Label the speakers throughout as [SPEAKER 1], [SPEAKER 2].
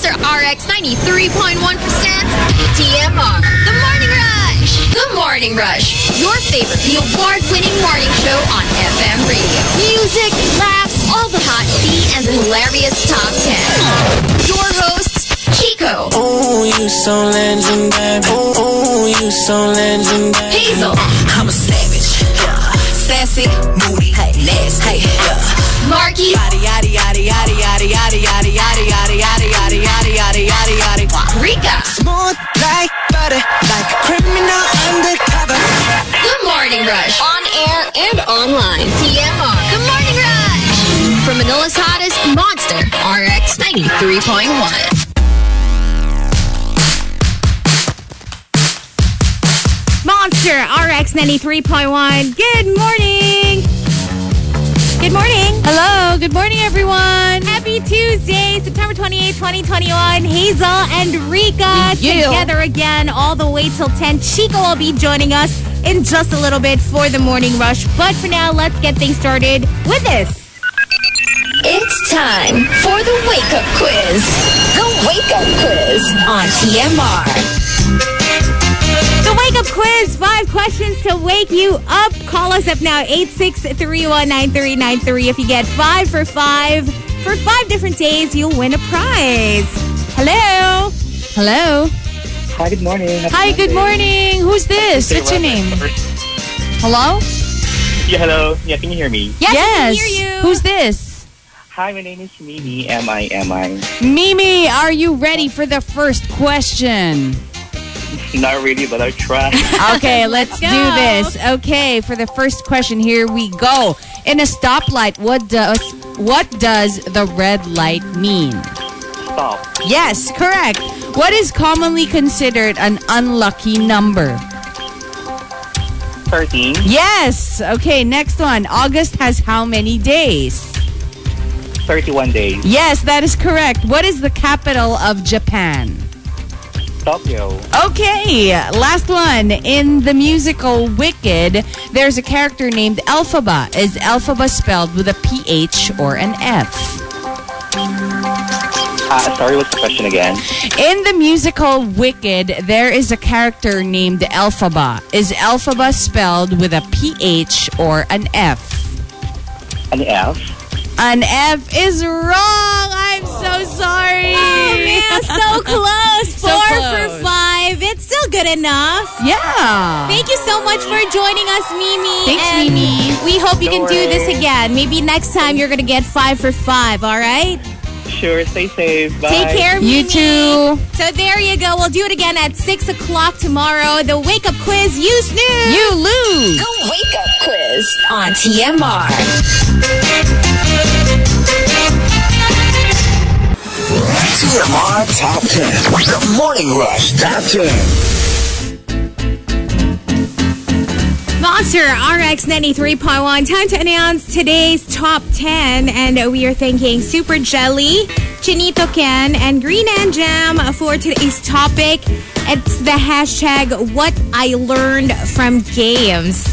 [SPEAKER 1] KMOX 93.1% TMR. The Morning Rush. The Morning Rush. Your favorite, the award-winning morning show on FM radio. Music, laughs, all the hot tea, and the hilarious top 10. Your hosts, Chico,
[SPEAKER 2] Ooh, you so legendary. Ooh, ooh, you so legendary.
[SPEAKER 1] Hazel,
[SPEAKER 3] I'm a savage. Yeah. Sassy, moody, hey. nasty. Hey. Yeah.
[SPEAKER 1] Marky,
[SPEAKER 3] Yada yada yada yada yada yada yada yada yada yada yada yada yada yada yada. Wow.
[SPEAKER 1] Rika.
[SPEAKER 2] Smooth like butter, like a criminal undercover.
[SPEAKER 1] The Morning Rush. On air and online. TMR. The Morning Rush. From Manila's hottest monster, RX 93.1.
[SPEAKER 4] Monster RX 93.1. Good morning. Good morning. Hello. Good morning, everyone. Happy Tuesday, September 28, 2021. Hazel and Rika together again all the way till 10. Chico will be joining us in just a little bit for the morning rush. But for now, let's get things started with this.
[SPEAKER 1] It's time for the wake up quiz. The wake up quiz on TMR.
[SPEAKER 4] The wake up quiz. Five questions to wake you up. Call us up now, 863-19393. If you get five for five, for five different days, you'll win a prize. Hello. Hello.
[SPEAKER 5] Hi, good morning.
[SPEAKER 4] Hi, good morning. Who's this? What's your name? Hello?
[SPEAKER 5] Yeah, hello. Yeah, can you hear me?
[SPEAKER 4] Yes. I can hear you.
[SPEAKER 6] Who's this?
[SPEAKER 5] Hi, my name is Mimi. M I M I.
[SPEAKER 6] Mimi, are you ready for the first question?
[SPEAKER 5] Not really, but I'll try.
[SPEAKER 6] Okay, let's do
[SPEAKER 4] go.
[SPEAKER 6] this. Okay, for the first question, here we go. In a stoplight, what does what does the red light mean?
[SPEAKER 5] Stop.
[SPEAKER 6] Yes, correct. What is commonly considered an unlucky number?
[SPEAKER 5] Thirteen.
[SPEAKER 6] Yes. Okay, next one. August has how many days?
[SPEAKER 5] Thirty-one days.
[SPEAKER 6] Yes, that is correct. What is the capital of Japan?
[SPEAKER 5] Tokyo.
[SPEAKER 6] Okay, last one. In the musical Wicked, there's a character named Elphaba. Is Elphaba spelled with a PH or an F?
[SPEAKER 5] Uh, sorry, what's the question again?
[SPEAKER 6] In the musical Wicked, there is a character named Elphaba. Is Elphaba spelled with a PH or an F?
[SPEAKER 5] An F.
[SPEAKER 6] An F is wrong. I'm so sorry. Oh,
[SPEAKER 4] Man, so close.
[SPEAKER 6] So
[SPEAKER 4] Four
[SPEAKER 6] close.
[SPEAKER 4] for five. It's still good enough.
[SPEAKER 6] Yeah.
[SPEAKER 4] Thank you so much for joining us, Mimi.
[SPEAKER 6] Thanks,
[SPEAKER 4] And
[SPEAKER 6] Mimi.
[SPEAKER 4] We hope you
[SPEAKER 5] No
[SPEAKER 4] can do this
[SPEAKER 5] worries.
[SPEAKER 4] again. Maybe next time you're going to get five for five, all right?
[SPEAKER 5] Sure. Stay safe. Bye.
[SPEAKER 4] Take care, Mimi.
[SPEAKER 6] You too.
[SPEAKER 4] So there you go. We'll do it again at 6 o'clock tomorrow. The wake up quiz. You snooze.
[SPEAKER 6] You lose.
[SPEAKER 1] The wake up quiz on TMR.
[SPEAKER 7] TMR Top 10. The Morning Rush Top 10.
[SPEAKER 4] Monster RX 93.1. Time to announce today's top 10. And we are thanking Super Jelly, Chinito Ken, and Green and Jam for today's topic. It's the hashtag What I Learned from Games.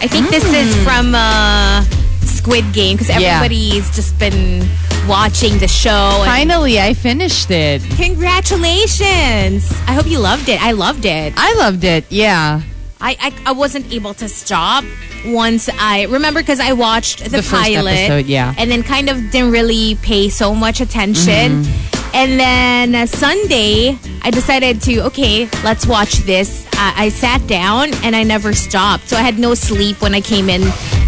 [SPEAKER 4] I think this is from uh, Squid Game because
[SPEAKER 6] Yeah.
[SPEAKER 4] everybody's just been watching the show. And
[SPEAKER 6] Finally, I finished it.
[SPEAKER 4] congratulations! I hope you loved it. I loved it.
[SPEAKER 6] I loved it. Yeah.
[SPEAKER 4] I, I, I wasn't able to stop once I remember because I watched the,
[SPEAKER 6] The first
[SPEAKER 4] pilot,
[SPEAKER 6] episode, yeah.
[SPEAKER 4] and then kind of didn't really pay so much attention.
[SPEAKER 6] Mm-hmm.
[SPEAKER 4] And then uh, Sunday, I decided to okay, let's watch this. Uh, I sat down and I never stopped, so I had no sleep when I came in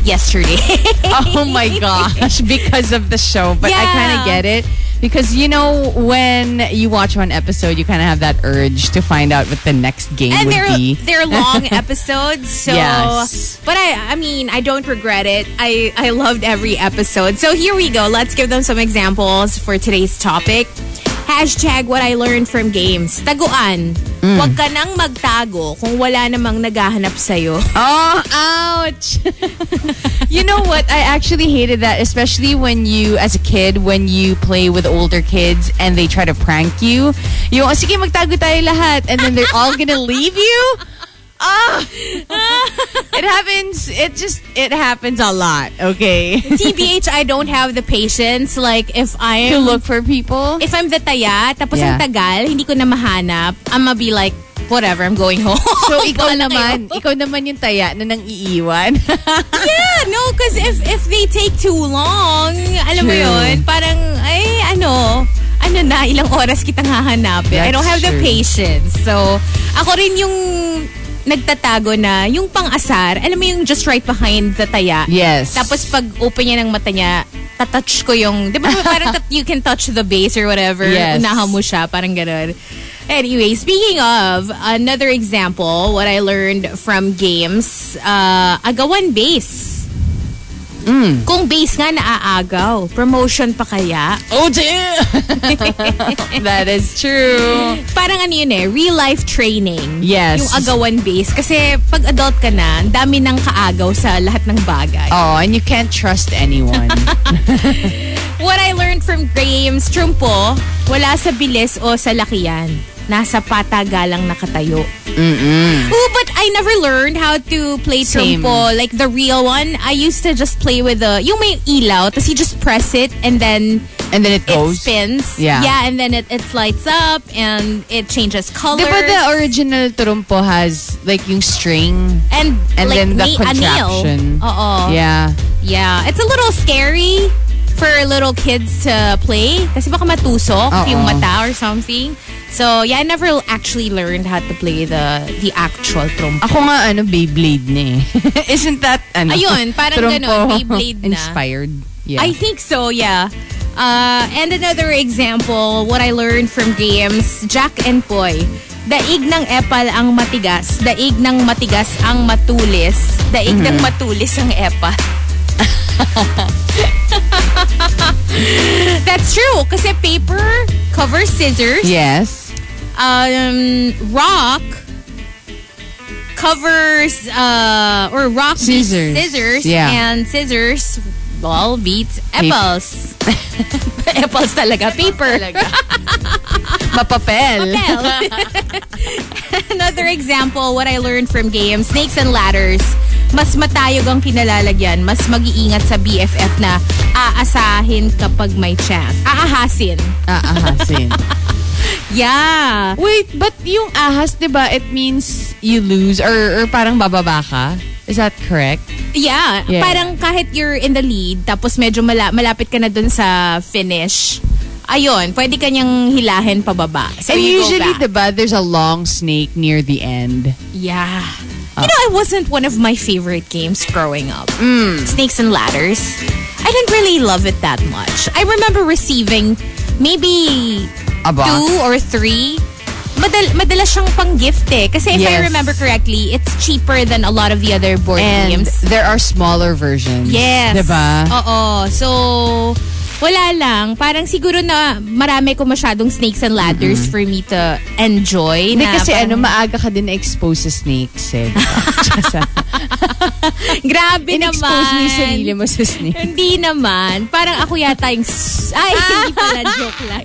[SPEAKER 4] yesterday.
[SPEAKER 6] oh my gosh because of the show but i kind
[SPEAKER 4] Yeah.
[SPEAKER 6] of get it because you know when you watch one episode you kind of have that urge to find out what the next game
[SPEAKER 4] and
[SPEAKER 6] would
[SPEAKER 4] they're
[SPEAKER 6] be
[SPEAKER 4] they're long episodes so
[SPEAKER 6] Yes.
[SPEAKER 4] but i i mean i don't regret it i i loved every episode so here we go let's give them some examples for today's topic hashtag what i learned from games taguan
[SPEAKER 6] Mm.
[SPEAKER 4] Huwag ka nang magtago kung wala namang naghahanap sa'yo.
[SPEAKER 6] oh ouch you know what i actually hated that especially when you as a kid when you play with older kids and they try to prank you you sige magtago tayo lahat and then they're all gonna leave you Ah! it happens. It just it happens a lot. Okay.
[SPEAKER 4] TBH, I don't have the patience. Like, if
[SPEAKER 6] to
[SPEAKER 4] I'm,
[SPEAKER 6] look for people.
[SPEAKER 4] if I'm the taya, tapos
[SPEAKER 6] Yeah.
[SPEAKER 4] ang tagal, hindi ko na mahanap, I'ma be like, whatever, I'm going home.
[SPEAKER 6] so ikaw
[SPEAKER 4] Bahala
[SPEAKER 6] naman,
[SPEAKER 4] kayo.
[SPEAKER 6] ikaw naman yung taya na nang iiwan.
[SPEAKER 4] Yeah, no, because if if they take too long, alam mo
[SPEAKER 6] True.
[SPEAKER 4] yun, parang, ay, ano, ano na, ilang oras kitang hahanapin. I
[SPEAKER 6] That's
[SPEAKER 4] don't have the
[SPEAKER 6] true.
[SPEAKER 4] patience. So, ako rin yung nagtatago na yung pang-asar, alam mo yung just right behind the taya.
[SPEAKER 6] Yes.
[SPEAKER 4] Tapos pag open niya ng mata niya, tatouch ko yung, di ba parang tat- you can touch the base or whatever.
[SPEAKER 6] Yes.
[SPEAKER 4] Unahan mo siya, parang ganun. Anyway, speaking of, another example, what I learned from games, uh, agawan base.
[SPEAKER 6] Hmm.
[SPEAKER 4] Kung base nga naaagaw, promotion pa kaya?
[SPEAKER 6] oh damn. that is true.
[SPEAKER 4] Parang ano yun eh, real life training.
[SPEAKER 6] Oh. Yes.
[SPEAKER 4] Yung agawan base. Kasi pag adult ka na, ang dami ng kaagaw sa lahat ng bagay.
[SPEAKER 6] Oh, and you can't trust anyone.
[SPEAKER 4] What I learned from Graham's trumpo, wala sa bilis o sa lakian. Nasa patagalang nakatayo. Ooh, but I never learned how to play
[SPEAKER 6] Same.
[SPEAKER 4] trumpo. Like the real one, I used to just play with the, yung may ilaw, tapos you just press it and then
[SPEAKER 6] and then
[SPEAKER 4] it
[SPEAKER 6] it goes.
[SPEAKER 4] spins.
[SPEAKER 6] Yeah.
[SPEAKER 4] Yeah, and then it, it lights up and it changes color.
[SPEAKER 6] Di ba the original trumpo has like yung string?
[SPEAKER 4] and,
[SPEAKER 6] and
[SPEAKER 4] like,
[SPEAKER 6] then the
[SPEAKER 4] may- a nail.
[SPEAKER 6] contraption.
[SPEAKER 4] Oo.
[SPEAKER 6] Yeah.
[SPEAKER 4] Yeah, it's a little scary for little kids to play kasi baka matusok
[SPEAKER 6] Oo.
[SPEAKER 4] yung mata or something. So, yeah, I never actually learned how to play the the actual trompo.
[SPEAKER 6] Ako nga, ano, Beyblade na eh. Isn't that, ano?
[SPEAKER 4] Ayun, parang
[SPEAKER 6] trumpo
[SPEAKER 4] ganun, Beyblade na.
[SPEAKER 6] Inspired. Yeah.
[SPEAKER 4] I think so, yeah. Uh, and another example, what I learned from games, Jack and Poy. Daig ng epal ang matigas, daig ng matigas ang matulis, daig ng matulis ang epal. That's true. Kasi paper covers scissors.
[SPEAKER 6] yes.
[SPEAKER 4] Um, rock covers uh, or rock beats
[SPEAKER 6] Scissors.
[SPEAKER 4] scissors
[SPEAKER 6] Yeah.
[SPEAKER 4] and scissors ball beats apples. apples talaga. Paper.
[SPEAKER 6] Mapapel.
[SPEAKER 4] Another example, what I learned from games, snakes and ladders. Mas matayog ang kinalalagyan, mas mag-iingat sa BFF na aasahin kapag may chance. Aahasin.
[SPEAKER 6] Ah, Aahasin.
[SPEAKER 4] Yeah.
[SPEAKER 6] Wait, but yung ahas, di ba, it means you lose or, or parang bababa ka? Is that correct?
[SPEAKER 4] Yeah,
[SPEAKER 6] Yeah.
[SPEAKER 4] parang kahit you're in the lead, tapos medyo mala- malapit ka na dun sa finish, ayun, pwede ka niyang hilahin pababa. So
[SPEAKER 6] And
[SPEAKER 4] you
[SPEAKER 6] usually,
[SPEAKER 4] go back.
[SPEAKER 6] di ba, there's a long snake near the end.
[SPEAKER 4] Yeah. You
[SPEAKER 6] Ah.
[SPEAKER 4] know, it wasn't one of my favorite games growing up.
[SPEAKER 6] Mm.
[SPEAKER 4] Snakes and Ladders. I didn't really love it that much. I remember receiving maybe
[SPEAKER 6] A box.
[SPEAKER 4] two or three. Madal madalas siyang pang-gift eh. Kasi if I
[SPEAKER 6] Yes.
[SPEAKER 4] remember correctly, it's cheaper than a lot of the other board
[SPEAKER 6] And
[SPEAKER 4] games.
[SPEAKER 6] there are smaller versions.
[SPEAKER 4] Yes.
[SPEAKER 6] Di ba?
[SPEAKER 4] Oo. So, wala lang. Parang siguro na marami ko masyadong snakes and ladders for me to enjoy.
[SPEAKER 6] Hindi
[SPEAKER 4] na
[SPEAKER 6] Mm-hmm. kasi ano,
[SPEAKER 4] parang-
[SPEAKER 6] maaga ka din na-expose sa snakes eh.
[SPEAKER 4] grabe
[SPEAKER 6] In-expose mo yung
[SPEAKER 4] naman.
[SPEAKER 6] sarili mo sa snakes.
[SPEAKER 4] Hindi naman. Parang ako yata yung... s- Ay, hindi pala. Joke lang.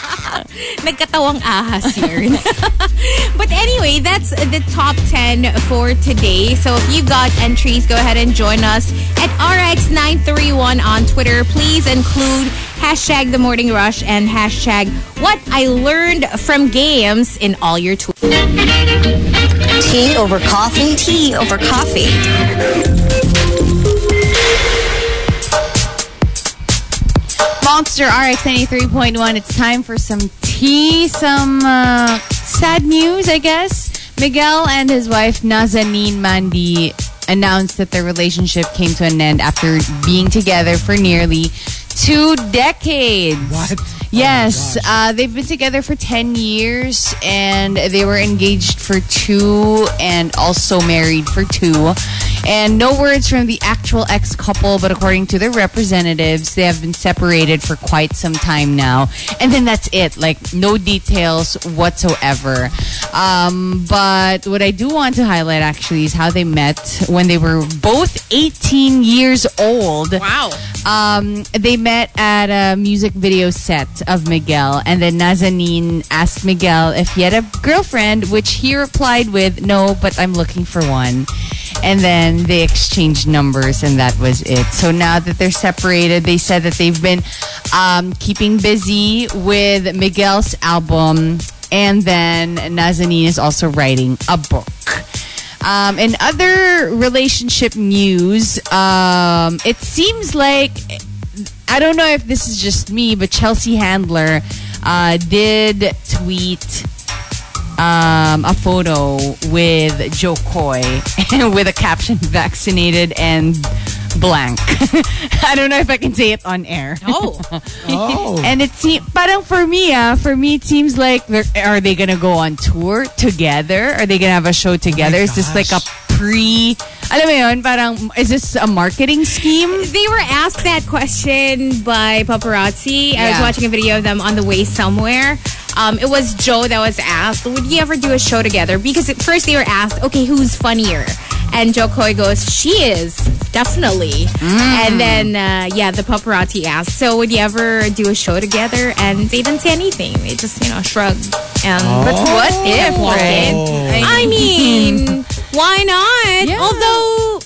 [SPEAKER 4] Nagkatawang ahas here. But anyway, that's the top 10 for today. So if you got entries, go ahead and join us at RX931 on Twitter. Please include hashtag The Morning Rush and hashtag What I Learned from Games in all your tweets.
[SPEAKER 3] Tea over coffee? Tea over coffee.
[SPEAKER 6] Monster RX 93.1. It's time for some tea, some uh, sad news, I guess. Miguel and his wife Nazanin Mandi announced that their relationship came to an end after being together for nearly two decades. What? Yes, uh, they've been together for 10 years and they were engaged for two and also married for two. And no words from the actual ex couple, but according to their representatives, they have been separated for quite some time now. And then that's it. Like, no details whatsoever. Um, but what I do want to highlight actually is how they met when they were both 18 years old. Wow. Um, they met at a music video set out of Miguel, and then Nazanin asked Miguel if he had a girlfriend, which he replied with, "No, but I'm looking for one." And then they exchanged numbers, and that was it. So now that they're separated, they said that they've been um, keeping busy with Miguel's album, and then Nazanin is also writing a book. Um, in other relationship news, um, it seems like I don't know if this is just me, but Chelsea Handler uh, did tweet um, a photo with Joe Coy with a caption "vaccinated and blank." I don't know if I can say it on air.
[SPEAKER 4] Oh.
[SPEAKER 6] And it seems, parang for me, ah, for me, it seems like they're, are they gonna go on tour together? Are they gonna have a show together? is this like a pre? Alam mo yun, parang is this a marketing scheme?
[SPEAKER 4] Um, They were asked that question by paparazzi. I was
[SPEAKER 6] Yeah.
[SPEAKER 4] watching a video of them on the way somewhere. Um, it was Joe that was asked, "Would you ever do a show together?" Because at first they were asked, "Okay, who's funnier?" And Joe Coy goes, "She is definitely." And then uh, yeah, the paparazzi asked, "So would you ever do a show together?" And they didn't say anything. They just you know shrugged Um, and
[SPEAKER 6] But what if, right?
[SPEAKER 4] I mean, why not?
[SPEAKER 6] Yeah.
[SPEAKER 4] Although,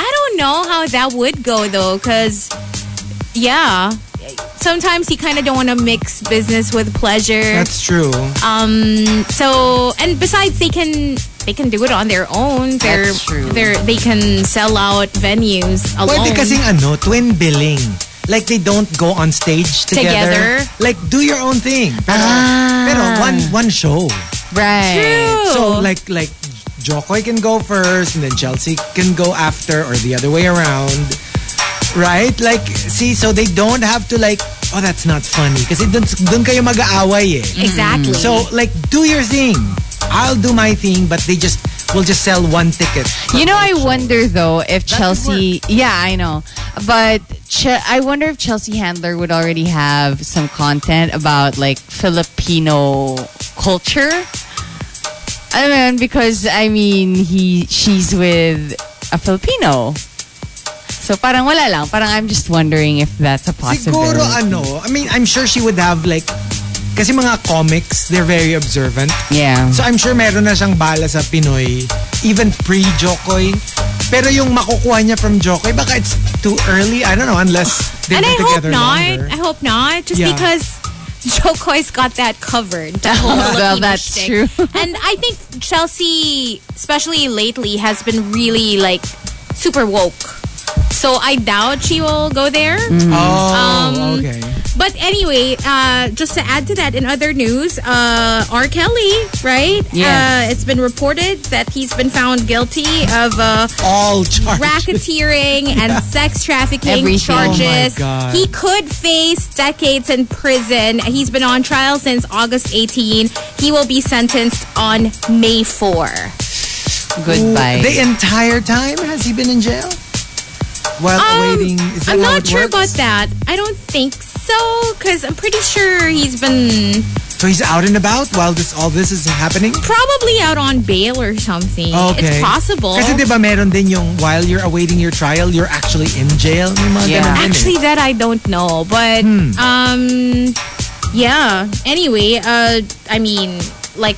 [SPEAKER 4] I don't know how that would go though, because, yeah, sometimes you kind of don't want to mix business with pleasure.
[SPEAKER 8] That's true.
[SPEAKER 4] um, so, and besides, they can. They can do it on their own. They're,
[SPEAKER 6] That's true.
[SPEAKER 4] They're, they can sell out venues alone.
[SPEAKER 8] Pwede kasing ano, twin billing. Like they don't go on stage together.
[SPEAKER 4] Together.
[SPEAKER 8] Like do your own thing. Pero, pero one one show.
[SPEAKER 6] Right.
[SPEAKER 4] True.
[SPEAKER 8] So like like Jokoy can go first and then Chelsea can go after or the other way around. Right? Like see so they don't have to like oh that's not funny kasi dun, dun kayo mag-aaway eh.
[SPEAKER 4] exactly.
[SPEAKER 8] So like do your thing. I'll do my thing but they just will just sell one ticket.
[SPEAKER 6] You know, I wonder though if Chelsea. Yeah, I know, but Ch- I wonder if Chelsea Handler would already have some content about like Filipino culture. I mean, because I mean, he she's with a Filipino, so parang wala lang. Parang I'm just wondering if that's a possibility.
[SPEAKER 8] Siguro ano, I mean, I'm sure she would have like, kasi mga comics, they're very observant.
[SPEAKER 6] yeah.
[SPEAKER 8] So I'm sure meron na siyang bala sa Pinoy, even pre-Jokoy. Pero yung makukuha niya from Jokoy, baka it's too early. I don't know, unless they
[SPEAKER 4] and
[SPEAKER 8] were
[SPEAKER 4] I hope
[SPEAKER 8] together
[SPEAKER 4] not.
[SPEAKER 8] longer.
[SPEAKER 4] I hope not. Just
[SPEAKER 8] Yeah.
[SPEAKER 4] because Joe Coy's got that covered. The whole
[SPEAKER 6] Well,
[SPEAKER 4] Filipino
[SPEAKER 6] that's
[SPEAKER 4] shtick.
[SPEAKER 6] true.
[SPEAKER 4] and I think Chelsea, especially lately, has been really like super woke. So I doubt she will go there.
[SPEAKER 8] Oh,
[SPEAKER 4] Um,
[SPEAKER 8] okay.
[SPEAKER 4] But anyway, uh, just to add to that, in other news, uh, R. Kelly, right?
[SPEAKER 6] Yes.
[SPEAKER 4] Uh, it's been reported that he's been found guilty of uh,
[SPEAKER 8] All charges.
[SPEAKER 4] racketeering and sex trafficking
[SPEAKER 6] Everything.
[SPEAKER 4] charges.
[SPEAKER 8] Oh my God.
[SPEAKER 4] He could face decades in prison. He's been on trial since August 18. He will be sentenced on May 4.
[SPEAKER 6] Goodbye.
[SPEAKER 8] The entire time has he been in jail? While
[SPEAKER 4] Um,
[SPEAKER 8] awaiting, is that
[SPEAKER 4] I'm
[SPEAKER 8] how
[SPEAKER 4] not
[SPEAKER 8] it
[SPEAKER 4] sure about
[SPEAKER 8] works?
[SPEAKER 4] that. I don't think so because I'm pretty sure he's been
[SPEAKER 8] So he's out and about while this all this is happening?
[SPEAKER 4] probably out on bail or something.
[SPEAKER 8] Okay.
[SPEAKER 4] It's possible.
[SPEAKER 8] Kasi di ba meron din yung while you're awaiting your trial, you're actually in jail? May mga
[SPEAKER 6] Yeah.
[SPEAKER 8] ganun din eh.
[SPEAKER 4] Actually, that I don't know, but
[SPEAKER 8] Hmm.
[SPEAKER 4] um, yeah. Anyway, uh, I mean, like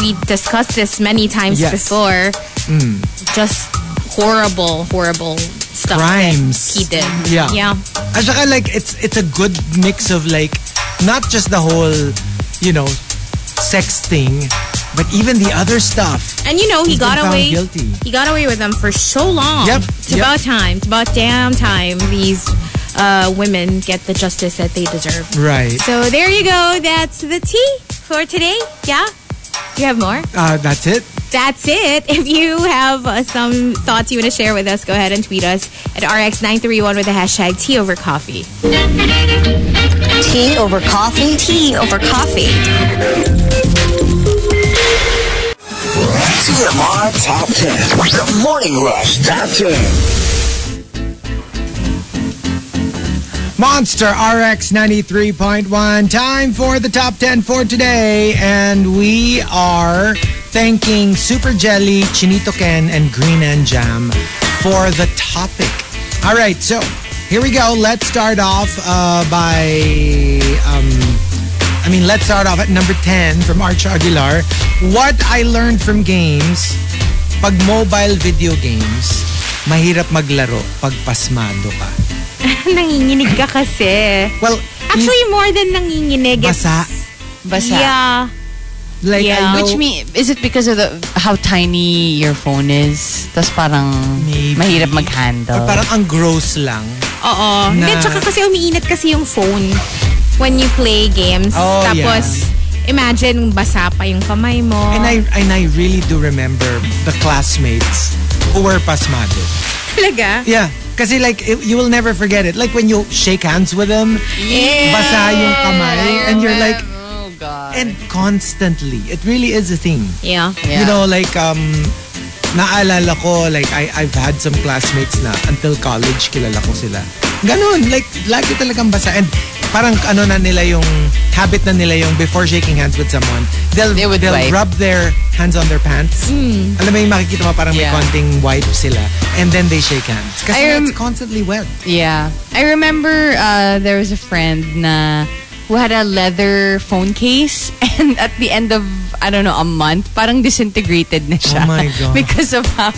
[SPEAKER 4] we discussed this many times
[SPEAKER 8] Yes. Hmm.
[SPEAKER 4] before. Just horrible, horrible stuff
[SPEAKER 8] Crimes.
[SPEAKER 4] that he did.
[SPEAKER 8] Yeah.
[SPEAKER 4] yeah.
[SPEAKER 8] At saka like, it's, it's a good mix of like, not just the whole, you know, sex thing, but even the other stuff.
[SPEAKER 4] And you know, he
[SPEAKER 8] He's been
[SPEAKER 4] got
[SPEAKER 8] found
[SPEAKER 4] away.
[SPEAKER 8] guilty.
[SPEAKER 4] He got away with them for so long.
[SPEAKER 8] Yep,
[SPEAKER 4] It's
[SPEAKER 8] yep.
[SPEAKER 4] about time. It's about damn time these uh, women get the justice that they deserve.
[SPEAKER 8] Right.
[SPEAKER 4] So there you go. That's the tea for today. Yeah. You have more?
[SPEAKER 8] Uh, that's it.
[SPEAKER 4] That's it. If you have uh, some thoughts you want to share with us, go ahead and tweet us at RX931 with the hashtag tea over coffee.
[SPEAKER 3] Tea over coffee? Tea over coffee.
[SPEAKER 7] TMR Top 10. The Morning Rush Top 10.
[SPEAKER 8] Monster RX 93.1. Time for the top 10 for today. And we are thanking Super Jelly, Chinito Ken, and Green and Jam for the topic. All right, so here we go. Let's start off uh, by um, 15. Let's start off at number 10 from Arch Aguilar. What I learned from games, pag mobile video games, mahirap maglaro pag pasmado ka.
[SPEAKER 4] nanginginig ka kasi.
[SPEAKER 8] Well,
[SPEAKER 4] Actually, more than nanginginig. it's-
[SPEAKER 8] Basa.
[SPEAKER 6] Basa.
[SPEAKER 4] Yeah.
[SPEAKER 8] like,
[SPEAKER 4] yeah.
[SPEAKER 8] I know,
[SPEAKER 6] Which mean, is it because of the how tiny your phone is? Tapos parang
[SPEAKER 8] Maybe.
[SPEAKER 6] mahirap
[SPEAKER 8] or
[SPEAKER 6] mag-handle.
[SPEAKER 8] parang ang gross lang.
[SPEAKER 4] Oo. Hindi,
[SPEAKER 8] Na-
[SPEAKER 4] tsaka kasi umiinit kasi yung phone when you play games.
[SPEAKER 8] Oh,
[SPEAKER 4] Tapos, imagine basa pa yung kamay mo.
[SPEAKER 8] And I and I really do remember the classmates who were pasmado.
[SPEAKER 4] Talaga?
[SPEAKER 8] Yeah. Kasi like, it- you will never forget it. Like when you shake hands with them, basa yung kamay, and you're like,
[SPEAKER 6] oh God.
[SPEAKER 8] and constantly. It really is a thing.
[SPEAKER 4] Yeah.
[SPEAKER 8] You know, like, um, naalala ko, like, I, I've had some classmates na until college, kilala ko sila. Ganun, like, lagi talagang basa. And parang ano na nila yung, habit na nila yung before shaking hands with someone, they'll,
[SPEAKER 6] They would
[SPEAKER 8] will
[SPEAKER 6] wipe. Hmm.
[SPEAKER 8] rub their hands on their pants. Alam mo yung makikita mo parang may
[SPEAKER 6] Yeah.
[SPEAKER 8] konting wipe sila. And then they shake hands. Kasi
[SPEAKER 6] I
[SPEAKER 8] nga,
[SPEAKER 6] rem-
[SPEAKER 8] it's constantly wet.
[SPEAKER 6] Yeah. I remember uh, there was a friend na who had a leather phone case and at the end of I don't know, a month, parang disintegrated na siya.
[SPEAKER 8] Oh my God.
[SPEAKER 6] Because of how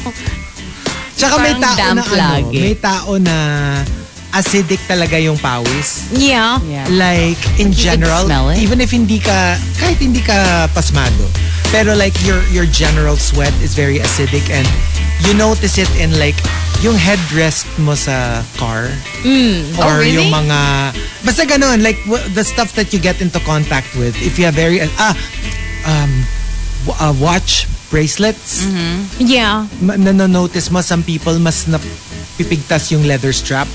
[SPEAKER 8] Tsaka may
[SPEAKER 6] Parang
[SPEAKER 8] tao na
[SPEAKER 6] damp
[SPEAKER 8] ano,
[SPEAKER 6] lagi.
[SPEAKER 8] may tao na acidic talaga yung pawis.
[SPEAKER 4] Yeah.
[SPEAKER 8] Like, in
[SPEAKER 6] you could
[SPEAKER 8] general,
[SPEAKER 6] smell it.
[SPEAKER 8] even if hindi ka, kahit hindi ka pasmado, pero like your your general sweat is very acidic and you notice it in like yung headrest mo sa car or
[SPEAKER 6] Mm. Oh, really?
[SPEAKER 8] yung mga basta ganun like w- the stuff that you get into contact with if you have very ah um w- uh, watch bracelets
[SPEAKER 6] Mm.
[SPEAKER 4] Yeah.
[SPEAKER 8] ma- nanonotice mo some people mas napipigtas yung leather strap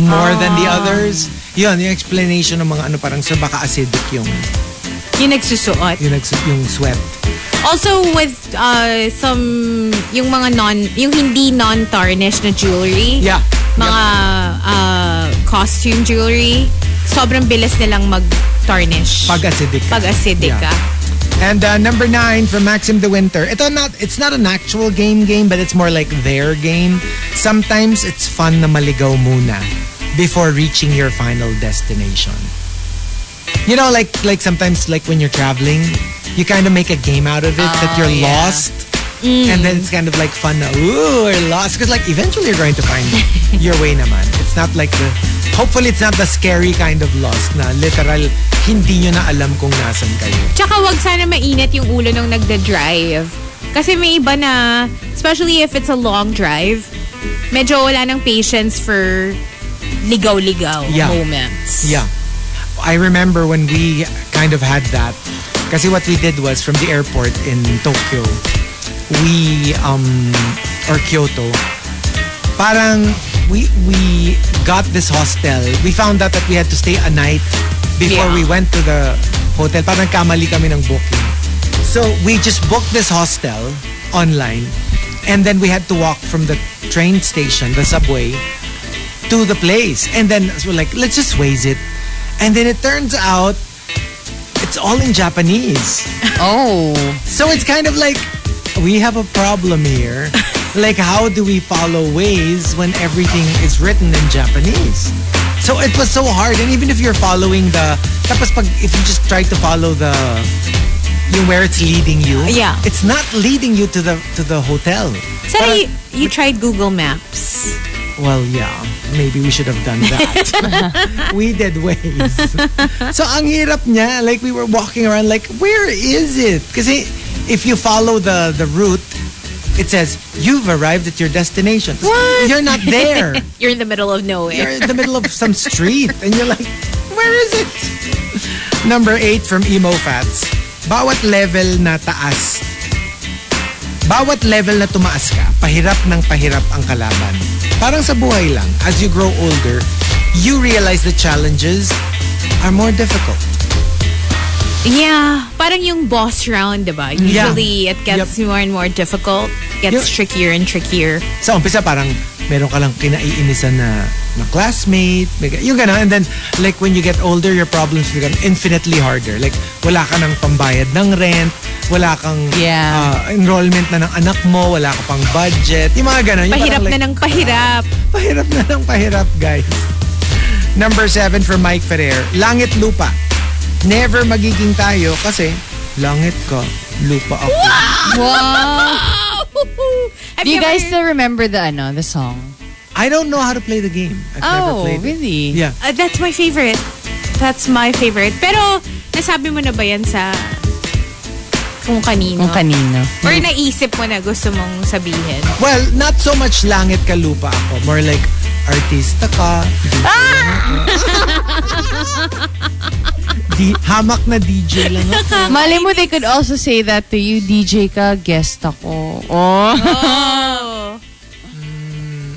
[SPEAKER 8] more than the others. Yun, yung explanation ng mga ano parang sir baka acidic yung
[SPEAKER 4] Yung nagsusuot.
[SPEAKER 8] yung, nags- yung sweat.
[SPEAKER 4] Also with uh, some yung mga non yung hindi non-tarnished na jewelry.
[SPEAKER 8] Yeah.
[SPEAKER 4] Mga uh, costume jewelry. Sobrang bilis nilang mag-tarnish. ah.
[SPEAKER 8] Pag acidic.
[SPEAKER 4] Pag acidic
[SPEAKER 8] Yeah.
[SPEAKER 4] ka.
[SPEAKER 8] And uh, number nine from Maxim the Winter. Ito not it's not an actual game game but it's more like their game. Sometimes it's fun na maligaw muna before reaching your final destination. You know like like sometimes like when you're traveling, you kind of make a game out of it that you're
[SPEAKER 6] yeah.
[SPEAKER 8] lost. And then it's kind of like fun na, ooh, we're lost. Because like eventually you're going to find your way naman. It's not like the, hopefully it's not the scary kind of lost na literal hindi nyo na alam kung nasan kayo.
[SPEAKER 4] Tsaka wag sana mainit yung ulo nung nagda-drive. Kasi may iba na, especially if it's a long drive, medyo wala ng patience for ligaw-ligaw
[SPEAKER 8] Yeah.
[SPEAKER 4] moments.
[SPEAKER 8] Yeah. I remember when we kind of had that. Kasi what we did was from the airport in Tokyo, we um or Kyoto, parang we we got this hostel. We found out that we had to stay a night before
[SPEAKER 4] Yeah.
[SPEAKER 8] we went to the hotel. Parang kamali kami ng booking. So we just booked this hostel online and then we had to walk from the train station, the subway, to the place. And then so we're like, let's just waze it. And then it turns out it's all in Japanese.
[SPEAKER 6] Oh.
[SPEAKER 8] So it's kind of like we have a problem here. like how do we follow ways when everything is written in Japanese? So it was so hard and even if you're following the tapos pag if you just try to follow the yung where it's leading you,
[SPEAKER 4] Yeah.
[SPEAKER 8] it's not leading you to the to the hotel.
[SPEAKER 4] Sana y- you tried Google Maps.
[SPEAKER 8] Well, yeah. Maybe we should have done that. we did ways. so, ang hirap niya. Like, we were walking around like, where is it? Kasi if you follow the, the route, it says, you've arrived at your destination. What? You're not there.
[SPEAKER 4] You're in the middle of nowhere.
[SPEAKER 8] you're in the middle of some street. And you're like, where is it? Number eight from Emo Fats. Bawat level na taas. Bawat level na tumaas ka, pahirap ng pahirap ang kalaban. Parang sa buhay lang, as you grow older, you realize the challenges are more difficult.
[SPEAKER 4] Yeah, parang yung boss round, di ba?
[SPEAKER 8] Yeah.
[SPEAKER 4] Usually, it gets more and more difficult. Gets
[SPEAKER 8] Yung-
[SPEAKER 4] trickier and trickier.
[SPEAKER 8] Sa umpisa, parang meron ka lang kinaiinisan na, na classmate, may ga- yung gano'n. And then, like, when you get older, your problems become infinitely harder. Like, wala ka ng pambayad ng rent, wala kang
[SPEAKER 6] Yeah.
[SPEAKER 8] ah, enrollment na ng anak mo, wala ka pang budget, yung mga gano'n. Yung
[SPEAKER 4] Pahirap
[SPEAKER 8] parang, like,
[SPEAKER 4] na ng pahirap.
[SPEAKER 8] Pahirap na lang pahirap, guys. Number seven for Mike Ferrer. Langit lupa. Never magiging tayo kasi langit ka, lupa ako.
[SPEAKER 4] Oh.
[SPEAKER 6] Wow.
[SPEAKER 4] Have
[SPEAKER 6] Do you guys
[SPEAKER 4] ever-
[SPEAKER 6] still remember the ano, the song?
[SPEAKER 8] I don't know how to play the game. I've never
[SPEAKER 6] Oh,
[SPEAKER 8] played it.
[SPEAKER 6] really?
[SPEAKER 8] Yeah.
[SPEAKER 4] Uh, that's my favorite. That's my favorite. Pero, nasabi mo na ba yan sa kung kanino?
[SPEAKER 6] Kung kanino.
[SPEAKER 4] Or naisip mo na gusto mong sabihin?
[SPEAKER 8] Well, not so much langit ka, lupa ako. More like artista ka. Di, hamak na DJ lang ako.
[SPEAKER 6] Malay mo, they could also say that to you, DJ ka, guest ako. Oh.
[SPEAKER 4] Oh.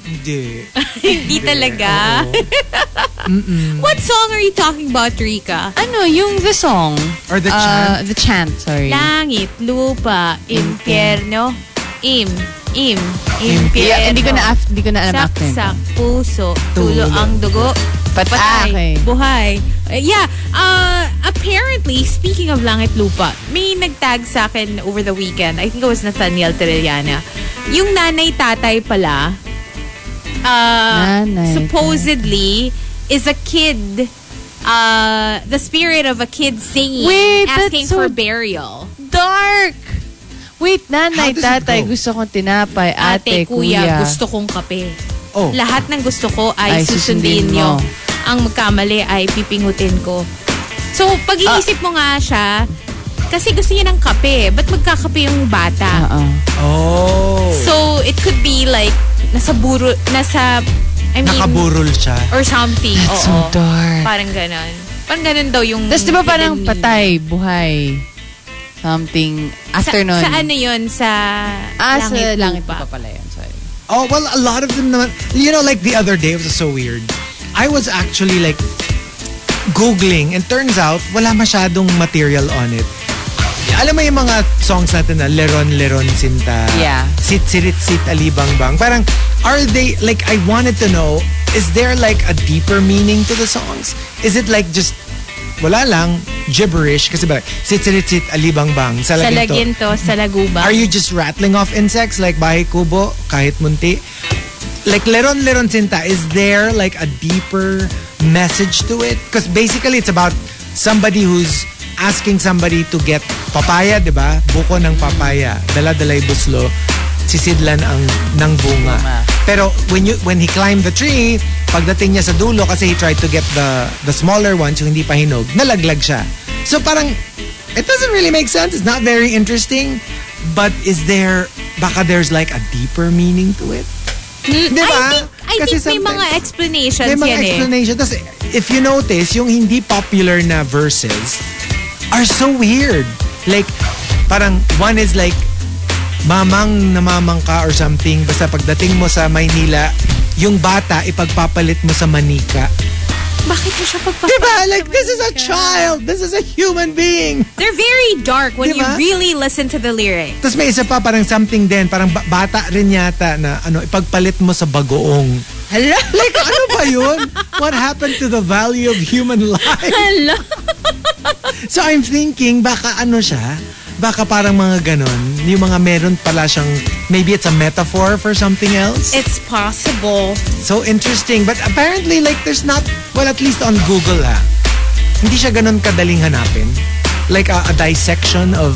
[SPEAKER 8] Hindi.
[SPEAKER 4] Hindi talaga. What song are you talking about, Rika?
[SPEAKER 6] ano, yung the song.
[SPEAKER 8] Or the
[SPEAKER 6] Uh,
[SPEAKER 8] chant.
[SPEAKER 6] the chant, sorry.
[SPEAKER 4] Langit, lupa, impyerno, im, im, impyerno.
[SPEAKER 6] Yeah, hindi ko na, af- hindi ko na alam after.
[SPEAKER 4] Saksak, puso, tulo ang dugo, patay,
[SPEAKER 6] okay.
[SPEAKER 4] buhay. Uh, yeah, uh, apparently, speaking of langit lupa, may nagtag sa akin over the weekend. I think it was Nathaniel Terellana. Yung nanay-tatay pala, uh,
[SPEAKER 6] Nanay-tatay.
[SPEAKER 4] supposedly, is a kid, uh, the spirit of a kid singing,
[SPEAKER 6] Wait, that's
[SPEAKER 4] asking
[SPEAKER 6] so
[SPEAKER 4] for burial.
[SPEAKER 6] Dark! Wait, nanay,
[SPEAKER 8] How does it
[SPEAKER 6] tatay,
[SPEAKER 8] go?
[SPEAKER 6] gusto kong tinapay. Ate, kuya.
[SPEAKER 4] gusto kong kape.
[SPEAKER 8] Oh.
[SPEAKER 4] Lahat ng gusto ko ay,
[SPEAKER 6] Ay,
[SPEAKER 4] susundin
[SPEAKER 6] susundin
[SPEAKER 4] nyo.
[SPEAKER 6] mo.
[SPEAKER 4] Ang magkamali ay pipingutin ko. So, pag-iisip
[SPEAKER 6] Ah.
[SPEAKER 4] mo nga siya, kasi gusto niya ng kape. Ba't magkakape yung bata?
[SPEAKER 8] Uh-uh.
[SPEAKER 6] Oo.
[SPEAKER 8] Oh.
[SPEAKER 6] Ah.
[SPEAKER 4] So, it could be like, nasa buro, nasa, I mean,
[SPEAKER 8] Nakaburol siya.
[SPEAKER 4] or something.
[SPEAKER 6] That's so
[SPEAKER 4] Oo.
[SPEAKER 6] dark.
[SPEAKER 4] Parang ganon. Parang ganon daw yung...
[SPEAKER 6] Tapos diba parang
[SPEAKER 4] hidden meaning.
[SPEAKER 6] patay, buhay, something,
[SPEAKER 4] Sa,
[SPEAKER 6] afternoon.
[SPEAKER 4] sa ano yun? Sa
[SPEAKER 6] Ah, sa
[SPEAKER 4] langit,
[SPEAKER 6] langit
[SPEAKER 4] lupa.
[SPEAKER 6] pa pala yun, sorry.
[SPEAKER 8] Oh, well, a lot of them naman. You know, like the other day, it was so weird. I was actually like Googling and turns out, wala masyadong material on it. Alam mo yung mga songs natin na Leron Leron Sinta,
[SPEAKER 6] Yeah.
[SPEAKER 8] Sit Sirit Sit Alibang Bang. Parang, are they, like, I wanted to know, is there like a deeper meaning to the songs? Is it like just, wala lang, gibberish? Kasi ba, Sit Sirit Sit Alibang Bang,
[SPEAKER 4] Sa
[SPEAKER 8] Salagin to.
[SPEAKER 4] laginto, sa laguba.
[SPEAKER 8] Are you just rattling off insects like bahay kubo, kahit munti? Like Leron Leron Sinta, is there like a deeper message to it? Because basically it's about somebody who's asking somebody to get papaya, di ba? Buko ng papaya, dala-dalay buslo, sisidlan ang ng bunga. Pero when you when he climbed the tree, pagdating niya sa dulo kasi he tried to get the the smaller one so hindi pa hinog, nalaglag siya. So parang it doesn't really make sense. It's not very interesting. But is there, baka there's like a deeper meaning to it?
[SPEAKER 4] Mm,
[SPEAKER 8] Diba?
[SPEAKER 4] I think, I
[SPEAKER 8] Kasi
[SPEAKER 4] think may
[SPEAKER 8] sometimes-
[SPEAKER 4] mga explanations
[SPEAKER 8] May
[SPEAKER 4] yan
[SPEAKER 8] mga
[SPEAKER 4] eh.
[SPEAKER 8] explanation. Tas, if you notice, yung hindi popular na verses are so weird. Like, parang one is like, mamang namamang ka or something. Basta pagdating mo sa Maynila, yung bata ipagpapalit mo sa manika.
[SPEAKER 4] Bakit mo siya pagpapalit?
[SPEAKER 8] Diba? Like, this is a child. This is a human being.
[SPEAKER 4] They're very dark when you
[SPEAKER 8] Diba?
[SPEAKER 4] really listen to the lyrics.
[SPEAKER 8] Tapos may isa pa, parang something din, parang ba- bata rin yata na ano, ipagpalit mo sa bagoong.
[SPEAKER 6] Hello?
[SPEAKER 8] Like, ano ba yun? What happened to the value of human life?
[SPEAKER 4] Hello?
[SPEAKER 8] So I'm thinking, baka ano siya, baka parang mga ganon, yung mga meron pala siyang, maybe it's a metaphor for something else.
[SPEAKER 4] It's possible.
[SPEAKER 8] so interesting. But apparently, like, there's not, well, at least on Google, ha, hindi siya ganon kadaling hanapin. Like a, a dissection of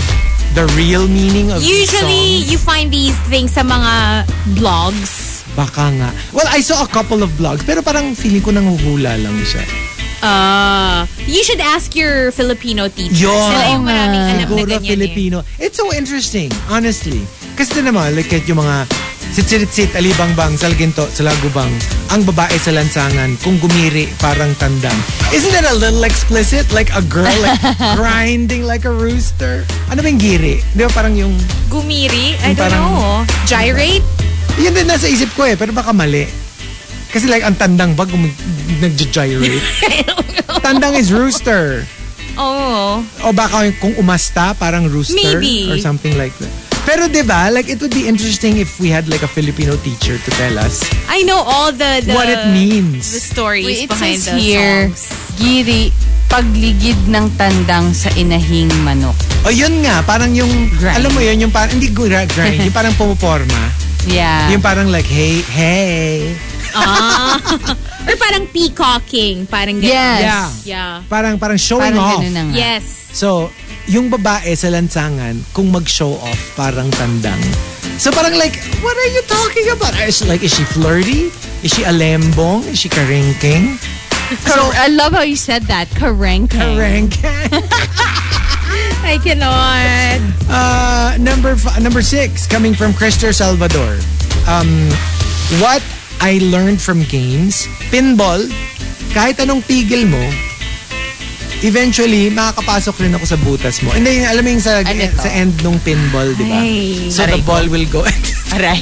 [SPEAKER 8] the real meaning of these songs.
[SPEAKER 4] Usually, you find these things sa mga blogs.
[SPEAKER 8] Baka nga. Well, I saw a couple of vlogs, pero parang feeling ko nanguhula lang siya.
[SPEAKER 4] Uh, you should ask your Filipino teacher.
[SPEAKER 8] Yun.
[SPEAKER 4] Sila yung maraming alam na
[SPEAKER 8] Siguro
[SPEAKER 4] ganyan eh.
[SPEAKER 8] Filipino. It's so interesting, honestly. Kasi din naman, like kahit yung mga sit-sit-sit, alibangbang, salginto, salagubang, ang babae sa lansangan, kung gumiri, parang tandang. Isn't that a little explicit? Like a girl like, grinding like a rooster? Ano ba yung giri? Di ba parang yung...
[SPEAKER 4] Gumiri? I
[SPEAKER 8] Yung
[SPEAKER 4] don't
[SPEAKER 8] parang-
[SPEAKER 4] know. Gyrate?
[SPEAKER 8] Yun din nasa isip ko eh, pero baka mali. Kasi like, ang tandang ba gum- nag-gyrate? tandang is rooster.
[SPEAKER 4] Oo.
[SPEAKER 8] O baka yung- kung umasta, parang rooster
[SPEAKER 4] Maybe.
[SPEAKER 8] or something like that. Pero 'di ba, like it would be interesting if we had like a Filipino teacher to tell us
[SPEAKER 4] I know all the, the
[SPEAKER 8] what it means.
[SPEAKER 4] The stories
[SPEAKER 6] Wait, it
[SPEAKER 4] behind
[SPEAKER 6] says
[SPEAKER 4] the
[SPEAKER 6] here,
[SPEAKER 4] songs.
[SPEAKER 6] giri, pagligid ng tandang sa inahing manok.
[SPEAKER 8] O yun nga, parang yung
[SPEAKER 6] Grind. Ah.
[SPEAKER 8] alam mo yun, yung parang hindi gra- grind, yung parang pumuporma,
[SPEAKER 6] Yeah.
[SPEAKER 8] yung parang like hey, hey.
[SPEAKER 4] Ah. Or parang peacocking. Parang ganun.
[SPEAKER 6] Yes.
[SPEAKER 4] Yeah.
[SPEAKER 8] Parang, parang showing
[SPEAKER 6] Parang
[SPEAKER 8] off.
[SPEAKER 6] ganun na nga.
[SPEAKER 4] Yes.
[SPEAKER 8] So, yung babae sa lansangan, kung mag-show off, parang tandang. So parang like, what are you talking about? Is, like, is she flirty? Is she alembong? Is she karingking?
[SPEAKER 6] Kar- I love how you said that. Karenka.
[SPEAKER 8] Karingking?
[SPEAKER 4] I cannot.
[SPEAKER 8] Uh, number f- number six coming from Christopher Salvador. Um, what I learned from games, pinball, kahit anong tigil mo, eventually makakapasok rin ako sa butas mo. Hindi, alam mo yung sa,
[SPEAKER 6] Ano to?
[SPEAKER 8] sa end nung pinball, di ba?
[SPEAKER 4] Ay.
[SPEAKER 8] So the
[SPEAKER 3] Aray ko.
[SPEAKER 8] ball will go.
[SPEAKER 3] Aray.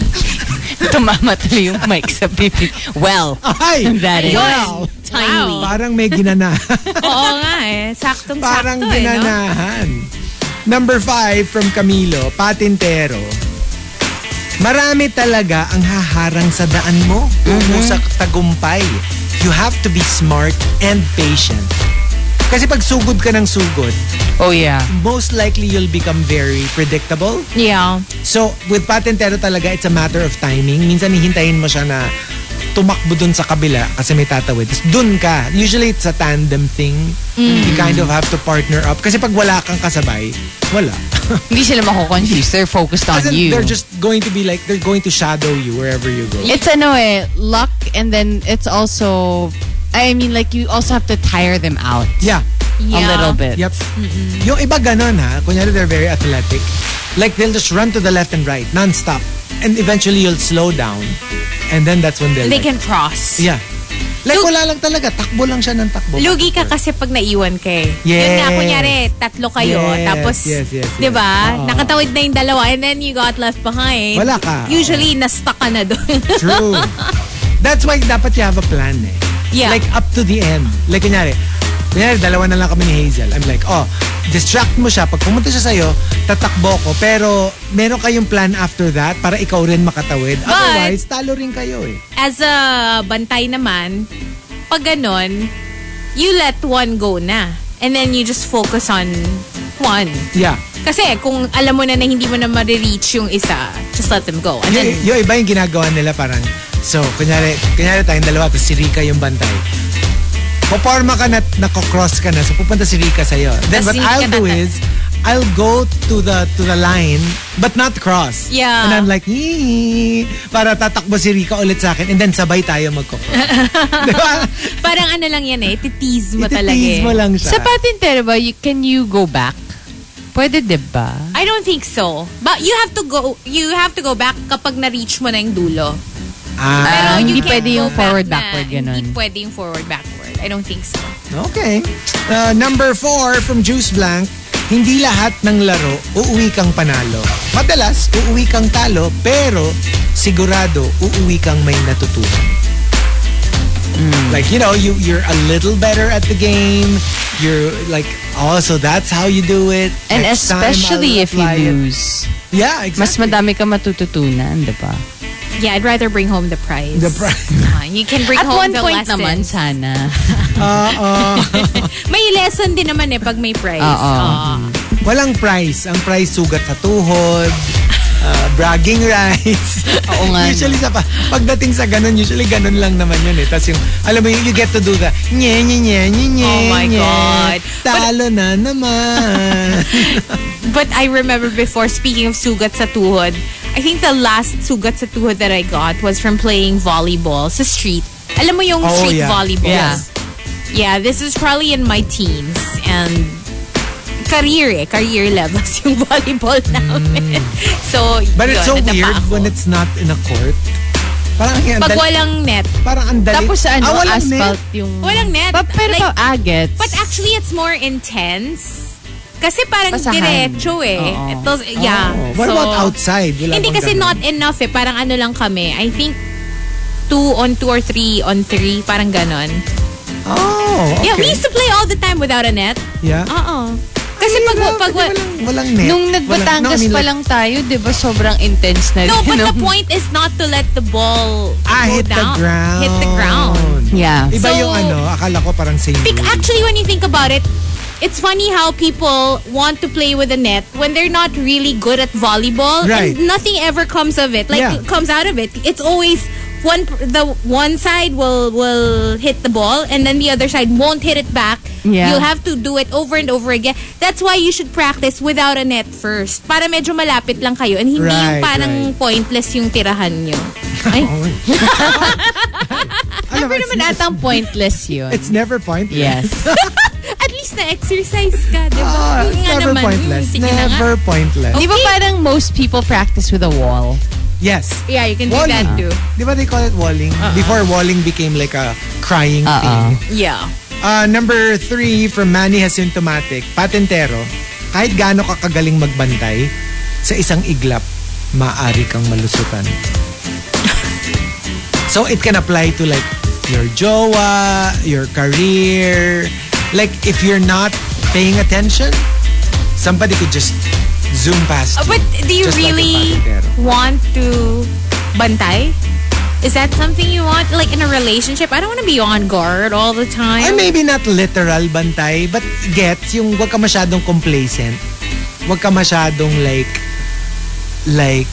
[SPEAKER 3] Tumama tuloy yung mic sa pipi. Well,
[SPEAKER 8] Ay!
[SPEAKER 3] that is.
[SPEAKER 8] Wow!
[SPEAKER 3] Tiny.
[SPEAKER 8] Parang may ginanahan.
[SPEAKER 4] Oo nga eh. Saktong-sakto
[SPEAKER 8] Parang
[SPEAKER 4] eh. No?
[SPEAKER 8] ginanahan. Number five from Camilo, Patintero. Marami talaga ang haharang sa daan mo. Umusak tagumpay. You have to be smart and patient. Kasi pag sugod ka ng sugod,
[SPEAKER 3] Oh, yeah.
[SPEAKER 8] most likely you'll become very predictable.
[SPEAKER 4] Yeah.
[SPEAKER 8] So, with patentero talaga, it's a matter of timing. Minsan, hihintayin mo siya na tumakbo dun sa kabila kasi may tatawid. Tapos dun ka. Usually, it's a tandem thing.
[SPEAKER 3] Mm.
[SPEAKER 8] You kind of have to partner up. Kasi pag wala kang kasabay, wala.
[SPEAKER 3] Hindi sila mako-confuse. They're focused on
[SPEAKER 8] Kasi
[SPEAKER 3] you.
[SPEAKER 8] they're just going to be like, they're going to shadow you wherever you go.
[SPEAKER 6] It's ano eh, luck and then it's also, I mean like you also have to tire them out.
[SPEAKER 8] Yeah.
[SPEAKER 4] Yeah.
[SPEAKER 3] A little bit.
[SPEAKER 8] Yep. Yung iba ganun ha. Kunyari, they're very athletic. Like, they'll just run to the left and right, non-stop. And eventually, you'll slow down. And then that's when they'll...
[SPEAKER 4] They
[SPEAKER 8] like-
[SPEAKER 4] can cross.
[SPEAKER 8] Yeah. Like,
[SPEAKER 4] Lug-
[SPEAKER 8] wala lang talaga. Takbo lang siya ng takbo.
[SPEAKER 4] Lugi ka kasi pag naiwan ka eh.
[SPEAKER 8] Yes.
[SPEAKER 4] Yun nga, kunyari, tatlo kayo.
[SPEAKER 8] Yes,
[SPEAKER 4] Tapos,
[SPEAKER 8] yes, yes, yes.
[SPEAKER 4] di ba?
[SPEAKER 8] Oo.
[SPEAKER 4] Nakatawid na yung dalawa and then you got left behind.
[SPEAKER 8] Wala ka.
[SPEAKER 4] Usually, na-stuck ka na doon.
[SPEAKER 8] True. That's why dapat you have a plan eh.
[SPEAKER 4] Yeah.
[SPEAKER 8] Like up to the end. Like kunyari, kunyari dalawa na lang kami ni Hazel. I'm like, oh, distract mo siya. Pag pumunta siya sa'yo, tatakbo ko. Pero meron kayong plan after that para ikaw rin makatawid. Otherwise, talo rin kayo eh.
[SPEAKER 4] As a bantay naman, pag ganon, you let one go na. And then you just focus on one.
[SPEAKER 8] Yeah.
[SPEAKER 4] Kasi kung alam mo na na hindi mo na marireach yung isa, just let them go. And then,
[SPEAKER 8] Y- yung iba yung ginagawa nila parang, so, kunyari, kunyari tayong dalawa, tapos si Rika yung bantay. Paporma ka na, nako-cross ka na, so pupunta si Rika sa'yo. Then
[SPEAKER 4] Tas
[SPEAKER 8] what
[SPEAKER 4] si
[SPEAKER 8] I'll
[SPEAKER 4] Rika
[SPEAKER 8] do
[SPEAKER 4] tatay.
[SPEAKER 8] is, I'll go to the to the line, but not cross.
[SPEAKER 4] Yeah.
[SPEAKER 8] And I'm like, "Yee." para tatakbo si Rika ulit sa akin, and then sabay tayo magko-cross. Di ba?
[SPEAKER 4] parang ano lang yan eh, titease mo talaga
[SPEAKER 8] Ititease
[SPEAKER 4] eh.
[SPEAKER 8] mo lang siya.
[SPEAKER 6] Sa patintero ba, you, can you go back? Pwede, di ba?
[SPEAKER 4] I don't think so. But you have to go you have to go back kapag na-reach mo na yung dulo.
[SPEAKER 8] Ah,
[SPEAKER 4] Pero Uh, you
[SPEAKER 6] hindi
[SPEAKER 4] can't
[SPEAKER 6] pwede
[SPEAKER 4] go
[SPEAKER 6] yung
[SPEAKER 4] back
[SPEAKER 6] forward,
[SPEAKER 4] na.
[SPEAKER 6] backward, ganun.
[SPEAKER 4] Hindi pwede yung forward backward. I don't think so.
[SPEAKER 8] okay. Uh, number four from Juice Blank, hindi lahat ng laro uuwi kang panalo. Madalas, uuwi kang talo, pero sigurado uuwi kang may natutunan. Like, you know, you, you're a little better at the game. You're like, oh, so that's how you do it.
[SPEAKER 6] And
[SPEAKER 8] Next time, I'll
[SPEAKER 6] especially if you
[SPEAKER 8] apply it."
[SPEAKER 6] lose.
[SPEAKER 8] Yeah,
[SPEAKER 6] Mas
[SPEAKER 8] exactly.
[SPEAKER 6] madami ka matututunan, di ba?
[SPEAKER 4] Yeah, I'd rather bring home the prize.
[SPEAKER 8] The prize.
[SPEAKER 4] Ah, you can bring
[SPEAKER 6] At
[SPEAKER 4] home
[SPEAKER 6] one
[SPEAKER 4] the
[SPEAKER 6] point
[SPEAKER 4] lessons.
[SPEAKER 6] naman, sana.
[SPEAKER 8] Uh,
[SPEAKER 4] May lesson din naman eh pag may prize.
[SPEAKER 6] Oo.
[SPEAKER 4] Ah.
[SPEAKER 8] Walang price. Ang price, sugat sa tuhod, uh, bragging rights.
[SPEAKER 6] Oo nga, no.
[SPEAKER 8] Usually, sa, pa- pagdating sa ganun, usually ganun lang naman yun eh. Tapos yung, alam mo, yun, you get to do the, nye, nye, nye, nye, nye,
[SPEAKER 4] Oh my
[SPEAKER 8] nye.
[SPEAKER 4] God.
[SPEAKER 8] Talo na naman.
[SPEAKER 4] But I remember before, speaking of sugat sa tuhod, I think the last sugat sa tuhod that I got was from playing volleyball sa street. Alam mo yung
[SPEAKER 8] Oh,
[SPEAKER 4] street
[SPEAKER 8] yeah.
[SPEAKER 4] volleyball?
[SPEAKER 8] Yeah.
[SPEAKER 4] Yeah, this is probably in my teens and career eh, career levels yung volleyball namin. So,
[SPEAKER 8] Mm. But it's so
[SPEAKER 4] yun, nadapa
[SPEAKER 8] weird
[SPEAKER 4] ako.
[SPEAKER 8] when it's not in a court. Parang, ang
[SPEAKER 4] Pag
[SPEAKER 8] dali-
[SPEAKER 4] walang net.
[SPEAKER 8] parang ang dali.
[SPEAKER 6] Tapos sa ano,
[SPEAKER 8] Ah, walang net.
[SPEAKER 6] asphalt yung...
[SPEAKER 4] Walang net.
[SPEAKER 6] Pa, pero
[SPEAKER 4] Like,
[SPEAKER 6] pa, ah, gets.
[SPEAKER 4] But actually, it's more intense. Kasi parang
[SPEAKER 6] Basahan.
[SPEAKER 4] diretso eh.
[SPEAKER 6] Oo.
[SPEAKER 4] It does- yeah.
[SPEAKER 8] Oh, what
[SPEAKER 4] So,
[SPEAKER 8] about outside? Wala
[SPEAKER 4] Hindi
[SPEAKER 8] bang
[SPEAKER 4] kasi
[SPEAKER 8] ganun?
[SPEAKER 4] not enough eh. Parang ano lang kami. I think two on two or three on three. Parang ganon.
[SPEAKER 8] Oh, okay.
[SPEAKER 4] Yeah, we used to play all the time without a net.
[SPEAKER 8] Yeah.
[SPEAKER 4] Oo. Kasi pag,
[SPEAKER 8] Hirap,
[SPEAKER 4] pag,
[SPEAKER 8] kasi walang, walang net.
[SPEAKER 6] Nung
[SPEAKER 8] Walang- no, I
[SPEAKER 6] nagbatangas
[SPEAKER 8] mean,
[SPEAKER 6] pa
[SPEAKER 8] like,
[SPEAKER 6] lang tayo, di ba sobrang intense na
[SPEAKER 4] No, but
[SPEAKER 6] rin,
[SPEAKER 4] the
[SPEAKER 6] no?
[SPEAKER 4] point is not to let the ball
[SPEAKER 8] Ah,
[SPEAKER 4] go
[SPEAKER 8] hit the
[SPEAKER 4] down.
[SPEAKER 8] ground.
[SPEAKER 4] Hit the ground.
[SPEAKER 6] Yeah.
[SPEAKER 8] Iba
[SPEAKER 4] So-
[SPEAKER 8] yung ano, akala ko parang same
[SPEAKER 4] Bec-
[SPEAKER 8] rule.
[SPEAKER 4] actually, when you think about it, it's funny how people want to play with a net when they're not really good at volleyball.
[SPEAKER 8] Right.
[SPEAKER 4] And nothing ever comes of it. Like,
[SPEAKER 8] Yeah.
[SPEAKER 4] comes out of it. It's always one the one side will will hit the ball and then the other side won't hit it back.
[SPEAKER 6] Yeah.
[SPEAKER 4] You'll have to do it over and over again. That's why you should practice without a net first. Para medyo malapit lang kayo and hindi yung
[SPEAKER 8] Right,
[SPEAKER 4] parang pointless yung tirahan nyo. Ay,
[SPEAKER 8] Alam,
[SPEAKER 6] Pero
[SPEAKER 8] it's,
[SPEAKER 6] naman atang pointless yun.
[SPEAKER 8] it's never pointless.
[SPEAKER 6] yes.
[SPEAKER 4] at least na-exercise ka, di ba?
[SPEAKER 8] Ah, it's
[SPEAKER 4] Yun nga
[SPEAKER 8] never
[SPEAKER 4] naman.
[SPEAKER 8] pointless.
[SPEAKER 4] Hmm, Sige na nga.
[SPEAKER 8] Never pointless.
[SPEAKER 6] Di ba parang most people practice with a wall?
[SPEAKER 8] Yes.
[SPEAKER 4] Yeah, you can do
[SPEAKER 8] Walling.
[SPEAKER 4] that too.
[SPEAKER 8] Di ba they call it walling? Before walling became like a crying
[SPEAKER 6] Uh-uh.
[SPEAKER 8] thing.
[SPEAKER 4] Yeah.
[SPEAKER 8] Uh, number three from Manny Asymptomatic, patentero, kahit gaano ka kagaling magbantay, sa isang iglap, maaari kang malusutan. so it can apply to like your jowa, your career. Like if you're not paying attention, somebody could just zoom past
[SPEAKER 4] Uh,
[SPEAKER 8] you.
[SPEAKER 4] But do you
[SPEAKER 8] Just like a
[SPEAKER 4] really
[SPEAKER 8] patintero.
[SPEAKER 4] want to bantay? Is that something you want, like in a relationship? I don't want to be on guard all the time.
[SPEAKER 8] Or maybe not literal bantay, but gets yung wag ka masyadong complacent. Wag ka masyadong like like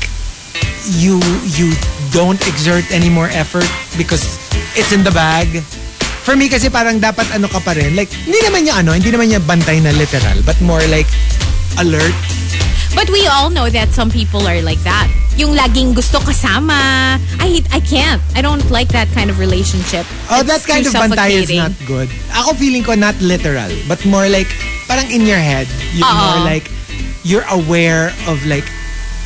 [SPEAKER 8] you you don't exert any more effort because it's in the bag. For me kasi parang dapat ano ka pa rin. Like hindi naman niya ano, hindi naman niya bantay na literal, but more like alert.
[SPEAKER 4] But we all know that some people are like that. Yung laging gusto kasama. I hate, I can't. I don't like that kind of relationship.
[SPEAKER 8] Oh,
[SPEAKER 4] It's
[SPEAKER 8] that kind
[SPEAKER 4] too
[SPEAKER 8] of bantay is
[SPEAKER 4] suffocating.
[SPEAKER 8] not good. Ako feeling ko not literal, but more like parang in your head. You're
[SPEAKER 4] Oo.
[SPEAKER 8] more like you're aware of like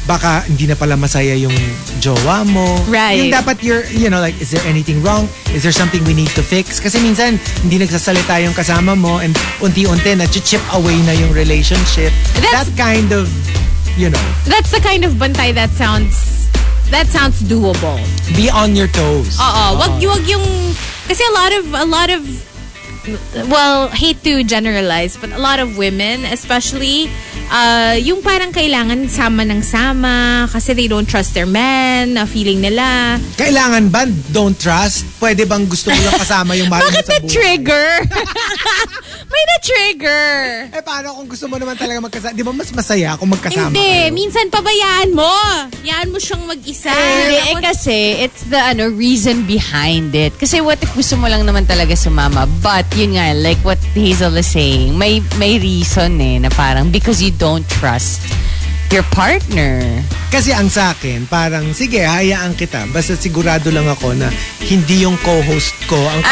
[SPEAKER 8] baka hindi na pala masaya yung jowa mo.
[SPEAKER 4] Right.
[SPEAKER 8] Yung dapat you're, you know, like, is there anything wrong? Is there something we need to fix? Kasi minsan, hindi nagsasalita yung kasama mo and unti-unti na chip away na yung relationship.
[SPEAKER 4] That's-
[SPEAKER 8] that kind of, you know,
[SPEAKER 4] That's the kind of bantay that sounds that sounds doable. Uh-huh.
[SPEAKER 8] be on your toes.
[SPEAKER 4] Oo, wag, wag yung kasi a lot of a lot of well, hate to generalize, but a lot of women, especially uh, yung parang kailangan sama ng sama kasi they don't trust their men, na feeling nila.
[SPEAKER 8] Kailangan ba don't trust? Pwede bang gusto mo lang kasama yung mahal mo
[SPEAKER 4] Bakit
[SPEAKER 8] sa
[SPEAKER 4] na
[SPEAKER 8] buhay?
[SPEAKER 4] trigger? May na trigger.
[SPEAKER 8] Eh, paano kung gusto mo naman talaga magkasama? Di ba mas masaya kung magkasama
[SPEAKER 4] Hindi,
[SPEAKER 8] kayo?
[SPEAKER 4] minsan pabayaan mo. Yaan mo siyang mag-isa.
[SPEAKER 6] Hindi, eh
[SPEAKER 4] Ako-
[SPEAKER 6] kasi it's the ano reason behind it. Kasi what if gusto mo lang naman talaga sumama? But yun nga, like what Hazel is saying, may may reason eh na parang because you don't trust your partner.
[SPEAKER 8] Kasi ang sa akin, parang, sige, hayaan kita. Basta sigurado lang ako na hindi yung co-host ko ang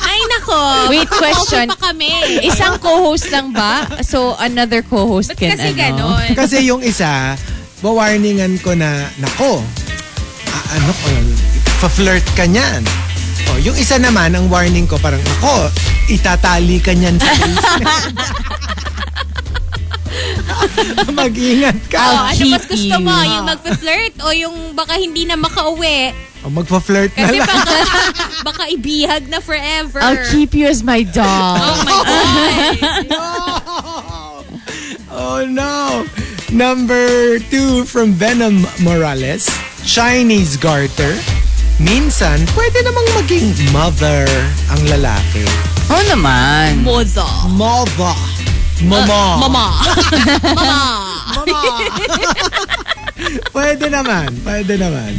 [SPEAKER 4] Ay, nako.
[SPEAKER 6] Wait, question.
[SPEAKER 4] Pa kami.
[SPEAKER 6] Isang co-host lang ba? So another co-host
[SPEAKER 4] Ba't
[SPEAKER 6] can
[SPEAKER 4] kasi
[SPEAKER 6] ano?
[SPEAKER 4] ganon?
[SPEAKER 8] Kasi yung isa, mawarningan ko na, nako, ah, ano ko, fa-flirt ka niyan. O, yung isa naman, ang warning ko, parang, nako, itatali ka niyan sa basement." Mag-ingat ka.
[SPEAKER 4] Oh, ano mas
[SPEAKER 6] cheat
[SPEAKER 4] gusto
[SPEAKER 6] you.
[SPEAKER 4] mo? Yung magpe-flirt o yung baka hindi na makauwi?
[SPEAKER 8] O, magpa-flirt Oh, na
[SPEAKER 4] Kasi
[SPEAKER 8] lang.
[SPEAKER 4] baka, baka ibihag na forever.
[SPEAKER 6] I'll keep you as my dog.
[SPEAKER 4] Oh my God.
[SPEAKER 8] Oh no! Number two from Venom Morales, Chinese garter. Minsan, pwede namang maging mother ang lalaki.
[SPEAKER 6] Oo naman.
[SPEAKER 4] Moza.
[SPEAKER 8] Mother. Mama.
[SPEAKER 4] Uh, Mama. Mama.
[SPEAKER 8] Pwede naman. Pwede naman.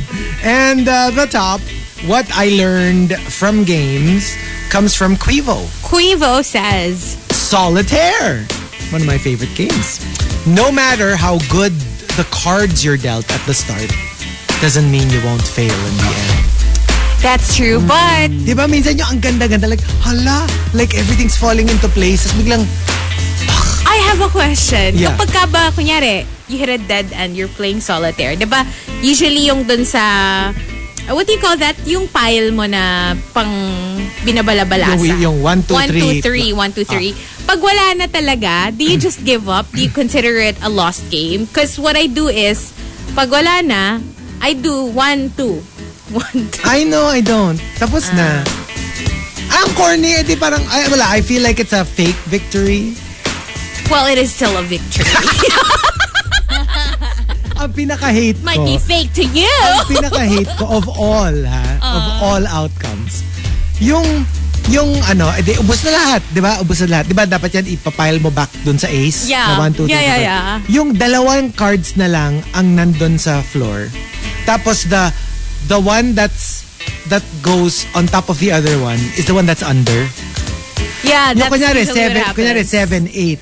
[SPEAKER 8] And uh, the top, what I learned from games comes from Quivo.
[SPEAKER 4] Quivo says,
[SPEAKER 8] Solitaire. One of my favorite games. No matter how good the cards you're dealt at the start, doesn't mean you won't fail in the end.
[SPEAKER 4] that's true, but
[SPEAKER 8] Di ba minsan yung ang ganda-ganda, like, hala, like everything's falling into place. Tapos biglang,
[SPEAKER 4] I have a question.
[SPEAKER 8] Yeah.
[SPEAKER 4] Kapag ka ba, kunyari, you hit a dead end, you're playing solitaire, di ba, usually yung dun sa, what do you call that? Yung pile mo na pang binabalabalasan.
[SPEAKER 8] Yung- yung one, two,
[SPEAKER 4] One, two,
[SPEAKER 8] three.
[SPEAKER 4] three, Ah. one, two, three. Pag wala na talaga, do you just give up? Do you consider it a lost game? Because what I do is, pag wala na, I do one, two. One, two.
[SPEAKER 8] I know I don't. Tapos na.
[SPEAKER 4] Ah.
[SPEAKER 8] Ang corny, eh, di parang, ay, wala, I feel like it's a fake victory.
[SPEAKER 4] Well, it is still a victory.
[SPEAKER 8] Ang pinaka-hate
[SPEAKER 4] Might
[SPEAKER 8] ko.
[SPEAKER 4] be fake to you. Ah.
[SPEAKER 8] ang pinaka-hate ko of all, ha? Of all outcomes. Yung yung ano, eh, di, ubos na lahat, di ba? Ubos na lahat. Di ba dapat yan ipapile mo back dun sa ace?
[SPEAKER 4] Yeah.
[SPEAKER 8] Na one, two, three,
[SPEAKER 4] Yeah, yeah,
[SPEAKER 8] four.
[SPEAKER 4] yeah.
[SPEAKER 8] Yung dalawang cards na lang ang nandun sa floor. Tapos the the one that's that goes on top of the other one is the one that's under.
[SPEAKER 4] Yeah,
[SPEAKER 8] Yung
[SPEAKER 4] that's usually
[SPEAKER 8] kunyari, seven,
[SPEAKER 4] what happens.
[SPEAKER 8] kunyari, seven, eight.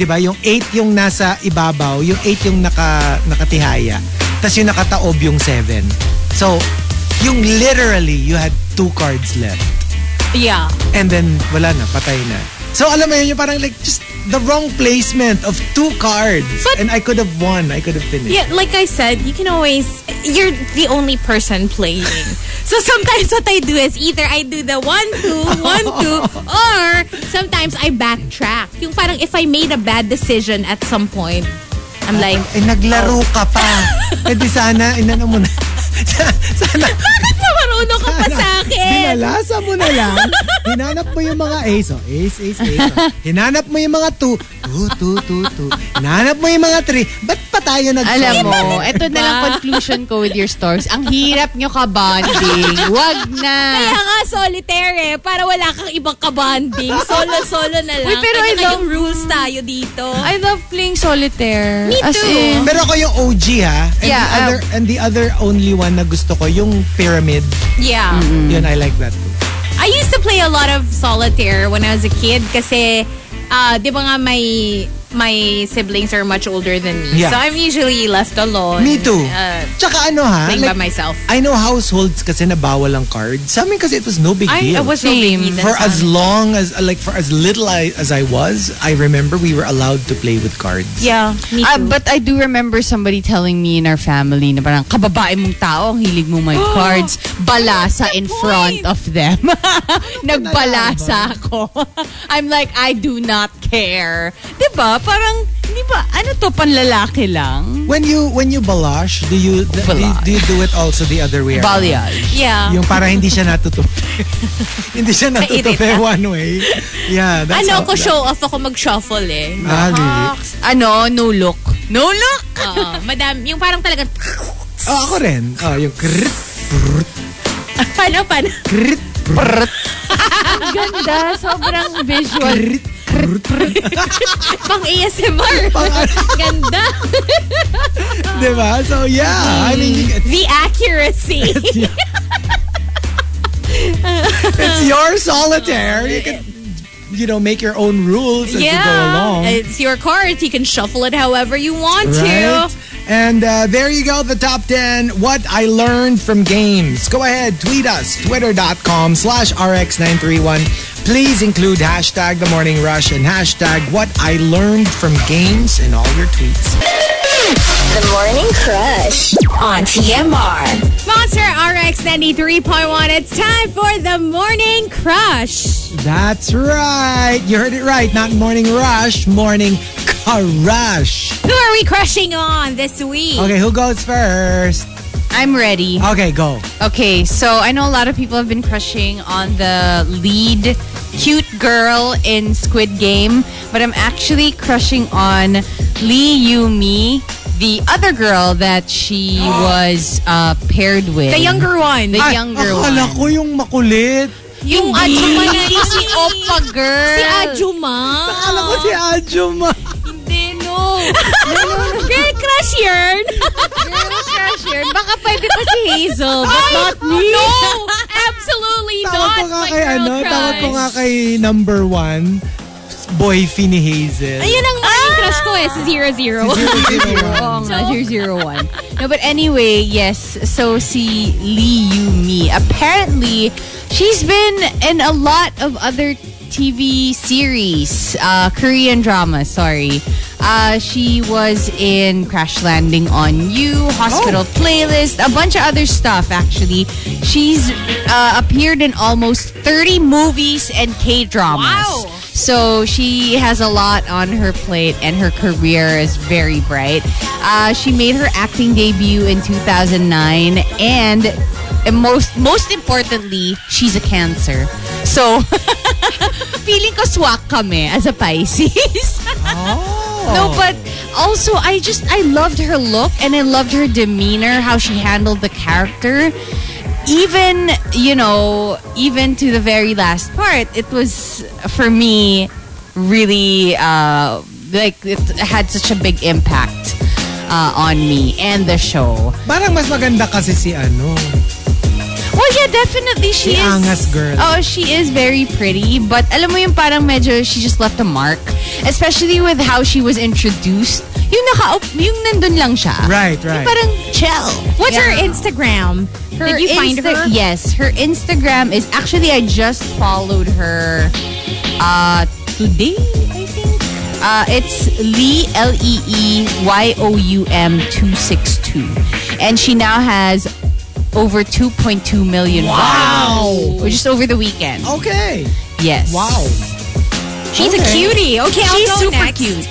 [SPEAKER 8] Di ba? Yung eight yung nasa ibabaw, yung eight yung naka, nakatihaya. Tapos yung nakataob yung seven. So, yung literally, you had two cards left.
[SPEAKER 4] Yeah.
[SPEAKER 8] And then, wala na, patay na. So, alam mo yun, yung parang like, just the wrong placement of two cards.
[SPEAKER 4] But-
[SPEAKER 8] and I could have won. I could have finished.
[SPEAKER 4] Yeah, like I said, you can always you're the only person playing. so sometimes what I do is either I do the one two, one two, or sometimes I backtrack. Yung parang if I made a bad decision at some point, I'm like,
[SPEAKER 8] Eh, naglaro ka pa. Eh, di sana, inano mo na. sana,
[SPEAKER 4] bakit marunong ka pa sa akin?
[SPEAKER 8] Binalasa mo na lang. Hinanap mo yung mga ace. Oh, ace, ace, ace. Oh. Hinanap mo yung mga two. Two, two, two, two. Hinanap mo yung mga three. Ba't pa tayo nag
[SPEAKER 6] Alam mo, ito na lang conclusion ko with your stores. Ang hirap nyo ka-bonding. Wag na.
[SPEAKER 4] Kaya nga solitaire eh, para wala kang ibang kabanding. Solo-solo na lang.
[SPEAKER 6] Uy, pero I
[SPEAKER 4] Kanya
[SPEAKER 6] love-
[SPEAKER 4] kayong rules tayo dito.
[SPEAKER 6] I love playing solitaire.
[SPEAKER 4] Me
[SPEAKER 6] As
[SPEAKER 4] too.
[SPEAKER 6] in,
[SPEAKER 8] Pero ako yung OG ha. And
[SPEAKER 6] Yeah,
[SPEAKER 8] the other,
[SPEAKER 4] oh.
[SPEAKER 8] and the other only one na gusto ko, yung pyramid.
[SPEAKER 4] yeah.
[SPEAKER 8] Yun, I like that too.
[SPEAKER 4] I used to play a lot of solitaire when I was a kid kasi ah, di ba nga my, my siblings are much older than me.
[SPEAKER 8] Yeah.
[SPEAKER 4] So I'm usually left alone.
[SPEAKER 8] Me too.
[SPEAKER 4] Uh,
[SPEAKER 8] Tsaka ano ha?
[SPEAKER 4] playing by myself.
[SPEAKER 8] I know households kasi na bawal ang card. Sa amin kasi it was no big
[SPEAKER 4] I, I
[SPEAKER 8] deal.
[SPEAKER 4] was no
[SPEAKER 6] Same.
[SPEAKER 4] baby then,
[SPEAKER 8] for as
[SPEAKER 4] son.
[SPEAKER 8] long as like for as little I, as I was, I remember we were allowed to play with cards.
[SPEAKER 4] Yeah, me
[SPEAKER 6] Ah,
[SPEAKER 4] too.
[SPEAKER 6] but I do remember somebody telling me in our family na parang kababae mong tao, ang hilig mo may cards, balasa in front of them. Nagbalasa ako. I'm like, I do not care. 'Di ba? Parang, di ba, ano to, panlalaki lang?
[SPEAKER 8] When you when you balash, do you do,
[SPEAKER 6] Balash.
[SPEAKER 8] do you do it also the other way? around?
[SPEAKER 6] Balayage.
[SPEAKER 4] yeah.
[SPEAKER 8] Yung para hindi siya natutupi. hindi siya natutupi
[SPEAKER 4] Nairita.
[SPEAKER 8] one way. Yeah, that's
[SPEAKER 4] Ano
[SPEAKER 8] how-
[SPEAKER 4] ko show off ako mag-shuffle eh.
[SPEAKER 8] Ah, really?
[SPEAKER 6] Ano, no look. No look!
[SPEAKER 4] Oo, madam, yung parang talaga
[SPEAKER 8] Oh, ako rin. Oh, yung krit,
[SPEAKER 4] paano paano?
[SPEAKER 8] krit, prrt,
[SPEAKER 6] Ganda, sobrang visual.
[SPEAKER 8] krit, prrt.
[SPEAKER 4] Pang ASMR. Ganda.
[SPEAKER 8] Diba? So, yeah. I mean, it's,
[SPEAKER 4] The accuracy.
[SPEAKER 8] it's your solitaire. You can, you know, make your own rules as you go along.
[SPEAKER 4] It's your cards. You can shuffle it however you want
[SPEAKER 8] Right?
[SPEAKER 4] to.
[SPEAKER 8] And uh, there you go, the top 10 What I Learned from Games. Go ahead, tweet us, twitter.com slash rx931. Please include hashtag the morning rush and hashtag what I learned from games in all your tweets.
[SPEAKER 1] The Morning Crush on TMR.
[SPEAKER 4] Sponsor RX 93.1. It's time for the Morning Crush.
[SPEAKER 8] That's right. You heard it right. Not morning rush, morning crush.
[SPEAKER 4] Who are we crushing on this week?
[SPEAKER 8] Okay, who goes first?
[SPEAKER 6] I'm ready.
[SPEAKER 8] Okay, go.
[SPEAKER 6] Okay, so I know a lot of people have been crushing on the lead cute girl in Squid Game, but I'm actually crushing on Lee Yumi, the other girl that she was uh, paired with.
[SPEAKER 4] The younger one.
[SPEAKER 6] The
[SPEAKER 8] Ay,
[SPEAKER 6] younger
[SPEAKER 8] akala
[SPEAKER 6] one.
[SPEAKER 8] ko yung makulit.
[SPEAKER 4] Yung Ajuma
[SPEAKER 6] Hindi,
[SPEAKER 4] na
[SPEAKER 6] hindi si Opa girl.
[SPEAKER 4] Si Ajuma.
[SPEAKER 8] Akala ko si Ajuma.
[SPEAKER 6] Hindi, no.
[SPEAKER 4] Girl crush yarn.
[SPEAKER 6] Girl crush yun. Baka pwede pa si Hazel, but not me.
[SPEAKER 4] No, absolutely
[SPEAKER 8] Tawag
[SPEAKER 4] not.
[SPEAKER 8] ko nga
[SPEAKER 4] my
[SPEAKER 8] kay
[SPEAKER 4] girl
[SPEAKER 8] ano,
[SPEAKER 4] crush.
[SPEAKER 8] tawag ko nga kay number one, boy Fini Hazel.
[SPEAKER 4] Ayun ang morning crush ko eh, si Zero Zero.
[SPEAKER 6] Oo nga, you're zero one. No, but anyway, yes. So si Lee Yumi, apparently, she's been in a lot of other TV series, uh, Korean dramas. Sorry, uh, she was in Crash Landing on You, Hospital Playlist, a bunch of other stuff. Actually, she's uh, appeared in almost thirty movies and K dramas.
[SPEAKER 4] Wow.
[SPEAKER 6] So she has a lot on her plate, and her career is very bright. Uh, she made her acting debut in 2009, and and most most importantly, she's a Cancer. So feeling ko swak kami as a Pisces. No, but also I just I loved her look and I loved her demeanor, how she handled the character. even you know even to the very last part it was for me really uh like it had such a big impact uh, on me and the show
[SPEAKER 8] Parang mas maganda kasi si ano.
[SPEAKER 6] well yeah definitely she
[SPEAKER 8] Si
[SPEAKER 6] is
[SPEAKER 8] Angas girl.
[SPEAKER 6] oh she is very pretty but alam mo yung parang medyo she just left a mark especially with how she was introduced yung naka yung nandun lang siya
[SPEAKER 8] Right, right.
[SPEAKER 6] yung parang chill
[SPEAKER 1] What's
[SPEAKER 6] Yeah.
[SPEAKER 1] her Instagram? Did you find
[SPEAKER 6] Insta-
[SPEAKER 1] her?
[SPEAKER 6] Yes, her Instagram is actually I just followed her uh today, I think. Uh it's Lee L E E Y O U M 262. And she now has over 2.2 million followers. Wow. Just over the weekend.
[SPEAKER 8] Okay.
[SPEAKER 6] Yes.
[SPEAKER 8] Wow.
[SPEAKER 1] She's a
[SPEAKER 8] Okay.
[SPEAKER 1] cutie. Okay,
[SPEAKER 6] She's
[SPEAKER 1] I'll go
[SPEAKER 6] super
[SPEAKER 1] next.
[SPEAKER 6] cute.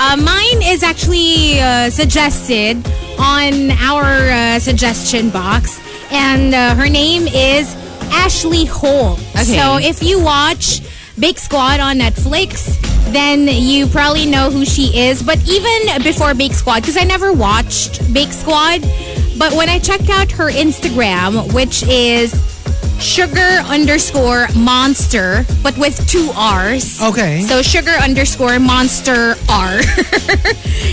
[SPEAKER 1] Uh, mine is actually uh, suggested on our uh, suggestion box, and uh, her name is Ashley Holt.
[SPEAKER 6] Okay.
[SPEAKER 1] So if you watch Big Squad on Netflix, then you probably know who she is. But even before Big Squad, because I never watched Big Squad, but when I checked out her Instagram, which is sugar underscore monster, but with two R's.
[SPEAKER 8] Okay.
[SPEAKER 1] So sugar underscore monster R.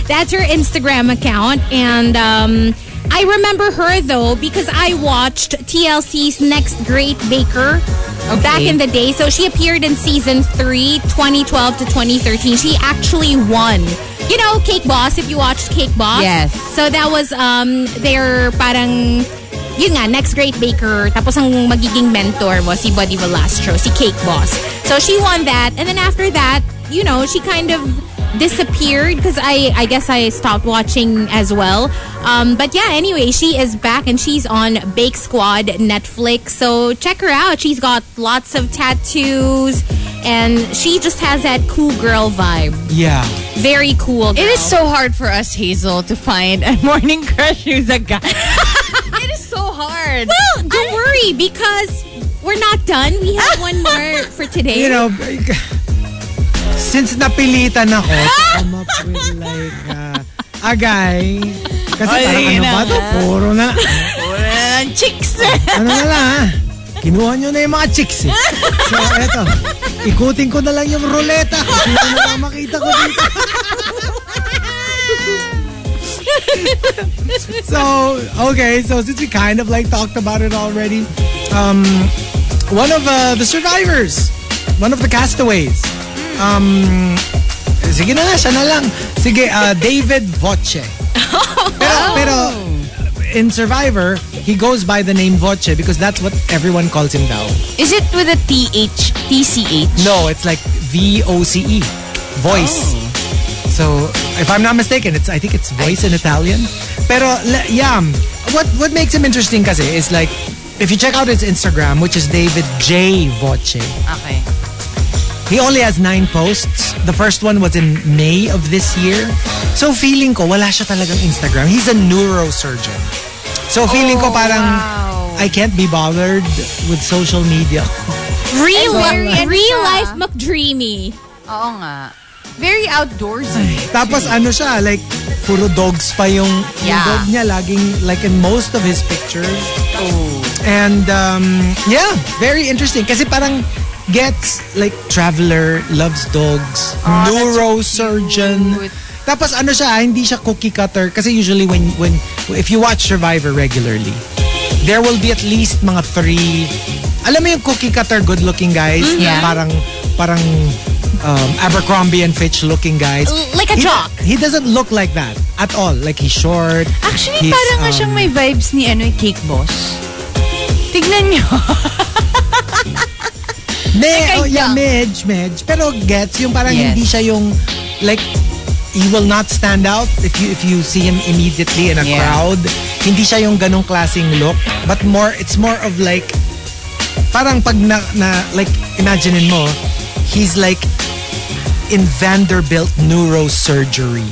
[SPEAKER 1] That's her Instagram account. And um, I remember her though because I watched TLC's Next Great Baker back in the day. So she appeared in season 3, 2012 to 2013. She actually won. You know, Cake Boss, if you watched Cake Boss.
[SPEAKER 6] Yes.
[SPEAKER 1] So that was um their parang yun nga, next great baker. Tapos ang magiging mentor mo, si Buddy Velastro, si Cake Boss. So she won that. And then after that, you know, she kind of disappeared because I, I guess I stopped watching as well. Um, but yeah, anyway, she is back and she's on Bake Squad Netflix. So check her out. She's got lots of tattoos and she just has that cool girl vibe.
[SPEAKER 8] Yeah.
[SPEAKER 1] Very cool.
[SPEAKER 6] It is so hard for us, Hazel, to find a morning crush who's a guy. it is so hard.
[SPEAKER 1] Well, don't worry because we're not done. We have one more for today.
[SPEAKER 8] You know, since napilitan ako to come up with like uh, a guy, kasi
[SPEAKER 6] Ay,
[SPEAKER 8] parang ano ba
[SPEAKER 6] naman.
[SPEAKER 8] to? Puro na.
[SPEAKER 6] Walang chicks.
[SPEAKER 8] Ano na lang ha? Kinuha nyo na yung mga chicks eh. So eto, ikutin ko na lang yung ruleta. Sino na lang makita ko dito. so, okay. So since we kind of like talked about it already, um, one of uh, the survivors, one of the castaways, um, sige na nga, siya na lang. Sige, uh, David Voce. Pero, pero, in Survivor, he goes by the name Voce because that's what everyone calls him now.
[SPEAKER 6] Is it with a TH, TCH?
[SPEAKER 8] No, it's like V O C E, voice. So, if I'm not mistaken, it's I think it's voice in Italian. Pero le- yeah, what what makes him interesting kasi is like if you check out his Instagram, which is David J Voce,
[SPEAKER 6] Okay.
[SPEAKER 8] he only has nine posts. The first one was in May of this year. So feeling ko wala siya talagang Instagram. He's a neurosurgeon. So feeling ko parang I can't be bothered with social media.
[SPEAKER 1] real,
[SPEAKER 6] Very ano
[SPEAKER 1] real
[SPEAKER 6] siya.
[SPEAKER 1] life McDreamy.
[SPEAKER 6] Oo nga. Very outdoorsy.
[SPEAKER 8] Tapos ano siya, like puro dogs pa yung, yung
[SPEAKER 6] Yeah.
[SPEAKER 8] dog niya laging like in most of his pictures. And um, yeah, very interesting kasi parang gets like traveler, loves dogs,
[SPEAKER 1] Ah,
[SPEAKER 8] neurosurgeon.
[SPEAKER 6] cute.
[SPEAKER 8] Tapos ano siya, ah, hindi siya cookie cutter kasi usually when when if you watch Survivor regularly, there will be at least mga three alam mo yung cookie cutter good looking guys na
[SPEAKER 1] Mm-hmm.
[SPEAKER 6] Yeah.
[SPEAKER 8] parang parang um, Abercrombie and Fitch looking guys
[SPEAKER 1] Like a
[SPEAKER 8] he,
[SPEAKER 1] jock.
[SPEAKER 8] He doesn't look like that at all. Like he's short.
[SPEAKER 6] Actually,
[SPEAKER 8] he's,
[SPEAKER 6] parang nga
[SPEAKER 8] um,
[SPEAKER 6] siyang may vibes ni
[SPEAKER 1] eh,
[SPEAKER 6] ano, yung Cake Boss. Tignan niyo.
[SPEAKER 8] Me,
[SPEAKER 6] a
[SPEAKER 8] oh, yeah,
[SPEAKER 6] young.
[SPEAKER 8] medj, medj. Pero gets yung parang
[SPEAKER 6] Yes.
[SPEAKER 8] hindi siya yung like he will not stand out if you if you see him immediately in a
[SPEAKER 6] Yeah.
[SPEAKER 8] crowd. Hindi siya yung ganong klaseng look, but more it's more of like parang pag na, na like imaginein mo, he's like in Vanderbilt neurosurgery.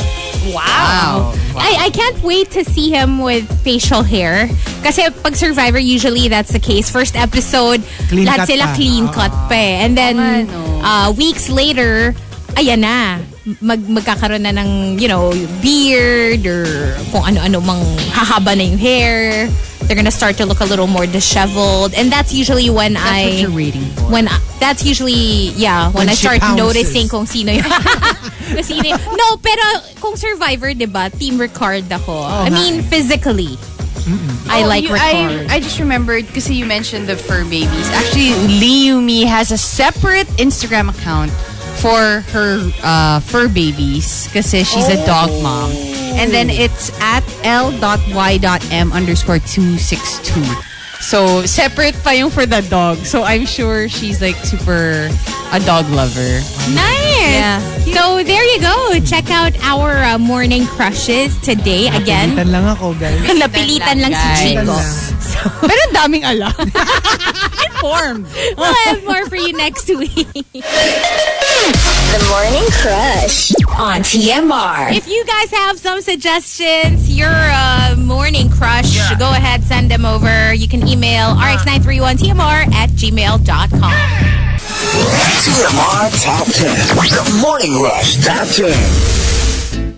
[SPEAKER 1] Wow. I, I can't wait to see him with facial hair. Kasi pag Survivor, usually that's the case. First episode,
[SPEAKER 8] Clean
[SPEAKER 1] lahat
[SPEAKER 8] cut
[SPEAKER 1] sila
[SPEAKER 8] pa.
[SPEAKER 1] clean cut pa eh. And then,
[SPEAKER 6] Oo nga, no.
[SPEAKER 1] uh, weeks later, ayan na. mag, magkakaroon na ng, you know, beard or kung ano-ano mang hahaba na yung hair. They're gonna start to look a little more disheveled. And that's usually when I...
[SPEAKER 6] That's what you're waiting for.
[SPEAKER 1] When I, that's usually, yeah, when,
[SPEAKER 8] When
[SPEAKER 1] I
[SPEAKER 8] she
[SPEAKER 1] start
[SPEAKER 8] pounces.
[SPEAKER 1] noticing kung sino yung... kung sino yung- no, pero kung Survivor, di ba, Team Ricard ako. I
[SPEAKER 8] nga eh.
[SPEAKER 1] mean, physically. I
[SPEAKER 6] Oh,
[SPEAKER 1] like
[SPEAKER 6] you-
[SPEAKER 1] Ricard.
[SPEAKER 6] I, I just remembered because you mentioned the fur babies. Actually, Liumi has a separate Instagram account for her uh, fur babies because she's a dog
[SPEAKER 1] Oh.
[SPEAKER 6] mom. And then it's at l.y.m underscore 262. So, separate pa yung for the dog. So, I'm sure she's like super a dog lover.
[SPEAKER 1] Nice. So there you go. Check out our uh, morning crushes today again.
[SPEAKER 8] Pilitan lang ako, guys.
[SPEAKER 1] Napilitan lang si
[SPEAKER 8] Pilitan
[SPEAKER 1] Chico.
[SPEAKER 8] lang.
[SPEAKER 6] Pero ang daming alam.
[SPEAKER 1] Informed. We'll have more for you next week.
[SPEAKER 9] The Morning Crush on TMR.
[SPEAKER 1] If you guys have some suggestions, your uh, morning crush, go ahead, send them over. You can email rx931tmr at gmail.com.
[SPEAKER 10] TMR Top 10. The Morning Rush Top 10.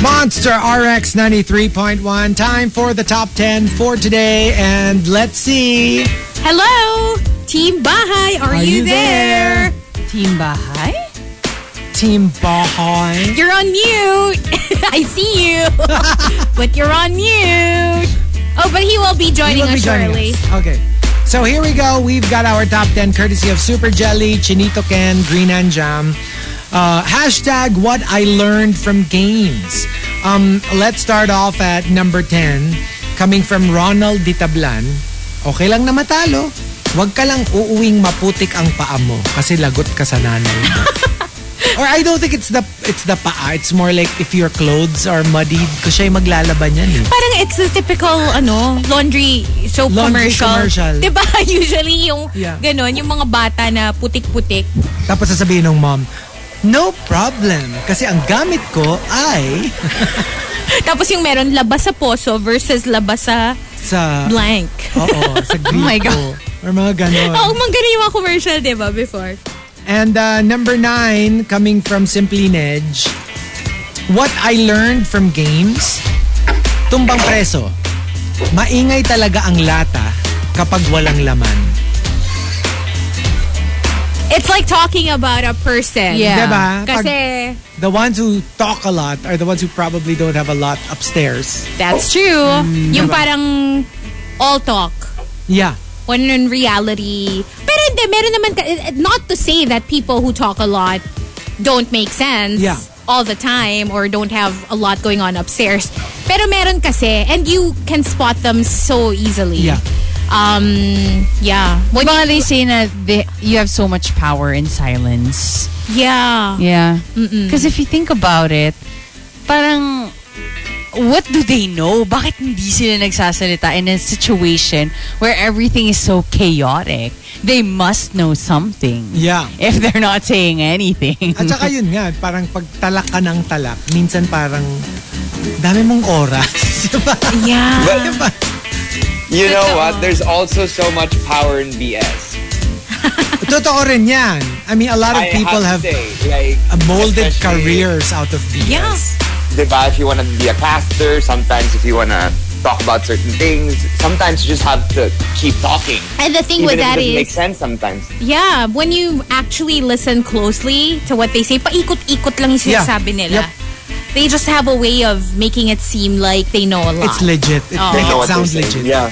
[SPEAKER 8] Monster RX 93.1. Time for the top 10 for today. And let's see.
[SPEAKER 1] Hello, Team Bahay. Are,
[SPEAKER 8] Are
[SPEAKER 1] you,
[SPEAKER 8] you
[SPEAKER 1] there?
[SPEAKER 6] Team Bahay?
[SPEAKER 8] Team Bahay.
[SPEAKER 1] You're on mute. I see you, but you're on mute. Oh, but he will be joining
[SPEAKER 8] You will
[SPEAKER 1] us
[SPEAKER 8] be joining
[SPEAKER 1] shortly.
[SPEAKER 8] us. Okay. So here we go. We've got our top 10 courtesy of Super Jelly, Chinito Ken, Green and Jam. Uh, hashtag what I learned from games. Um, let's start off at number 10. Coming from Ronald Ditablan. Okay lang na matalo. Huwag ka lang uuwing maputik ang paa mo kasi lagot ka sa nanay mo. Or I don't think it's the it's the paa. It's more like if your clothes are muddied kasi siya yung maglalaban yan eh.
[SPEAKER 1] Parang it's a typical ano, laundry soap
[SPEAKER 8] Laundry
[SPEAKER 1] commercial.
[SPEAKER 8] commercial.
[SPEAKER 1] 'Di ba? Usually yung
[SPEAKER 8] Yeah.
[SPEAKER 1] ganun, yung mga bata na putik-putik.
[SPEAKER 8] Tapos sasabihin ng mom, no problem. Kasi ang gamit ko ay
[SPEAKER 1] Tapos yung meron labas sa poso versus labas sa
[SPEAKER 8] sa...
[SPEAKER 1] blank.
[SPEAKER 8] Oo, sa grip
[SPEAKER 6] Oh my
[SPEAKER 8] ko. Or mga ganon.
[SPEAKER 1] Oo, oh, mga ganun yung mga commercial, 'di ba, before?
[SPEAKER 8] And uh, number nine, coming from Simply Nedge, what I learned from games, tumbang preso. Maingay talaga ang lata kapag walang laman.
[SPEAKER 1] It's like talking about a person.
[SPEAKER 6] Yeah.
[SPEAKER 8] Diba? Pag-
[SPEAKER 1] Kasi
[SPEAKER 8] the ones who talk a lot are the ones who probably don't have a lot upstairs.
[SPEAKER 1] that's true.
[SPEAKER 8] Mm,
[SPEAKER 1] yung
[SPEAKER 8] diba?
[SPEAKER 1] parang all talk.
[SPEAKER 8] Yeah.
[SPEAKER 1] when in reality, pero hindi, meron naman, ka- not to say that people who talk a lot don't make sense
[SPEAKER 8] Yeah.
[SPEAKER 1] all the time or don't have a lot going on upstairs. Pero meron kasi, and you can spot them so easily.
[SPEAKER 8] Yeah.
[SPEAKER 1] Um, yeah. When
[SPEAKER 6] Well,
[SPEAKER 1] you-
[SPEAKER 6] they say that they, you have so much power in silence.
[SPEAKER 1] yeah.
[SPEAKER 6] Yeah. Because if you think about it, parang, what do they know? Bakit hindi sila nagsasalita in a situation where everything is so chaotic? They must know something.
[SPEAKER 8] Yeah.
[SPEAKER 6] If they're not saying anything.
[SPEAKER 8] At saka yun nga, parang pag talak ka ng talak, minsan parang dami mong oras. Diba?
[SPEAKER 1] Yeah.
[SPEAKER 8] Diba?
[SPEAKER 11] You know what? There's also so much power in BS.
[SPEAKER 8] Totoo rin yan. I mean, a lot of
[SPEAKER 11] I
[SPEAKER 8] people have,
[SPEAKER 11] have, to say,
[SPEAKER 8] uh,
[SPEAKER 11] like,
[SPEAKER 8] molded
[SPEAKER 11] especially,
[SPEAKER 8] careers out of BS.
[SPEAKER 1] Yeah.
[SPEAKER 11] Diba, if you want to be a pastor, sometimes if you want to talk about certain things, sometimes you just have to keep talking.
[SPEAKER 1] And the thing
[SPEAKER 11] Even
[SPEAKER 1] with
[SPEAKER 11] if it
[SPEAKER 1] that
[SPEAKER 11] doesn't make
[SPEAKER 1] is,
[SPEAKER 11] sense sometimes.
[SPEAKER 1] yeah, when you actually listen closely to what they say, paikot-ikot lang yung
[SPEAKER 8] Yeah.
[SPEAKER 1] sinasabi nila.
[SPEAKER 8] Yep.
[SPEAKER 1] They just have a way of making it seem like they know a lot.
[SPEAKER 8] It's legit. It,
[SPEAKER 1] Oh.
[SPEAKER 11] They
[SPEAKER 8] like,
[SPEAKER 11] know
[SPEAKER 8] it
[SPEAKER 11] what they're
[SPEAKER 8] sounds
[SPEAKER 11] saying.
[SPEAKER 8] legit.
[SPEAKER 11] Yeah.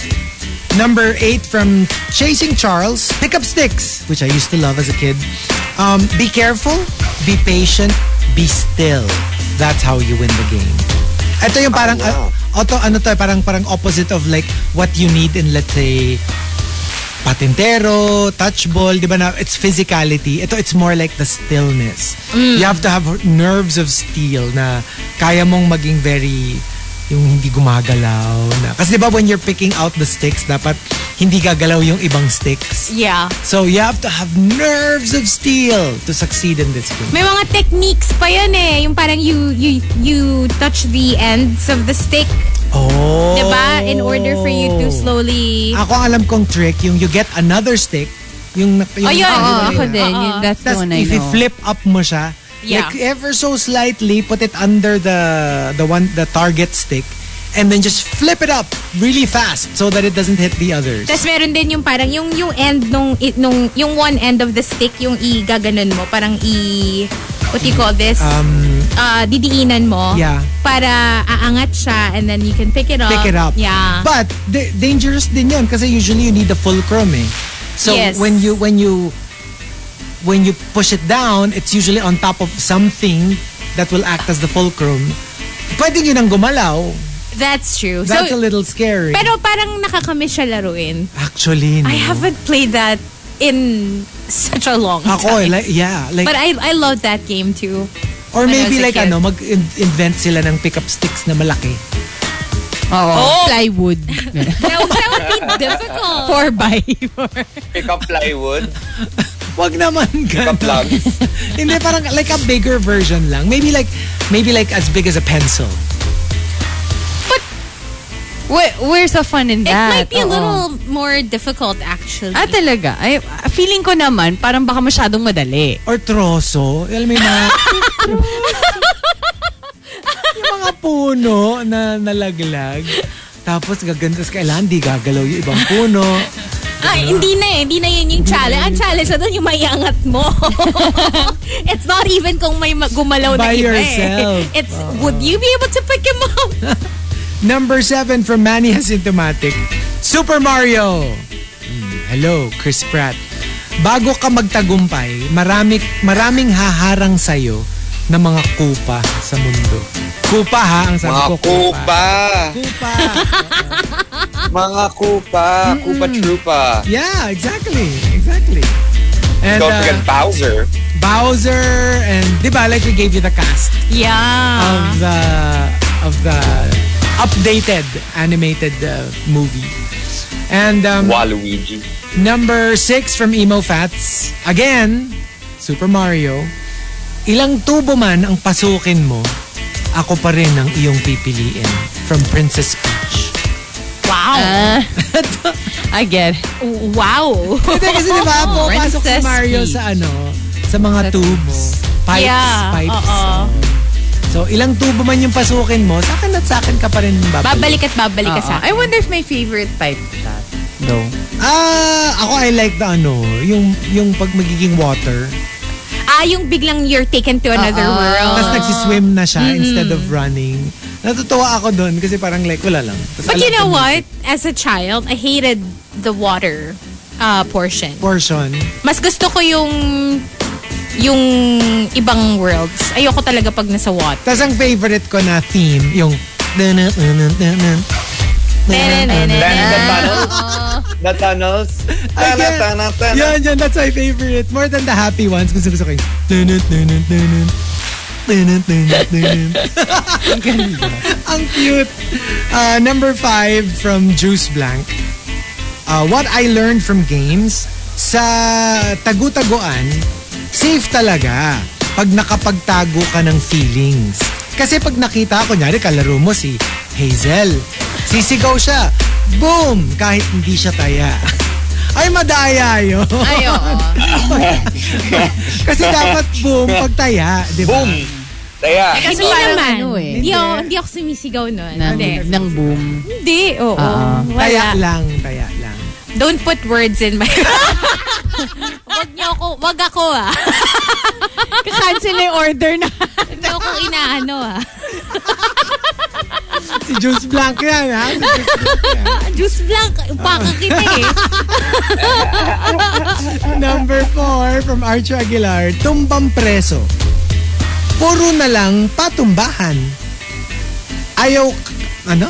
[SPEAKER 8] Number eight from Chasing Charles, Pick Up Sticks, which I used to love as a kid. Um, be careful, be patient, be still. That's how you win the game. Ito yung parang,
[SPEAKER 11] wow.
[SPEAKER 8] uh, auto, ano to, parang, parang opposite of like what you need in let's say patintero, touch ball, di ba na, it's physicality. Ito, it's more like the stillness.
[SPEAKER 1] Mm.
[SPEAKER 8] You have to have nerves of steel na kaya mong maging very yung hindi gumagalaw na. Kasi di ba when you're picking out the sticks, dapat hindi gagalaw yung ibang sticks.
[SPEAKER 1] yeah.
[SPEAKER 8] So you have to have nerves of steel to succeed in this game.
[SPEAKER 1] May mga techniques pa yun eh. Yung parang you, you, you touch the ends of the stick,
[SPEAKER 8] Oh.
[SPEAKER 1] di ba? In order for you to slowly...
[SPEAKER 8] Ako ang alam kong trick, yung you get another stick, Yung, nak-
[SPEAKER 12] Oh,
[SPEAKER 8] yung
[SPEAKER 12] yun.
[SPEAKER 8] nakaliwa
[SPEAKER 12] Oo, ako
[SPEAKER 8] yun.
[SPEAKER 1] Uh-uh.
[SPEAKER 12] din.
[SPEAKER 8] Oo.
[SPEAKER 12] That's the
[SPEAKER 8] Tas
[SPEAKER 12] one I
[SPEAKER 8] if
[SPEAKER 12] know.
[SPEAKER 8] flip up mo siya,
[SPEAKER 12] Yeah.
[SPEAKER 8] like ever so slightly, put it under the the one the target stick, and then just flip it up really fast so that it doesn't hit the others.
[SPEAKER 4] Tapos meron din yung parang yung yung end nung i- nung yung one end of the stick yung i-gaganon mo parang i what do you call this?
[SPEAKER 8] Um,
[SPEAKER 4] uh, didiinan mo
[SPEAKER 8] Yeah.
[SPEAKER 4] para aangat siya and then you can pick it up.
[SPEAKER 8] pick it up.
[SPEAKER 4] Yeah.
[SPEAKER 8] But da- dangerous din yun kasi usually you need the fulcrum eh. So
[SPEAKER 4] Yes.
[SPEAKER 8] when you when you when you push it down, it's usually on top of something that will act as the fulcrum. Pwede yun ang gumalaw.
[SPEAKER 4] That's true.
[SPEAKER 8] That's
[SPEAKER 4] so
[SPEAKER 8] a little scary.
[SPEAKER 4] pero parang nakakamiss siya laruin.
[SPEAKER 8] Actually, no.
[SPEAKER 4] I haven't played that in such a long
[SPEAKER 8] Ako, eh,
[SPEAKER 4] time.
[SPEAKER 8] like, yeah. Like,
[SPEAKER 4] but I I love that game too.
[SPEAKER 8] or
[SPEAKER 4] when I
[SPEAKER 8] maybe
[SPEAKER 4] was a
[SPEAKER 8] like,
[SPEAKER 4] kid.
[SPEAKER 8] ano, mag-invent sila ng pickup sticks na malaki.
[SPEAKER 12] Oh, plywood.
[SPEAKER 4] That, would- that would be difficult.
[SPEAKER 12] Four by
[SPEAKER 11] Pick up plywood.
[SPEAKER 8] Wag naman
[SPEAKER 11] Pick up
[SPEAKER 8] ganun.
[SPEAKER 11] logs.
[SPEAKER 8] Hindi, parang like a bigger version lang. Maybe like, maybe like as big as a pencil.
[SPEAKER 12] Where, where's the fun in
[SPEAKER 4] It
[SPEAKER 12] that?
[SPEAKER 4] might be a
[SPEAKER 12] Oo.
[SPEAKER 4] little more difficult actually.
[SPEAKER 12] Ah, talaga? Ay, feeling ko naman, parang baka masyadong madali.
[SPEAKER 8] Or troso. Alam mo yung mga... yung mga puno na nalaglag. Tapos gaganda sa kailangan, di gagalaw yung ibang puno.
[SPEAKER 4] Ah, hindi na eh. Hindi na yun yung challenge. Ang challenge na doon yung mayangat mo. It's not even kung may ma- gumalaw na
[SPEAKER 8] By
[SPEAKER 4] iba
[SPEAKER 8] yourself.
[SPEAKER 4] eh. It's, would you be able to pick him up?
[SPEAKER 8] Number seven from Manny Asymptomatic. Super Mario! Hmm, Hello, Chris Pratt. Bago ka magtagumpay, marami, maraming haharang sa'yo na mga kupa sa mundo. Kupa ha, ang sabi
[SPEAKER 11] Mga
[SPEAKER 8] ko.
[SPEAKER 11] kupa.
[SPEAKER 8] Kupa.
[SPEAKER 11] Mga kupa. Kupa trupa.
[SPEAKER 8] Yeah, exactly. Exactly. And,
[SPEAKER 11] Don't
[SPEAKER 8] uh,
[SPEAKER 11] forget Bowser.
[SPEAKER 8] Bowser and di ba like we gave you the cast
[SPEAKER 12] Yeah.
[SPEAKER 8] of the of the updated animated uh, movie. And um,
[SPEAKER 11] Waluigi.
[SPEAKER 8] number six from Emo Fats again, Super Mario. Ilang tubo man ang pasukin mo, ako pa rin ang iyong pipiliin from Princess Peach.
[SPEAKER 12] Ah, I get it.
[SPEAKER 4] Wow.
[SPEAKER 8] Hindi kasi di ba po pasok si
[SPEAKER 12] Princess
[SPEAKER 8] Mario
[SPEAKER 12] Peach.
[SPEAKER 8] sa ano, sa mga
[SPEAKER 12] Sa
[SPEAKER 8] tubes, pipes,
[SPEAKER 4] Yeah,
[SPEAKER 8] pipes.
[SPEAKER 4] oo.
[SPEAKER 8] So, ilang tubo man yung pasukin mo, sa akin at sa akin ka pa rin babalik.
[SPEAKER 4] Babalik at babalik ka sa
[SPEAKER 12] Oo. I wonder if my favorite pipe shot. No.
[SPEAKER 8] Ah, ako I like the ano, yung yung pag magiging water,
[SPEAKER 4] Ah, yung biglang you're taken to another
[SPEAKER 12] Oo.
[SPEAKER 4] world.
[SPEAKER 8] tapos nagsiswim na siya instead of running. Natutuwa ako doon kasi parang like wala lang. Tas
[SPEAKER 4] But
[SPEAKER 8] alam
[SPEAKER 4] you
[SPEAKER 8] ko
[SPEAKER 4] know
[SPEAKER 8] na-
[SPEAKER 4] what? As a child, I hated the water uh, portion.
[SPEAKER 8] Portion.
[SPEAKER 4] Mas gusto ko yung yung ibang worlds. Ayoko talaga pag nasa water.
[SPEAKER 8] Tapos ang favorite ko na theme, yung dun- dun- dun- dun- dun.
[SPEAKER 11] Then the tunnels. The tunnels.
[SPEAKER 8] I
[SPEAKER 11] Tana,
[SPEAKER 8] get-
[SPEAKER 11] tana, tana.
[SPEAKER 8] Yan, yan. That's my favorite. More than the happy ones. Gusto gusto ko yung... Dunut, dunut, dunut. Dunut, dunut, dunut. Ang cute. Uh, number five from Juice Blank. Uh, what I learned from games, sa tagutaguan, safe talaga pag nakapagtago ka ng feelings. Kasi pag nakita, kunyari kalaro mo si Hazel, sisigaw siya. Boom! Kahit hindi siya taya. Ay, madaya yun.
[SPEAKER 12] Ay, oo.
[SPEAKER 8] Kasi dapat boom pag taya, di ba?
[SPEAKER 11] Boom. Kaya,
[SPEAKER 12] Eh, kasi
[SPEAKER 4] Hindi
[SPEAKER 12] parang
[SPEAKER 4] naman.
[SPEAKER 12] ano eh.
[SPEAKER 4] Hindi ako, hindi ako sumisigaw nun.
[SPEAKER 12] Ng,
[SPEAKER 4] Hindi.
[SPEAKER 12] ng boom.
[SPEAKER 4] Hindi, oo.
[SPEAKER 12] Ah.
[SPEAKER 8] Taya
[SPEAKER 4] Wala.
[SPEAKER 8] lang, taya lang.
[SPEAKER 4] Don't put words in my Wag niyo ako, wag ako ah.
[SPEAKER 12] Cancel na yung order na.
[SPEAKER 4] Hindi ako inaano ah.
[SPEAKER 8] Si Juice Blanc yan, ha? Si Juice Blanc yan.
[SPEAKER 4] Juice blank, upaka kita eh.
[SPEAKER 8] Number four from Archo Aguilar, tumbang preso. Puro na lang patumbahan. Ayaw, ano?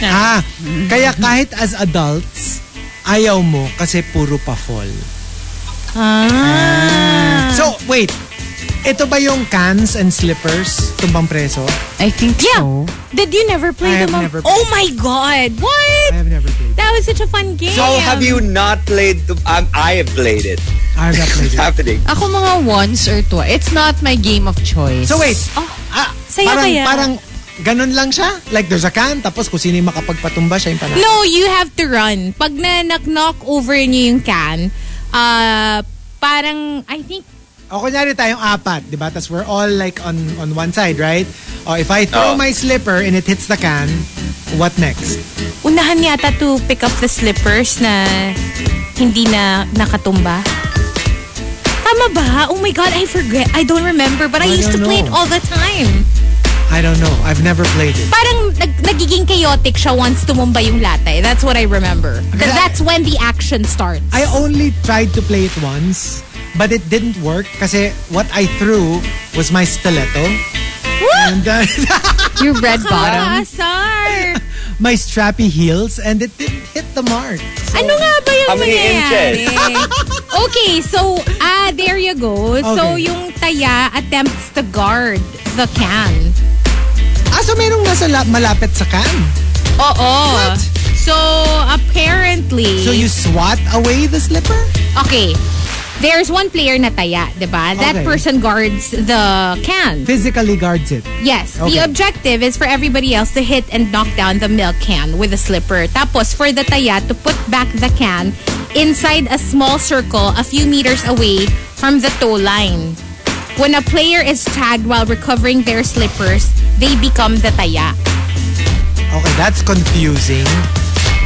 [SPEAKER 8] Ah, kaya kahit as adults, ayaw mo kasi puro pa fall. Ah. So, wait. Ito ba yung cans and slippers, tumbang preso?
[SPEAKER 12] I think
[SPEAKER 4] Yeah.
[SPEAKER 12] so.
[SPEAKER 4] Did you never play
[SPEAKER 8] Oh. I
[SPEAKER 4] the
[SPEAKER 8] have
[SPEAKER 4] mom?
[SPEAKER 8] never played.
[SPEAKER 4] Oh my god. What?
[SPEAKER 8] I have never played.
[SPEAKER 4] That was such a fun game.
[SPEAKER 11] so have you not played the... Um, I have played it.
[SPEAKER 8] I have not played
[SPEAKER 11] It's
[SPEAKER 8] it.
[SPEAKER 11] happening.
[SPEAKER 12] Ako mga once or twice. It's not my game of choice.
[SPEAKER 8] So wait, ah,
[SPEAKER 4] saya
[SPEAKER 8] parang,
[SPEAKER 4] kaya?
[SPEAKER 8] parang ganun lang siya? Like there's a can, tapos kung sino yung makapagpatumba siya yung panalo.
[SPEAKER 4] No, you have to run. Pag na knock over niyo yung can,
[SPEAKER 1] uh, parang, I think,
[SPEAKER 8] O kunyari tayong apat, di ba? Tapos we're all like on on one side, right? O if I throw
[SPEAKER 1] Oo.
[SPEAKER 8] my slipper and it hits the can, what next?
[SPEAKER 1] unahan yata to pick up the slippers na hindi na nakatumba. Tama ba? Oh my God, I forget. I don't remember. But I,
[SPEAKER 8] I
[SPEAKER 1] used to
[SPEAKER 8] don't
[SPEAKER 1] play it
[SPEAKER 8] know.
[SPEAKER 1] all the time.
[SPEAKER 8] I don't know. I've never played it.
[SPEAKER 1] Parang nag nagiging chaotic siya once tumumba yung latte. That's what I remember. 'Cause that's when the action starts.
[SPEAKER 8] I only tried to play it once, but it didn't work kasi what I threw was my stiletto. And, uh,
[SPEAKER 13] Your red
[SPEAKER 1] Ah,
[SPEAKER 13] bottom.
[SPEAKER 1] sar.
[SPEAKER 8] my strappy heels and it didn't hit the mark.
[SPEAKER 1] Ano nga ba yung
[SPEAKER 8] How many
[SPEAKER 1] mangyayari?
[SPEAKER 8] inches?
[SPEAKER 1] okay, so, ah, there you go. So,
[SPEAKER 8] Okay.
[SPEAKER 1] yung taya attempts to guard the can.
[SPEAKER 8] Ah, so merong nasa la- malapit sa can?
[SPEAKER 1] Oo. So, apparently...
[SPEAKER 8] So you swat away the slipper?
[SPEAKER 1] Okay. There's one player na taya, di ba? That
[SPEAKER 8] Okay.
[SPEAKER 1] person guards the can.
[SPEAKER 8] Physically guards it.
[SPEAKER 1] Yes.
[SPEAKER 8] Okay.
[SPEAKER 1] The objective is for everybody else to hit and knock down the milk can with a slipper. Tapos, for the taya to put back the can inside a small circle a few meters away from the toe line. When a player is tagged while recovering their slippers, they become the taya.
[SPEAKER 8] Okay, that's confusing.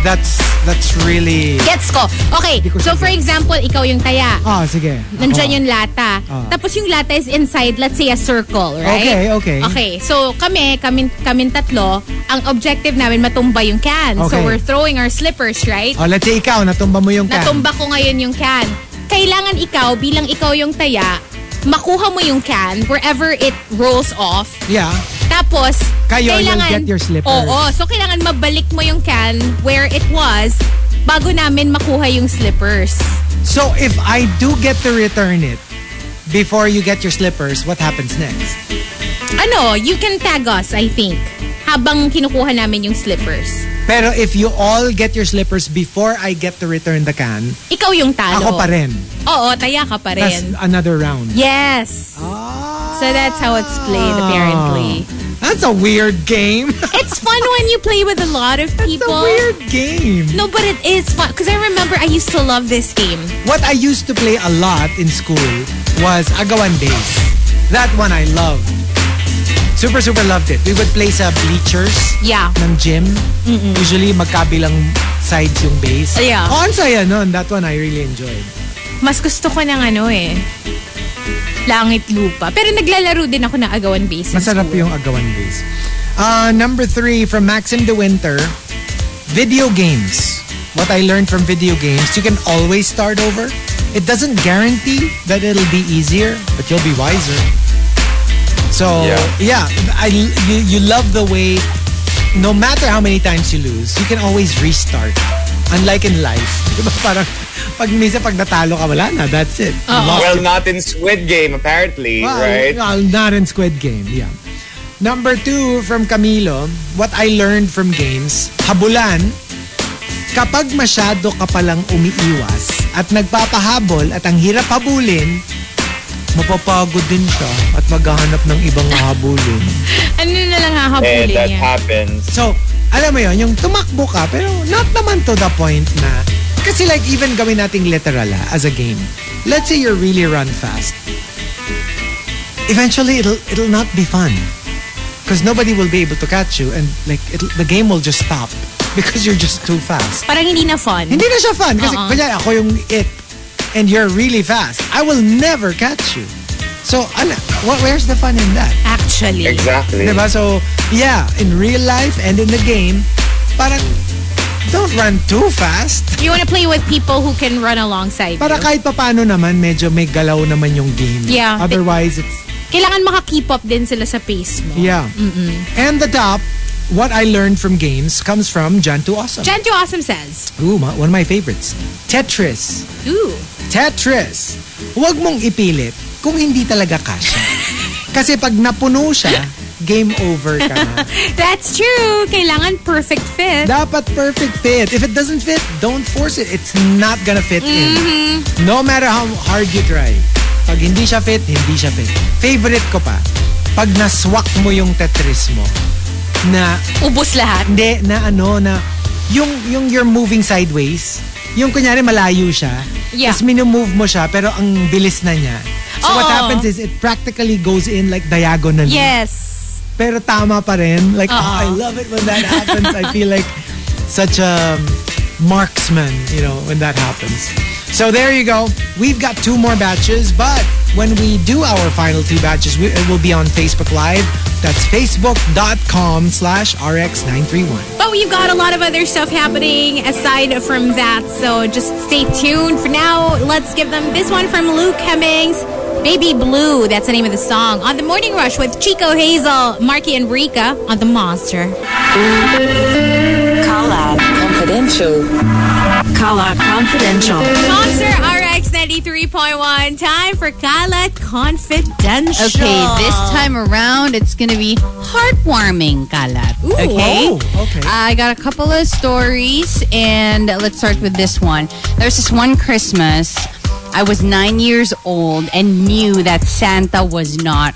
[SPEAKER 8] That's that's really
[SPEAKER 1] Gets ko. Okay. So, for example, ikaw yung taya.
[SPEAKER 8] Ah, sige.
[SPEAKER 1] Nandiyan
[SPEAKER 8] Ako.
[SPEAKER 1] yung lata.
[SPEAKER 8] Ah.
[SPEAKER 1] Tapos yung lata is inside, let's say, a circle, right?
[SPEAKER 8] Okay, okay.
[SPEAKER 1] Okay, so kami, kami, kami tatlo, ang objective namin matumba yung can. So
[SPEAKER 8] Okay.
[SPEAKER 1] we're throwing our slippers, right?
[SPEAKER 8] Oh, let's say ikaw, natumba mo yung can.
[SPEAKER 1] Natumba ko ngayon yung can. Kailangan ikaw, bilang ikaw yung taya, makuha mo yung can wherever it rolls off.
[SPEAKER 8] Yeah.
[SPEAKER 1] Tapos,
[SPEAKER 8] Kayo, you'll
[SPEAKER 1] kailangan...
[SPEAKER 8] get your slippers.
[SPEAKER 1] Oo, so kailangan mabalik mo yung can where it was bago namin makuha yung slippers.
[SPEAKER 8] So if I do get to return it before you get your slippers, what happens next?
[SPEAKER 1] Ano, you can tag us, I think. Habang kinukuha namin yung slippers.
[SPEAKER 8] Pero if you all get your slippers before I get to return the can,
[SPEAKER 1] Ikaw yung talo.
[SPEAKER 8] ako pa rin.
[SPEAKER 1] Oo, taya ka pa
[SPEAKER 8] That's
[SPEAKER 1] rin.
[SPEAKER 8] another round. Ah,
[SPEAKER 1] Yes. So that's how it's played, apparently.
[SPEAKER 8] That's a weird game.
[SPEAKER 1] It's fun when you play with a lot of people.
[SPEAKER 8] weird game.
[SPEAKER 1] No, but it is fun. Because I remember I used to love this game.
[SPEAKER 8] What I used to play a lot in school was Agawan Days. That one I loved. Super, super loved it. We would play sa bleachers
[SPEAKER 1] Yeah.
[SPEAKER 8] ng gym. Usually, magkabilang sides yung base.
[SPEAKER 1] Yeah.
[SPEAKER 8] Oh, ang saya nun. That one I really enjoyed.
[SPEAKER 1] Mas gusto ko ng ano eh. Langit lupa. Pero naglalaro din ako ng agawan base. in
[SPEAKER 8] Masarap
[SPEAKER 1] school.
[SPEAKER 8] yung Agawan Days. Uh, number three, from Maxim De Winter, video games. What I learned from video games, you can always start over. It doesn't guarantee that it'll be easier, but you'll be wiser. So yeah, I you, you love the way. No matter how many times you lose, you can always restart. Unlike in life, di ba parang pag minsan pag natalo ka wala na, that's it. You lost
[SPEAKER 11] Well,
[SPEAKER 8] it.
[SPEAKER 11] not in Squid Game, apparently,
[SPEAKER 8] Well,
[SPEAKER 11] right?
[SPEAKER 8] well, not in Squid Game, yeah. Number two from Camilo, what I learned from games, habulan, kapag masyado ka palang umiiwas at nagpapahabol at ang hirap habulin, mapapagod din siya at maghahanap ng ibang habulin.
[SPEAKER 1] Ano na lang hahabulin niya?
[SPEAKER 11] happens.
[SPEAKER 8] So, alam mo yon yung tumakbo ka, pero not naman to the point na, kasi like even gawin nating literal ha, as a game. Let's say you really run fast. Eventually, it'll it'll not be fun. Because nobody will be able to catch you and like it'll, the game will just stop because you're just too fast.
[SPEAKER 1] Parang hindi na fun.
[SPEAKER 8] Hindi na siya fun kasi
[SPEAKER 1] Oo.
[SPEAKER 8] kunyari ako yung it and you're really fast. I will never catch you. So, ano, wh- where's the fun in that?
[SPEAKER 1] Actually.
[SPEAKER 11] Exactly.
[SPEAKER 8] Diba? So, yeah, in real life and in the game, parang don't run too fast.
[SPEAKER 1] You want to play with people who can run alongside
[SPEAKER 8] Para
[SPEAKER 1] you.
[SPEAKER 8] kahit papano naman, medyo may galaw naman yung game.
[SPEAKER 1] Yeah.
[SPEAKER 8] Otherwise, it's,
[SPEAKER 1] Kailangan maka-keep up din sila sa pace mo.
[SPEAKER 8] yeah. And the top, what I learned from games comes from Jantu Awesome.
[SPEAKER 1] Jan Jo Awesome says,
[SPEAKER 8] Ooh, ma- one of my favorites. Tetris.
[SPEAKER 1] Ooh.
[SPEAKER 8] Tetris. Huwag mong ipilit kung hindi talaga kasha. Kasi pag napuno siya, game over ka na.
[SPEAKER 1] That's true. Kailangan perfect fit.
[SPEAKER 8] Dapat perfect fit. If it doesn't fit, don't force it. It's not gonna fit
[SPEAKER 4] Mm-hmm.
[SPEAKER 8] in. No matter how hard you try. Pag hindi siya fit, hindi siya fit. Favorite ko pa, pag naswak mo yung Tetris mo, na...
[SPEAKER 1] Ubus lahat?
[SPEAKER 8] Hindi, na ano, na... Yung, yung you're moving sideways, yung kunyari malayo siya,
[SPEAKER 4] Yeah.
[SPEAKER 8] Tapos minumove mo siya, pero ang bilis na niya. So what
[SPEAKER 4] Oo.
[SPEAKER 8] happens is, it practically goes in like diagonally.
[SPEAKER 4] Yes.
[SPEAKER 8] Pero tama pa rin. Like,
[SPEAKER 4] Oo.
[SPEAKER 8] oh, I love it when that happens. I feel like such a marksman, you know, when that happens. So there you go. We've got two more batches, but when we do our final two batches, we, it will be on Facebook Live. That's facebook.com slash rx931.
[SPEAKER 4] But we've got a lot of other stuff happening aside from that, so just stay tuned. For now, let's give them this one from Luke Hemmings. Baby Blue, that's the name of the song. On the Morning Rush with Chico Hazel, Marky and Rika on The Monster.
[SPEAKER 14] Call out confidential. Call out confidential.
[SPEAKER 4] Monster RX 93.1, time for Kala Confidential.
[SPEAKER 6] Okay, this time around, it's gonna be heartwarming, Kalat.
[SPEAKER 1] Oh.
[SPEAKER 6] okay?
[SPEAKER 8] Oh,
[SPEAKER 6] Uh,
[SPEAKER 8] okay.
[SPEAKER 6] I got a couple of stories, and let's start with this one. There's this one Christmas. I was nine years old and knew that Santa was not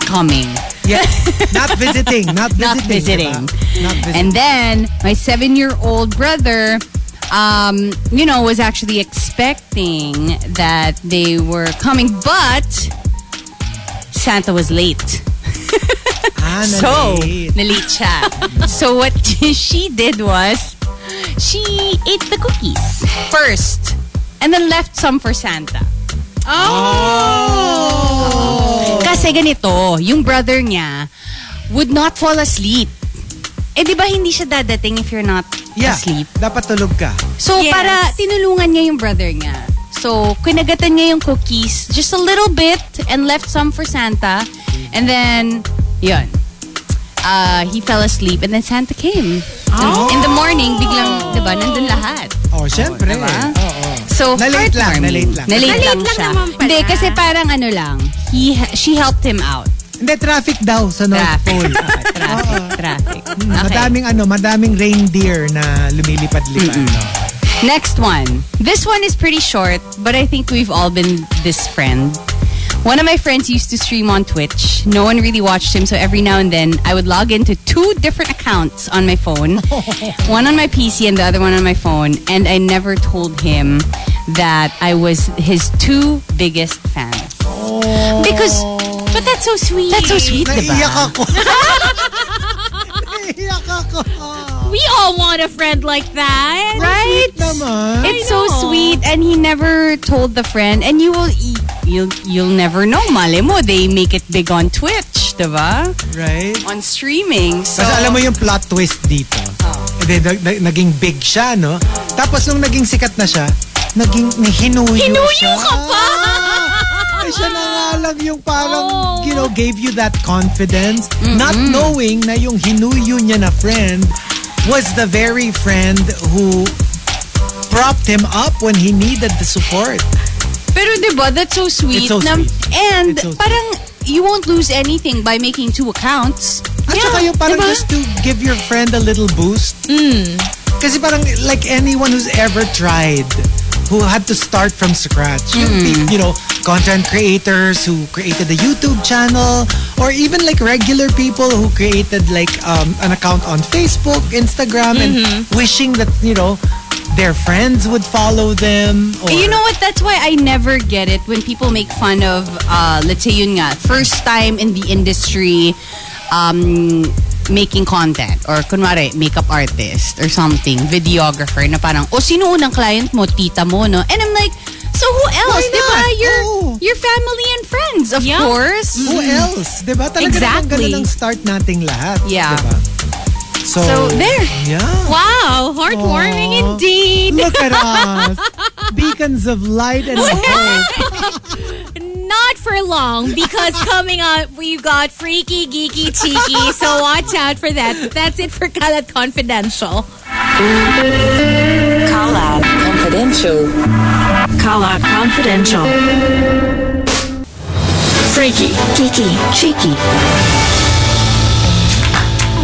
[SPEAKER 6] coming.
[SPEAKER 8] Yeah, not visiting, not visiting.
[SPEAKER 6] Not visiting.
[SPEAKER 8] diba? Not visiting.
[SPEAKER 6] And then my seven year old brother, um, you know, was actually expecting that they were coming, but Santa was late.
[SPEAKER 8] Ah,
[SPEAKER 6] So,
[SPEAKER 8] nalate.
[SPEAKER 6] nalate siya. so what she did was, she ate the cookies first and then left some for Santa. Oh! Kasi ganito, yung brother niya would not fall asleep. Eh di ba hindi siya dadating if you're not
[SPEAKER 8] yeah,
[SPEAKER 6] asleep?
[SPEAKER 8] dapat tulog ka.
[SPEAKER 6] So
[SPEAKER 4] Yes.
[SPEAKER 6] para tinulungan niya yung brother niya. So kinagatan niya yung cookies just a little bit and left some for Santa. And then, yun. Uh, he fell asleep and then Santa came. In the morning, biglang, di ba, nandun lahat.
[SPEAKER 8] Oh, syempre.
[SPEAKER 6] Diba?
[SPEAKER 8] Oo, oo.
[SPEAKER 6] So,
[SPEAKER 8] Nalate lang,
[SPEAKER 6] heartwarming.
[SPEAKER 8] nalate lang.
[SPEAKER 6] Nalate,
[SPEAKER 4] Nalate
[SPEAKER 6] lang
[SPEAKER 4] lang
[SPEAKER 6] siya.
[SPEAKER 4] naman pala.
[SPEAKER 6] Hindi, kasi parang ano lang, he, she helped him out.
[SPEAKER 8] Hindi, traffic daw sa North
[SPEAKER 6] Traffic.
[SPEAKER 8] Pole.
[SPEAKER 6] traffic, traffic. Okay.
[SPEAKER 8] Madaming ano, madaming reindeer na lumilipad-lipad. no?
[SPEAKER 6] Next one. This one is pretty short, but I think we've all been this friend. One of my friends used to stream on Twitch. No one really watched him, so every now and then I would log into two different accounts on my phone one on my PC and the other one on my phone. And I never told him that I was his two biggest fans. Because. But that's so sweet. Oh. That's so sweet,
[SPEAKER 8] Naiiyak
[SPEAKER 6] diba?
[SPEAKER 8] ako. Naiiyak ako.
[SPEAKER 4] We all want a friend like that.
[SPEAKER 6] Right?
[SPEAKER 8] Naman.
[SPEAKER 6] It's
[SPEAKER 4] I
[SPEAKER 6] so
[SPEAKER 4] know.
[SPEAKER 6] sweet, and he never told the friend. And you will, e- you'll, you'll never know. Malay mo, they make it big on Twitch, diba?
[SPEAKER 8] Right?
[SPEAKER 6] On streaming. So,
[SPEAKER 8] Kasi alam mo yung plot twist dito. Eh, di, nag- nag- naging big siya, no? Tapos nung naging sikat na siya, naging hinuyo
[SPEAKER 4] Hinuyo
[SPEAKER 8] siya.
[SPEAKER 4] ka pa!
[SPEAKER 8] Eh, siya na nga lang yung parang, you know, gave you that confidence. Not knowing na yung hinuyo niya na friend was the very friend who propped him up when he needed the support.
[SPEAKER 6] pero diba, that's so sweet.
[SPEAKER 8] It's so
[SPEAKER 6] na-
[SPEAKER 8] sweet.
[SPEAKER 6] And
[SPEAKER 8] It's so sweet.
[SPEAKER 6] parang you won't lose anything by making two accounts.
[SPEAKER 8] At saka yung parang just to give your friend a little boost.
[SPEAKER 6] Hmm.
[SPEAKER 8] Kasi parang like anyone who's ever tried, who had to start from scratch. Yung
[SPEAKER 6] Hmm.
[SPEAKER 8] peop- you know, content creators who created a YouTube channel or even like regular people who created like um, an account on Facebook, Instagram
[SPEAKER 6] Mm-hmm.
[SPEAKER 8] and wishing that, you know, their friends would follow them or
[SPEAKER 6] You know what? That's why I never get it when people make fun of, uh, let's say yun nga, first time in the industry um, making content or kunwari, makeup artist or something, videographer na parang, oh, sino unang client mo? Tita mo, no? And I'm like, so who else?
[SPEAKER 8] Why
[SPEAKER 6] Di ba?
[SPEAKER 8] not? Oh.
[SPEAKER 6] Your,
[SPEAKER 8] Oo.
[SPEAKER 6] your family and friends, of
[SPEAKER 4] Yeah.
[SPEAKER 6] course.
[SPEAKER 8] who else? 'Di ba? Talaga namang
[SPEAKER 6] Exactly.
[SPEAKER 8] ganun ang start nating lahat.
[SPEAKER 6] Yeah.
[SPEAKER 8] 'di ba? So,
[SPEAKER 6] So, there.
[SPEAKER 8] Yeah.
[SPEAKER 4] Wow, heartwarming
[SPEAKER 8] Aw.
[SPEAKER 4] indeed.
[SPEAKER 8] Look at us. Beacons of light and hope.
[SPEAKER 4] Not for long because coming up we've got freaky, geeky, cheeky. So watch out for that. That's it for Kalat Confidential.
[SPEAKER 14] Call out confidential. Call out confidential. Freaky, geeky, cheeky.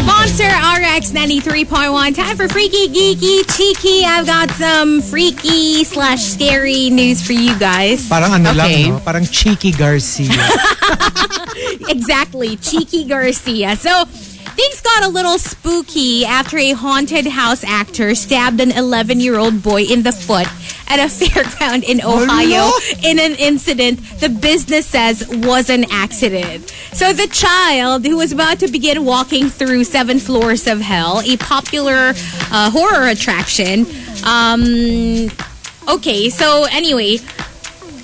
[SPEAKER 4] Monster RX 93.1. Time for freaky, geeky, cheeky. I've got some freaky slash scary news for you guys.
[SPEAKER 8] Parang ano
[SPEAKER 6] Okay.
[SPEAKER 8] lang, no? Parang Cheeky Garcia.
[SPEAKER 4] Exactly, Cheeky Garcia. So things got a little spooky after a haunted house actor stabbed an 11 year old boy in the foot at a fairground in Ohio in an incident the business says was an accident. So the child who was about to begin walking through Seven Floors of Hell, a popular uh, horror attraction. Um, okay, so anyway,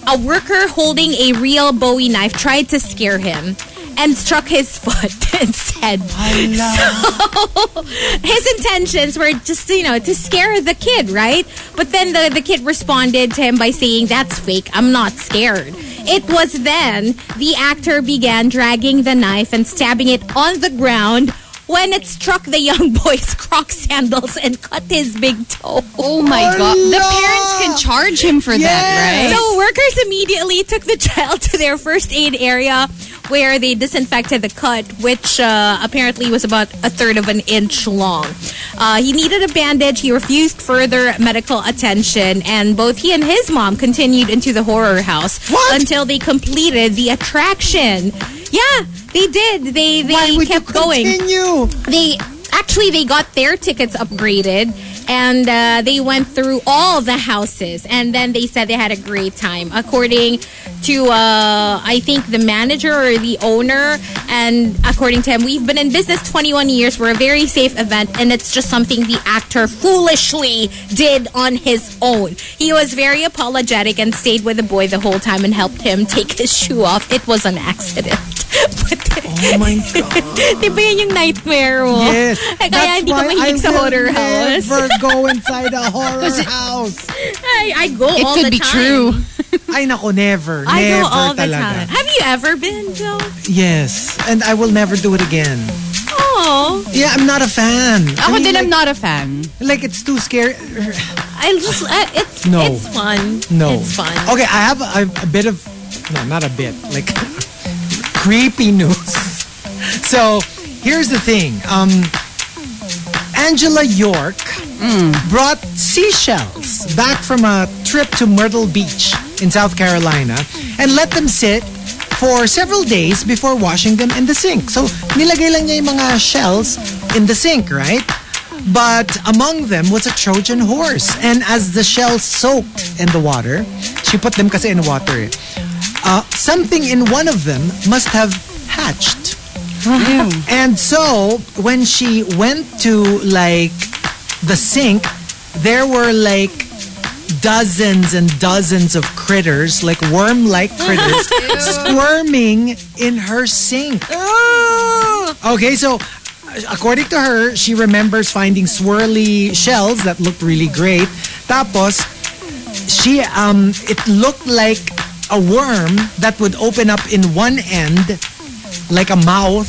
[SPEAKER 4] a worker holding a real Bowie knife tried to scare him and struck his foot instead. So, his intentions were just, you know, to scare the kid, right? But then the, the kid responded to him by saying, That's fake. I'm not scared. It was then the actor began dragging the knife and stabbing it on the ground when it struck the young boy's croc sandals and cut his big toe.
[SPEAKER 12] Oh my god. The parents can charge him for that, right?
[SPEAKER 4] So workers immediately took the child to their first aid area where they disinfected the cut, which uh, apparently was about a third of an inch long. Uh, he needed a bandage. He refused further medical attention, and both he and his mom continued into the horror house until they completed the attraction. Yeah, they did. They they kept going
[SPEAKER 8] Continue.
[SPEAKER 4] they actually they got their tickets upgraded and uh, they went through all the houses and then they said they had a great time according to uh, i think the manager or the owner and according to him we've been in business 21 years we're a very safe event and it's just something the actor foolishly did on his own he was very apologetic and stayed with the boy the whole time and helped him take his shoe off it was an accident but
[SPEAKER 8] Oh my God.
[SPEAKER 4] Di ba yun yung nightmare mo?
[SPEAKER 8] Yes.
[SPEAKER 4] Ay, Kaya hindi ka mahilig sa horror house.
[SPEAKER 8] never go inside a horror house.
[SPEAKER 4] Ay, I go
[SPEAKER 12] It
[SPEAKER 4] all
[SPEAKER 12] could
[SPEAKER 4] the
[SPEAKER 12] be
[SPEAKER 4] time.
[SPEAKER 12] true.
[SPEAKER 8] Ay, nako, never.
[SPEAKER 4] I
[SPEAKER 8] never
[SPEAKER 4] go all the
[SPEAKER 8] talaga.
[SPEAKER 4] time. Have you ever been, Joe?
[SPEAKER 8] Yes. And I will never do it again.
[SPEAKER 4] Oh,
[SPEAKER 8] Yeah, I'm not a fan. I
[SPEAKER 12] Ako
[SPEAKER 8] mean,
[SPEAKER 12] din,
[SPEAKER 8] like,
[SPEAKER 12] I'm not a fan.
[SPEAKER 8] Like, it's too scary.
[SPEAKER 4] I just uh, it's
[SPEAKER 8] No.
[SPEAKER 4] it's fun.
[SPEAKER 8] No.
[SPEAKER 4] it's fun.
[SPEAKER 12] Oh.
[SPEAKER 8] Okay, I have a, a bit of, no, not a bit, like creepy news. So here's the thing. Um, Angela York brought seashells back from a trip to Myrtle Beach in South Carolina and let them sit for several days before washing them in the sink. So nilagay lang niya yung mga shells in the sink, right? But among them was a Trojan horse. And as the shells soaked in the water, she put them kasi in water. eh. Uh, something in one of them must have hatched. And so when she went to like the sink, there were like dozens and dozens of critters, like worm-like critters, squirming in her sink. Okay, so according to her, she remembers finding swirly shells that looked really great. Tapos, she um, it looked like a worm that would open up in one end, like a mouth,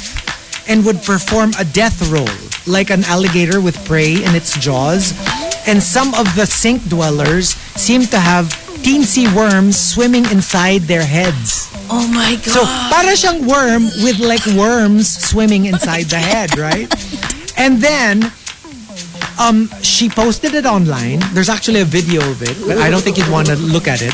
[SPEAKER 8] and would perform a death roll, like an alligator with prey in its jaws. And some of the sink dwellers seem to have teensy worms swimming inside their heads.
[SPEAKER 4] Oh my god.
[SPEAKER 8] So, para siyang worm with like worms swimming inside the head, right? And then, um, she posted it online. There's actually a video of it, but I don't think you'd want to look at it.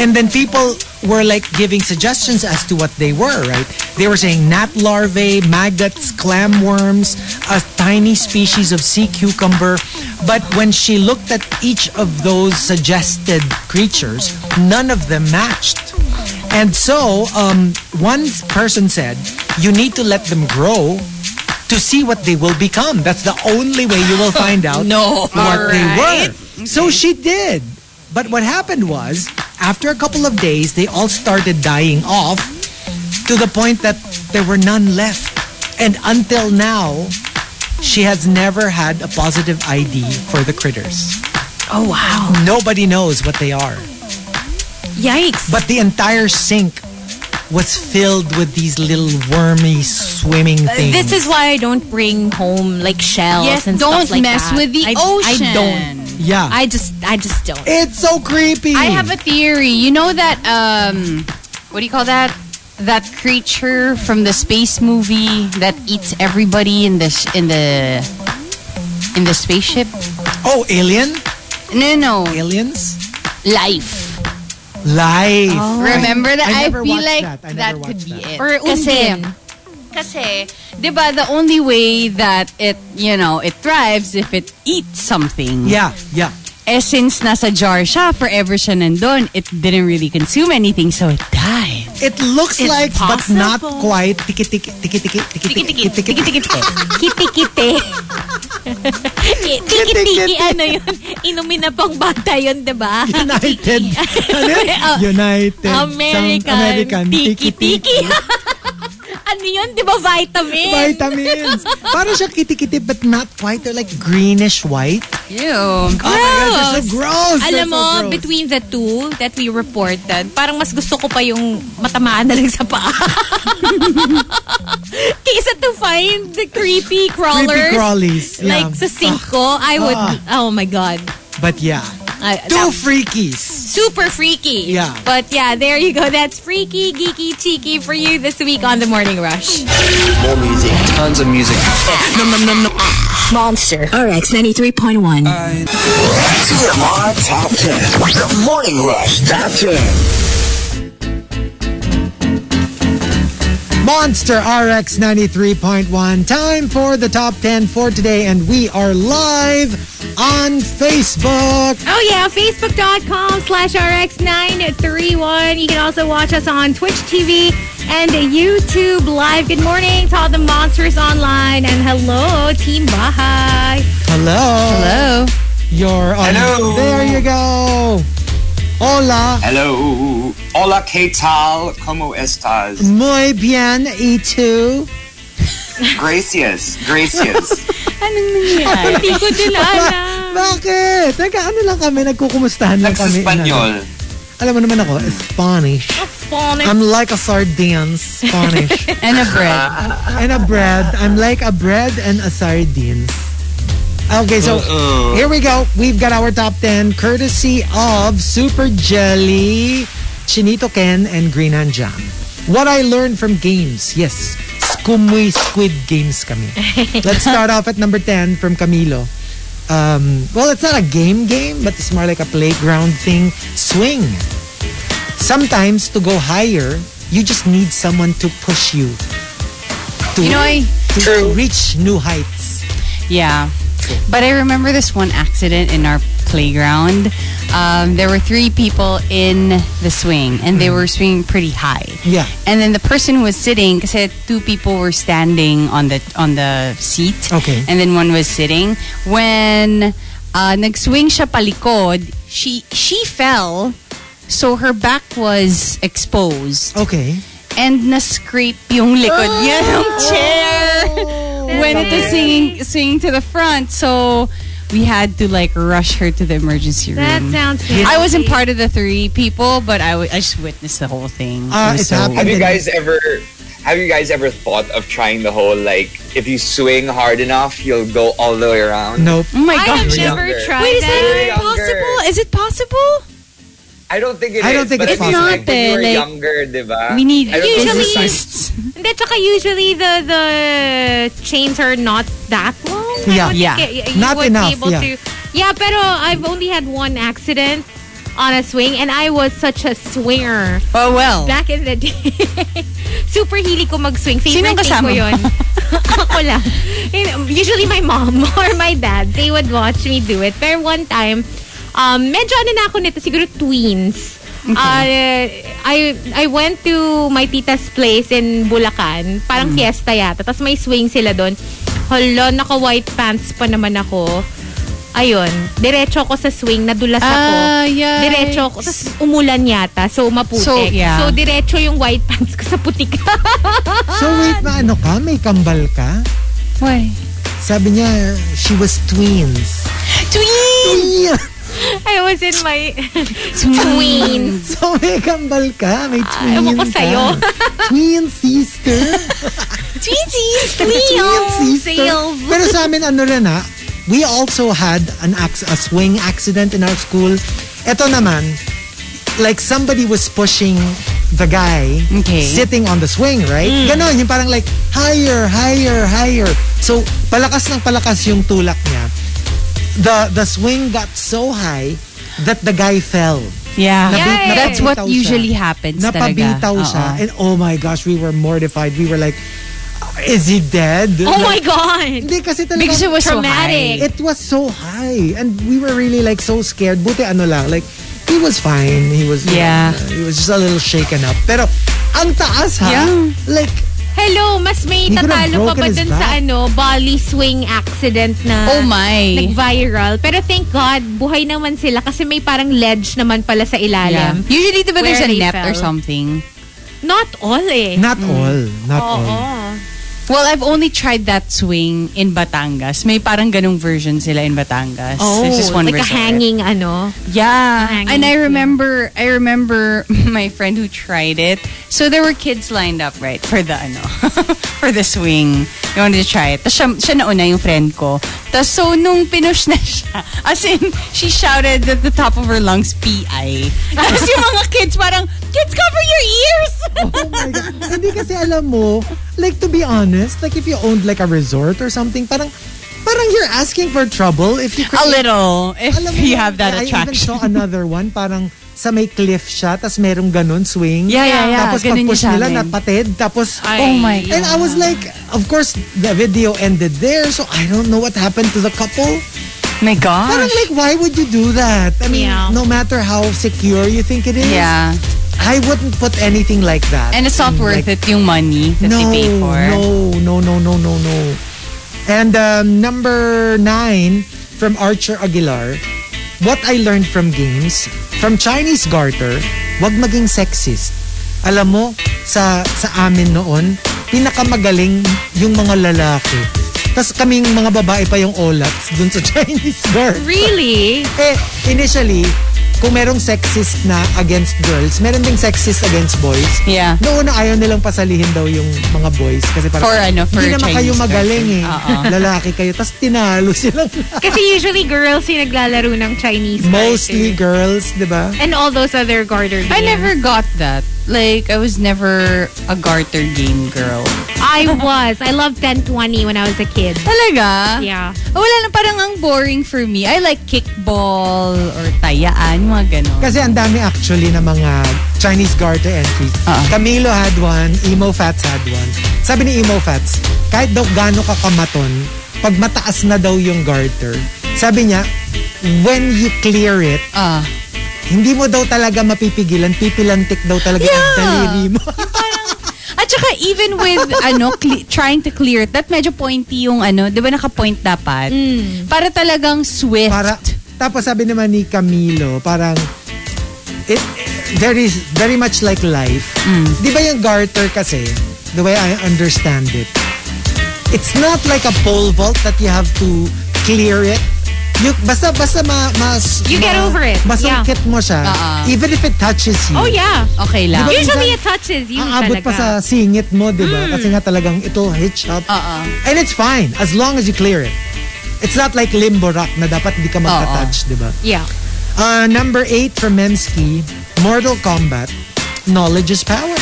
[SPEAKER 8] And then people were like giving suggestions as to what they were, right? They were saying gnat larvae, maggots, clam worms, a tiny species of sea cucumber. But when she looked at each of those suggested creatures, none of them matched. And so, um, one person said, you need to let them grow to see what they will become. That's the only way you will find out what they were. So she did. But what happened was, after a couple of days, they all started dying off to the point that there were none left. And until now, she has never had a positive ID for the critters.
[SPEAKER 4] oh wow.
[SPEAKER 8] Nobody knows what they are.
[SPEAKER 4] Yikes.
[SPEAKER 8] But the entire sink was filled with these little wormy swimming things.
[SPEAKER 4] Uh, This is why I don't bring home like shells
[SPEAKER 12] Yes,
[SPEAKER 4] and
[SPEAKER 12] don't
[SPEAKER 4] stuff like
[SPEAKER 12] mess
[SPEAKER 4] that.
[SPEAKER 12] with the
[SPEAKER 4] I,
[SPEAKER 12] ocean. Eh.
[SPEAKER 4] I don't.
[SPEAKER 8] yeah.
[SPEAKER 4] I just I just don't.
[SPEAKER 8] it's so creepy.
[SPEAKER 12] I have a theory. You know that um what do you call that? That creature from the space movie that eats everybody in the sh- in the in the spaceship?
[SPEAKER 8] Oh, alien?
[SPEAKER 12] No, no, no.
[SPEAKER 8] Aliens?
[SPEAKER 12] life.
[SPEAKER 8] Life.
[SPEAKER 12] Remember that?
[SPEAKER 8] I
[SPEAKER 12] I,
[SPEAKER 8] never
[SPEAKER 12] feel
[SPEAKER 8] watched
[SPEAKER 12] like
[SPEAKER 8] that. I
[SPEAKER 12] that,
[SPEAKER 8] never
[SPEAKER 12] could
[SPEAKER 8] watched
[SPEAKER 12] be
[SPEAKER 8] that.
[SPEAKER 12] it.
[SPEAKER 4] Or Undin.
[SPEAKER 12] Kasi, di ba, the only way that it, you know, it thrives if it eats something.
[SPEAKER 8] Yeah, yeah.
[SPEAKER 6] Eh, since nasa jar siya, forever siya nandun, it didn't really consume anything, so it died.
[SPEAKER 8] It looks
[SPEAKER 6] It's
[SPEAKER 8] like,
[SPEAKER 6] possible.
[SPEAKER 8] but not quite. Tiki tiki tiki tiki tiki tiki tiki tiki
[SPEAKER 4] Kiti-kiti. Kiti-kiti. Ano yun? Inumin na pang bata yun, di ba?
[SPEAKER 8] United. Ano yun?
[SPEAKER 4] Oh,
[SPEAKER 8] United. Some
[SPEAKER 4] American.
[SPEAKER 8] American. Tiki tiki.
[SPEAKER 4] ano yun? Di ba vitamin?
[SPEAKER 8] Vitamins. Parang siya kitikiti but not quite. They're like greenish white.
[SPEAKER 6] Ew.
[SPEAKER 8] Oh my God, they're so gross.
[SPEAKER 4] Alam
[SPEAKER 8] They're
[SPEAKER 4] mo,
[SPEAKER 8] so gross.
[SPEAKER 4] between the two that we reported, parang mas gusto ko pa yung matamaan na lang sa paa. Kaysa to find the creepy crawlers.
[SPEAKER 8] Creepy crawlies. Yeah. Ah.
[SPEAKER 4] Like sa sink ko, I would, oh my God.
[SPEAKER 8] But yeah.
[SPEAKER 4] I-
[SPEAKER 8] Two
[SPEAKER 4] that-
[SPEAKER 8] freakies.
[SPEAKER 4] super freaky.
[SPEAKER 8] Yeah.
[SPEAKER 4] But yeah, there you go. That's freaky, geeky, cheeky for you this week on The Morning Rush.
[SPEAKER 15] More music. Tons of music.
[SPEAKER 16] Monster RX 93.1.
[SPEAKER 15] TMR Top 10. The Morning Rush Top 10.
[SPEAKER 8] Monster RX 93.1. Time for the top 10 for today. And we are live on Facebook.
[SPEAKER 4] Oh yeah, facebook.com slash RX931. You can also watch us on Twitch TV and YouTube Live. Good morning to all the monsters online. And hello, Team Bahay.
[SPEAKER 8] Hello.
[SPEAKER 6] Hello.
[SPEAKER 8] You're on.
[SPEAKER 11] Hello.
[SPEAKER 8] There you go. Hola.
[SPEAKER 11] Hello. Hola, ¿qué tal? ¿Cómo estás?
[SPEAKER 8] Muy bien. E Y tú?
[SPEAKER 11] Gracias. Gracias.
[SPEAKER 4] Hindi ko din alam.
[SPEAKER 8] Bakit? Teka, ano lang kami? Nagkukumustahan lang kami.
[SPEAKER 11] Nagsespanyol.
[SPEAKER 8] Alam mo naman ako, Spanish. I'm like a sardine, Spanish.
[SPEAKER 6] And a bread.
[SPEAKER 8] and a bread. I'm like a bread and a sardines. Okay,
[SPEAKER 11] Oh,
[SPEAKER 8] so here we go. We've got our top 10 courtesy of Super Jelly, Chinito Ken, and Green and Jam. What I learned from games. Yes, skumuy squid games kami. Let's start off at number 10 from Camilo. Um, well, it's not a game game, but it's more like a playground thing. Swing. Sometimes to go higher, you just need someone to push you to,
[SPEAKER 6] You know, I...
[SPEAKER 8] to reach new heights.
[SPEAKER 6] Yeah. But I remember this one accident in our playground. Um, there were three people in the swing, and they were swinging pretty high.
[SPEAKER 8] Yeah.
[SPEAKER 6] And then the person who was sitting, said two people were standing on the on the seat.
[SPEAKER 8] Okay.
[SPEAKER 6] And then one was sitting. When uh, nag-swing siya palikod, she she fell, so her back was exposed
[SPEAKER 8] Okay.
[SPEAKER 6] and na-scrape yung likod niya ng chair when it was singing, singing to the front. So we had to like rush her to the emergency
[SPEAKER 4] That
[SPEAKER 6] room.
[SPEAKER 4] sounds
[SPEAKER 6] I wasn't part of the three people, but I wa- I just witnessed the whole thing.
[SPEAKER 8] Ah,
[SPEAKER 6] It was
[SPEAKER 8] it happened.
[SPEAKER 11] Have you guys ever have you guys ever thought of trying the whole like if you swing hard enough you'll go all the way around?
[SPEAKER 8] Nope.
[SPEAKER 6] Oh my
[SPEAKER 4] I have
[SPEAKER 6] god!
[SPEAKER 11] You're
[SPEAKER 4] never
[SPEAKER 11] younger.
[SPEAKER 4] tried
[SPEAKER 6] Wait, is that
[SPEAKER 4] that.
[SPEAKER 6] even
[SPEAKER 11] Younger.
[SPEAKER 6] possible? Is it possible?
[SPEAKER 11] I don't think it
[SPEAKER 8] I
[SPEAKER 11] is,
[SPEAKER 8] don't think
[SPEAKER 11] but
[SPEAKER 8] it's
[SPEAKER 11] I
[SPEAKER 8] possible.
[SPEAKER 11] like, when you were
[SPEAKER 6] Not, eh, like,
[SPEAKER 11] younger, diba?
[SPEAKER 6] We need
[SPEAKER 11] I don't think
[SPEAKER 4] Usually-
[SPEAKER 6] physicists.
[SPEAKER 4] Hindi, tsaka usually the the chains are not that long. I
[SPEAKER 8] Yeah.
[SPEAKER 4] would
[SPEAKER 6] Yeah.
[SPEAKER 4] get- you
[SPEAKER 8] Not
[SPEAKER 4] would be
[SPEAKER 8] enough,
[SPEAKER 4] able
[SPEAKER 8] yeah.
[SPEAKER 4] To, yeah, pero I've only had one accident on a swing and I was such a swinger
[SPEAKER 6] Oh well.
[SPEAKER 4] back in the day. Super hili ko mag-swing. Favorite
[SPEAKER 6] Sinong
[SPEAKER 4] thing ko
[SPEAKER 6] kasama mo?
[SPEAKER 4] yun. Ako lang. Yun, Usually my mom or my dad, they would watch me do it. Pero one time, um, medyo ano na ako nito, siguro tweens. Uh, I I went to my tita's place in Bulacan.
[SPEAKER 6] Mm.
[SPEAKER 4] Parang fiesta yata. Tapos may swing sila doon. Hala, naka-white pants pa naman ako. Ayun. Diretso ako sa swing. Nadulas ako.
[SPEAKER 6] Ah, yikes.
[SPEAKER 4] Diretso ako. Tapos umulan yata. So, maputik.
[SPEAKER 6] So, yeah.
[SPEAKER 4] so diretso yung white pants ko sa putik.
[SPEAKER 8] So wait, na ano ka? May kambal ka?
[SPEAKER 6] Why?
[SPEAKER 8] Sabi niya, she was twins. Twins!
[SPEAKER 4] I was in my tween.
[SPEAKER 8] So may kambal ka? May twins
[SPEAKER 4] ewan ko sa'yo.
[SPEAKER 8] Twin sister?
[SPEAKER 4] Tweeties.
[SPEAKER 8] twin sister?
[SPEAKER 4] Sales.
[SPEAKER 8] Pero sa amin, ano rin ha? We also had an ac- a swing accident in our school. Ito naman, like somebody was pushing the guy
[SPEAKER 6] Okay.
[SPEAKER 8] sitting on the swing, right? Ganon, yung parang like, higher, higher, higher. So, palakas ng palakas yung tulak niya. The the swing got so high that the guy fell.
[SPEAKER 6] Yeah.
[SPEAKER 8] Nabi-
[SPEAKER 4] Yay!
[SPEAKER 6] That's
[SPEAKER 8] napabitaw
[SPEAKER 6] what
[SPEAKER 8] siya.
[SPEAKER 6] usually happens. talaga. Uh-uh.
[SPEAKER 8] Napabitaw siya.
[SPEAKER 6] Oo.
[SPEAKER 8] And oh my gosh, we were mortified. We were like, Is he dead?
[SPEAKER 4] Oh my God.
[SPEAKER 8] Hindi kasi talaga.
[SPEAKER 12] Because it was so
[SPEAKER 4] Traumatic.
[SPEAKER 12] high.
[SPEAKER 8] It was so high. And we were really like so scared. Buti ano lang. Like, he was fine. He was, uh,
[SPEAKER 12] Yeah.
[SPEAKER 8] he was just a little shaken up. Pero, ang taas ha.
[SPEAKER 12] Yeah.
[SPEAKER 8] Like,
[SPEAKER 4] Hello, mas may
[SPEAKER 8] Hindi ko na
[SPEAKER 4] tatalo pa
[SPEAKER 8] broken
[SPEAKER 4] ba
[SPEAKER 8] his
[SPEAKER 4] dun
[SPEAKER 8] back.
[SPEAKER 4] sa ano, Bali swing accident na
[SPEAKER 12] Oh my.
[SPEAKER 4] nag-viral. Pero thank God, buhay naman sila kasi may parang ledge naman pala sa
[SPEAKER 12] Yeah.
[SPEAKER 4] ilalim.
[SPEAKER 12] Usually, diba
[SPEAKER 4] Where
[SPEAKER 12] there's a
[SPEAKER 4] they
[SPEAKER 12] net
[SPEAKER 4] fell.
[SPEAKER 12] or something.
[SPEAKER 4] Not all eh.
[SPEAKER 8] not all. Not all.
[SPEAKER 12] Well, I've only tried that swing in Batangas. May parang ganung version sila in Batangas.
[SPEAKER 4] Oh,
[SPEAKER 12] There's just one
[SPEAKER 4] like a
[SPEAKER 12] resort.
[SPEAKER 4] hanging ano.
[SPEAKER 12] Yeah.
[SPEAKER 4] hanging
[SPEAKER 12] and I
[SPEAKER 4] swing.
[SPEAKER 12] remember I remember my friend who tried it. So there were kids lined up, right, for the ano, for the swing. You wanted to try it. Tapos siya, siya nauna yung friend ko. Tapos so nung pinush na siya, as in, she shouted at the top of her lungs, P.I. Tapos yung mga kids parang, kids, cover your ears!
[SPEAKER 8] Oh my God. Hindi kasi alam mo, like to be honest, like if you owned like a resort or something, parang, parang you're asking for trouble if you
[SPEAKER 12] A
[SPEAKER 8] create-
[SPEAKER 12] little, if
[SPEAKER 8] Alam mo,
[SPEAKER 12] you have that
[SPEAKER 8] I even
[SPEAKER 12] attraction.
[SPEAKER 8] saw another one, parang sa may cliff siya, tas merong ganun swing.
[SPEAKER 12] Yeah, yeah, yeah.
[SPEAKER 8] Tapos
[SPEAKER 12] Ganun yung
[SPEAKER 8] pag-push
[SPEAKER 12] sa
[SPEAKER 8] nila,
[SPEAKER 12] amin.
[SPEAKER 8] napatid. Tapos,
[SPEAKER 12] Oh my
[SPEAKER 8] And I was like, of course, the video ended there, so I don't know what happened to the couple.
[SPEAKER 12] my gosh.
[SPEAKER 8] Parang like, why would you do that? I mean,
[SPEAKER 4] Yeah.
[SPEAKER 8] no matter how secure you think it is,
[SPEAKER 12] yeah.
[SPEAKER 8] I wouldn't put anything like that.
[SPEAKER 12] And it's not worth it yung money that
[SPEAKER 8] no,
[SPEAKER 12] they pay for.
[SPEAKER 8] no, no, no, no, no, no. And um, number nine from Archer Aguilar, what I learned from games, from Chinese garter, wag maging sexist. Alam mo, sa, sa amin noon, pinakamagaling yung mga lalaki. Tapos kaming mga babae pa yung olats dun sa Chinese garter.
[SPEAKER 4] Really?
[SPEAKER 8] Eh, initially, kung merong sexist na against girls, meron ding sexist against boys.
[SPEAKER 12] Yeah.
[SPEAKER 8] Noon na ayaw nilang pasalihin daw yung mga boys. Kasi parang,
[SPEAKER 12] For ano, for
[SPEAKER 8] hindi naman
[SPEAKER 12] Chinese
[SPEAKER 8] kayo magaling eh.
[SPEAKER 12] girls. Oo.
[SPEAKER 8] Lalaki kayo. Tapos tinalo silang
[SPEAKER 4] Kasi usually girls yung naglalaro ng Chinese
[SPEAKER 12] eh.
[SPEAKER 8] mostly
[SPEAKER 4] girls.
[SPEAKER 8] girls, di ba?
[SPEAKER 4] And all those other garter games.
[SPEAKER 12] I never got that. Like, I was never a garter game girl.
[SPEAKER 4] I was. I loved 1020 when I was a kid.
[SPEAKER 12] Talaga?
[SPEAKER 4] Yeah.
[SPEAKER 12] Wala na, parang ang boring for me. I like kickball or tayaan, mga ganon.
[SPEAKER 8] Kasi ang dami actually na mga Chinese garter entries.
[SPEAKER 12] Ah.
[SPEAKER 8] Camilo had one, Emo Fats had one. Sabi ni Emo Fats, kahit daw gaano ka kamaton, pag mataas na daw yung garter, sabi niya, when you clear it,
[SPEAKER 12] Ah,
[SPEAKER 8] hindi mo daw talaga mapipigilan, pipilantik daw talaga ang
[SPEAKER 12] Yeah.
[SPEAKER 8] daliri mo.
[SPEAKER 12] At saka even with ano cle- trying to clear it, that medyo pointy yung ano, 'di ba naka-point dapat? Para talagang swift.
[SPEAKER 8] Mm. Para, tapos sabi naman ni Camilo, parang, it, there is very much like life.
[SPEAKER 12] Mm.
[SPEAKER 8] Di ba yung garter kasi, the way I understand it, it's not like a pole vault that you have to clear it. You, basta, basta ma, mas,
[SPEAKER 4] You get
[SPEAKER 8] ma-
[SPEAKER 4] over it. Uh-uh.
[SPEAKER 8] Masungkit mo siya.
[SPEAKER 12] Oo.
[SPEAKER 8] Even if it touches you.
[SPEAKER 4] Oh yeah.
[SPEAKER 12] okay lang.
[SPEAKER 8] Di ba-
[SPEAKER 4] Usually
[SPEAKER 8] minsan,
[SPEAKER 4] it touches you
[SPEAKER 8] Aabot
[SPEAKER 4] talaga. Hmm.
[SPEAKER 8] pa sa singit mo, di ba? Kasi nga talagang it'll hitch up.
[SPEAKER 12] Oo.
[SPEAKER 4] Uh-uh.
[SPEAKER 8] And it's fine, as long as you clear it. It's not like limbo rock na dapat di ka magka-touch, di ba?
[SPEAKER 4] Uh-uh. Yeah.
[SPEAKER 8] Uh, number 8 from Memski, Mortal Kombat, knowledge is power.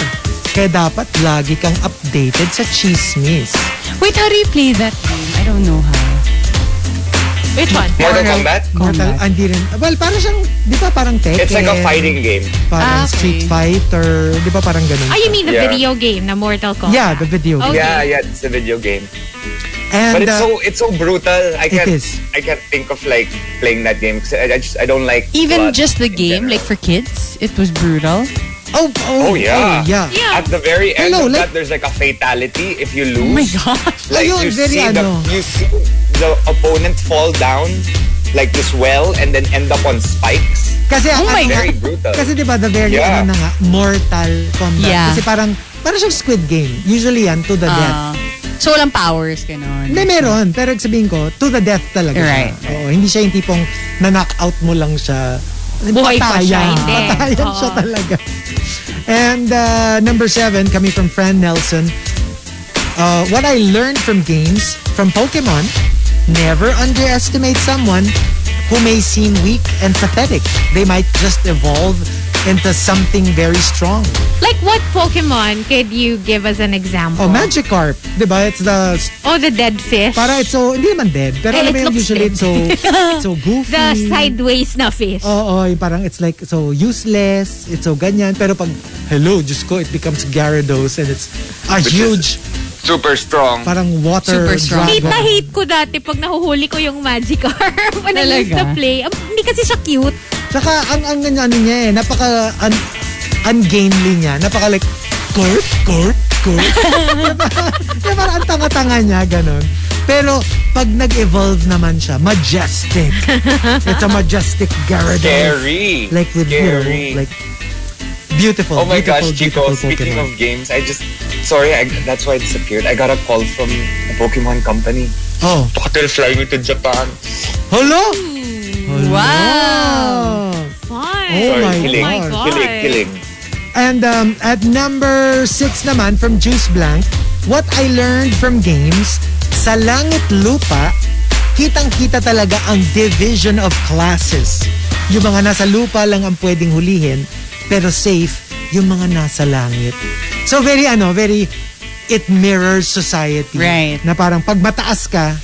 [SPEAKER 8] Kaya dapat lagi kang updated sa chismis.
[SPEAKER 12] Wait, how do you play that game? I don't know how.
[SPEAKER 4] Which one?
[SPEAKER 11] Mortal
[SPEAKER 8] Parang-
[SPEAKER 11] Kombat?
[SPEAKER 8] Mortal,
[SPEAKER 12] Kombat.
[SPEAKER 8] ah, hindi rin. Well, parang siyang, di ba parang Tekken?
[SPEAKER 11] It's like a fighting game.
[SPEAKER 8] Parang
[SPEAKER 12] Ah, okay. Ah,
[SPEAKER 8] Street Fighter, di ba parang ganun?
[SPEAKER 4] Oh, you mean the
[SPEAKER 11] Yeah.
[SPEAKER 4] video game na Mortal Kombat?
[SPEAKER 8] yeah, the video
[SPEAKER 12] Oh.
[SPEAKER 4] Okay.
[SPEAKER 8] game.
[SPEAKER 11] Yeah, yeah, it's a video game.
[SPEAKER 8] And
[SPEAKER 11] But it's
[SPEAKER 8] uh,
[SPEAKER 11] so it's so brutal. I can't
[SPEAKER 8] is.
[SPEAKER 11] I can't think of like playing that game 'cause I, I just I don't like
[SPEAKER 12] Even
[SPEAKER 11] blood
[SPEAKER 12] just the
[SPEAKER 11] in
[SPEAKER 12] game, like
[SPEAKER 11] general.
[SPEAKER 12] for kids, it was brutal.
[SPEAKER 8] oh,
[SPEAKER 11] Oh,
[SPEAKER 8] oh,
[SPEAKER 11] yeah.
[SPEAKER 8] oh, yeah.
[SPEAKER 4] Yeah.
[SPEAKER 11] at the very end
[SPEAKER 8] Hello,
[SPEAKER 11] of
[SPEAKER 8] like-
[SPEAKER 11] that there's like a fatality if you lose.
[SPEAKER 12] Oh my gosh.
[SPEAKER 11] Like
[SPEAKER 8] Ayun,
[SPEAKER 11] you
[SPEAKER 8] very
[SPEAKER 11] see
[SPEAKER 8] ano.
[SPEAKER 11] the you see the opponent fall down like this well and then end up on spikes.
[SPEAKER 8] Kasi
[SPEAKER 12] Oh
[SPEAKER 8] ano
[SPEAKER 12] my
[SPEAKER 8] nga,
[SPEAKER 11] Very brutal.
[SPEAKER 8] Kasi 'di ba the very
[SPEAKER 11] Yeah.
[SPEAKER 8] ano na nga Mortal Kombat.
[SPEAKER 12] Yeah.
[SPEAKER 8] Kasi parang parang siyang Squid Game. Usually yan to the death.
[SPEAKER 12] Ah. so walang powers, ganon.
[SPEAKER 8] Hindi meron, pero ibig sabihin ko to the death talaga. siya.
[SPEAKER 12] Right,
[SPEAKER 8] Oo, hindi siya yung tipong na-knockout mo lang siya.
[SPEAKER 4] Buhay pa siya,
[SPEAKER 8] Patayan.
[SPEAKER 4] hindi.
[SPEAKER 8] Patayan
[SPEAKER 4] Oo.
[SPEAKER 8] siya talaga. And uh, number seven, coming from Fran Nelson. Uh, what I learned from games, from Pokemon, never underestimate someone who may seem weak and pathetic. They might just evolve into something very strong.
[SPEAKER 4] Like what Pokemon could you give as an example?
[SPEAKER 8] Oh, Magikarp, di ba? It's the,
[SPEAKER 4] Oh, the dead fish.
[SPEAKER 8] para it's so, hindi naman dead. Pero
[SPEAKER 4] Eh,
[SPEAKER 8] alam
[SPEAKER 4] it
[SPEAKER 8] mo yun,
[SPEAKER 4] looks
[SPEAKER 8] usually
[SPEAKER 4] dead.
[SPEAKER 8] it's so, it's so goofy.
[SPEAKER 4] the sideways na fish.
[SPEAKER 8] Oo, yung parang it's like so useless, it's so ganyan. Pero pag, hello, Diyos ko, it becomes Gyarados and it's a
[SPEAKER 11] Which
[SPEAKER 8] huge
[SPEAKER 11] Super strong.
[SPEAKER 8] Parang water
[SPEAKER 4] Hate na
[SPEAKER 8] dragon.
[SPEAKER 4] hate ko dati pag nahuhuli ko yung Magikarp when I used to
[SPEAKER 8] Talaga?
[SPEAKER 4] play. Um, hindi kasi siya cute.
[SPEAKER 8] Tsaka ang ang ano ano niya eh, napaka un, ungainly niya. Napaka like curp, curp, curp. Kaya parang ang tanga-tanga niya, ganun. Pero pag nag-evolve naman siya, majestic. It's a majestic Gyarados.
[SPEAKER 11] Scary.
[SPEAKER 8] Like with you know,
[SPEAKER 11] Scary.
[SPEAKER 8] like beautiful,
[SPEAKER 11] Oh my
[SPEAKER 8] beautiful,
[SPEAKER 11] gosh, Chico,
[SPEAKER 8] beautiful
[SPEAKER 11] speaking
[SPEAKER 8] Pokemon.
[SPEAKER 11] of games, I just, sorry, I, that's why I disappeared. I got a call from the Pokemon company.
[SPEAKER 8] Oh.
[SPEAKER 11] Hotel fly me to Japan.
[SPEAKER 8] Hello?
[SPEAKER 4] Wow. Fun.
[SPEAKER 8] Oh
[SPEAKER 11] sorry,
[SPEAKER 8] my
[SPEAKER 11] killing,
[SPEAKER 8] God.
[SPEAKER 11] killing, killing.
[SPEAKER 8] And um, at number 6 naman from Juice Blank, what I learned from games, sa langit lupa, kitang-kita talaga ang division of classes. Yung mga nasa lupa lang ang pwedeng hulihin, pero safe yung mga nasa langit. So very ano, very it mirrors society. Right. Na parang pag mataas ka,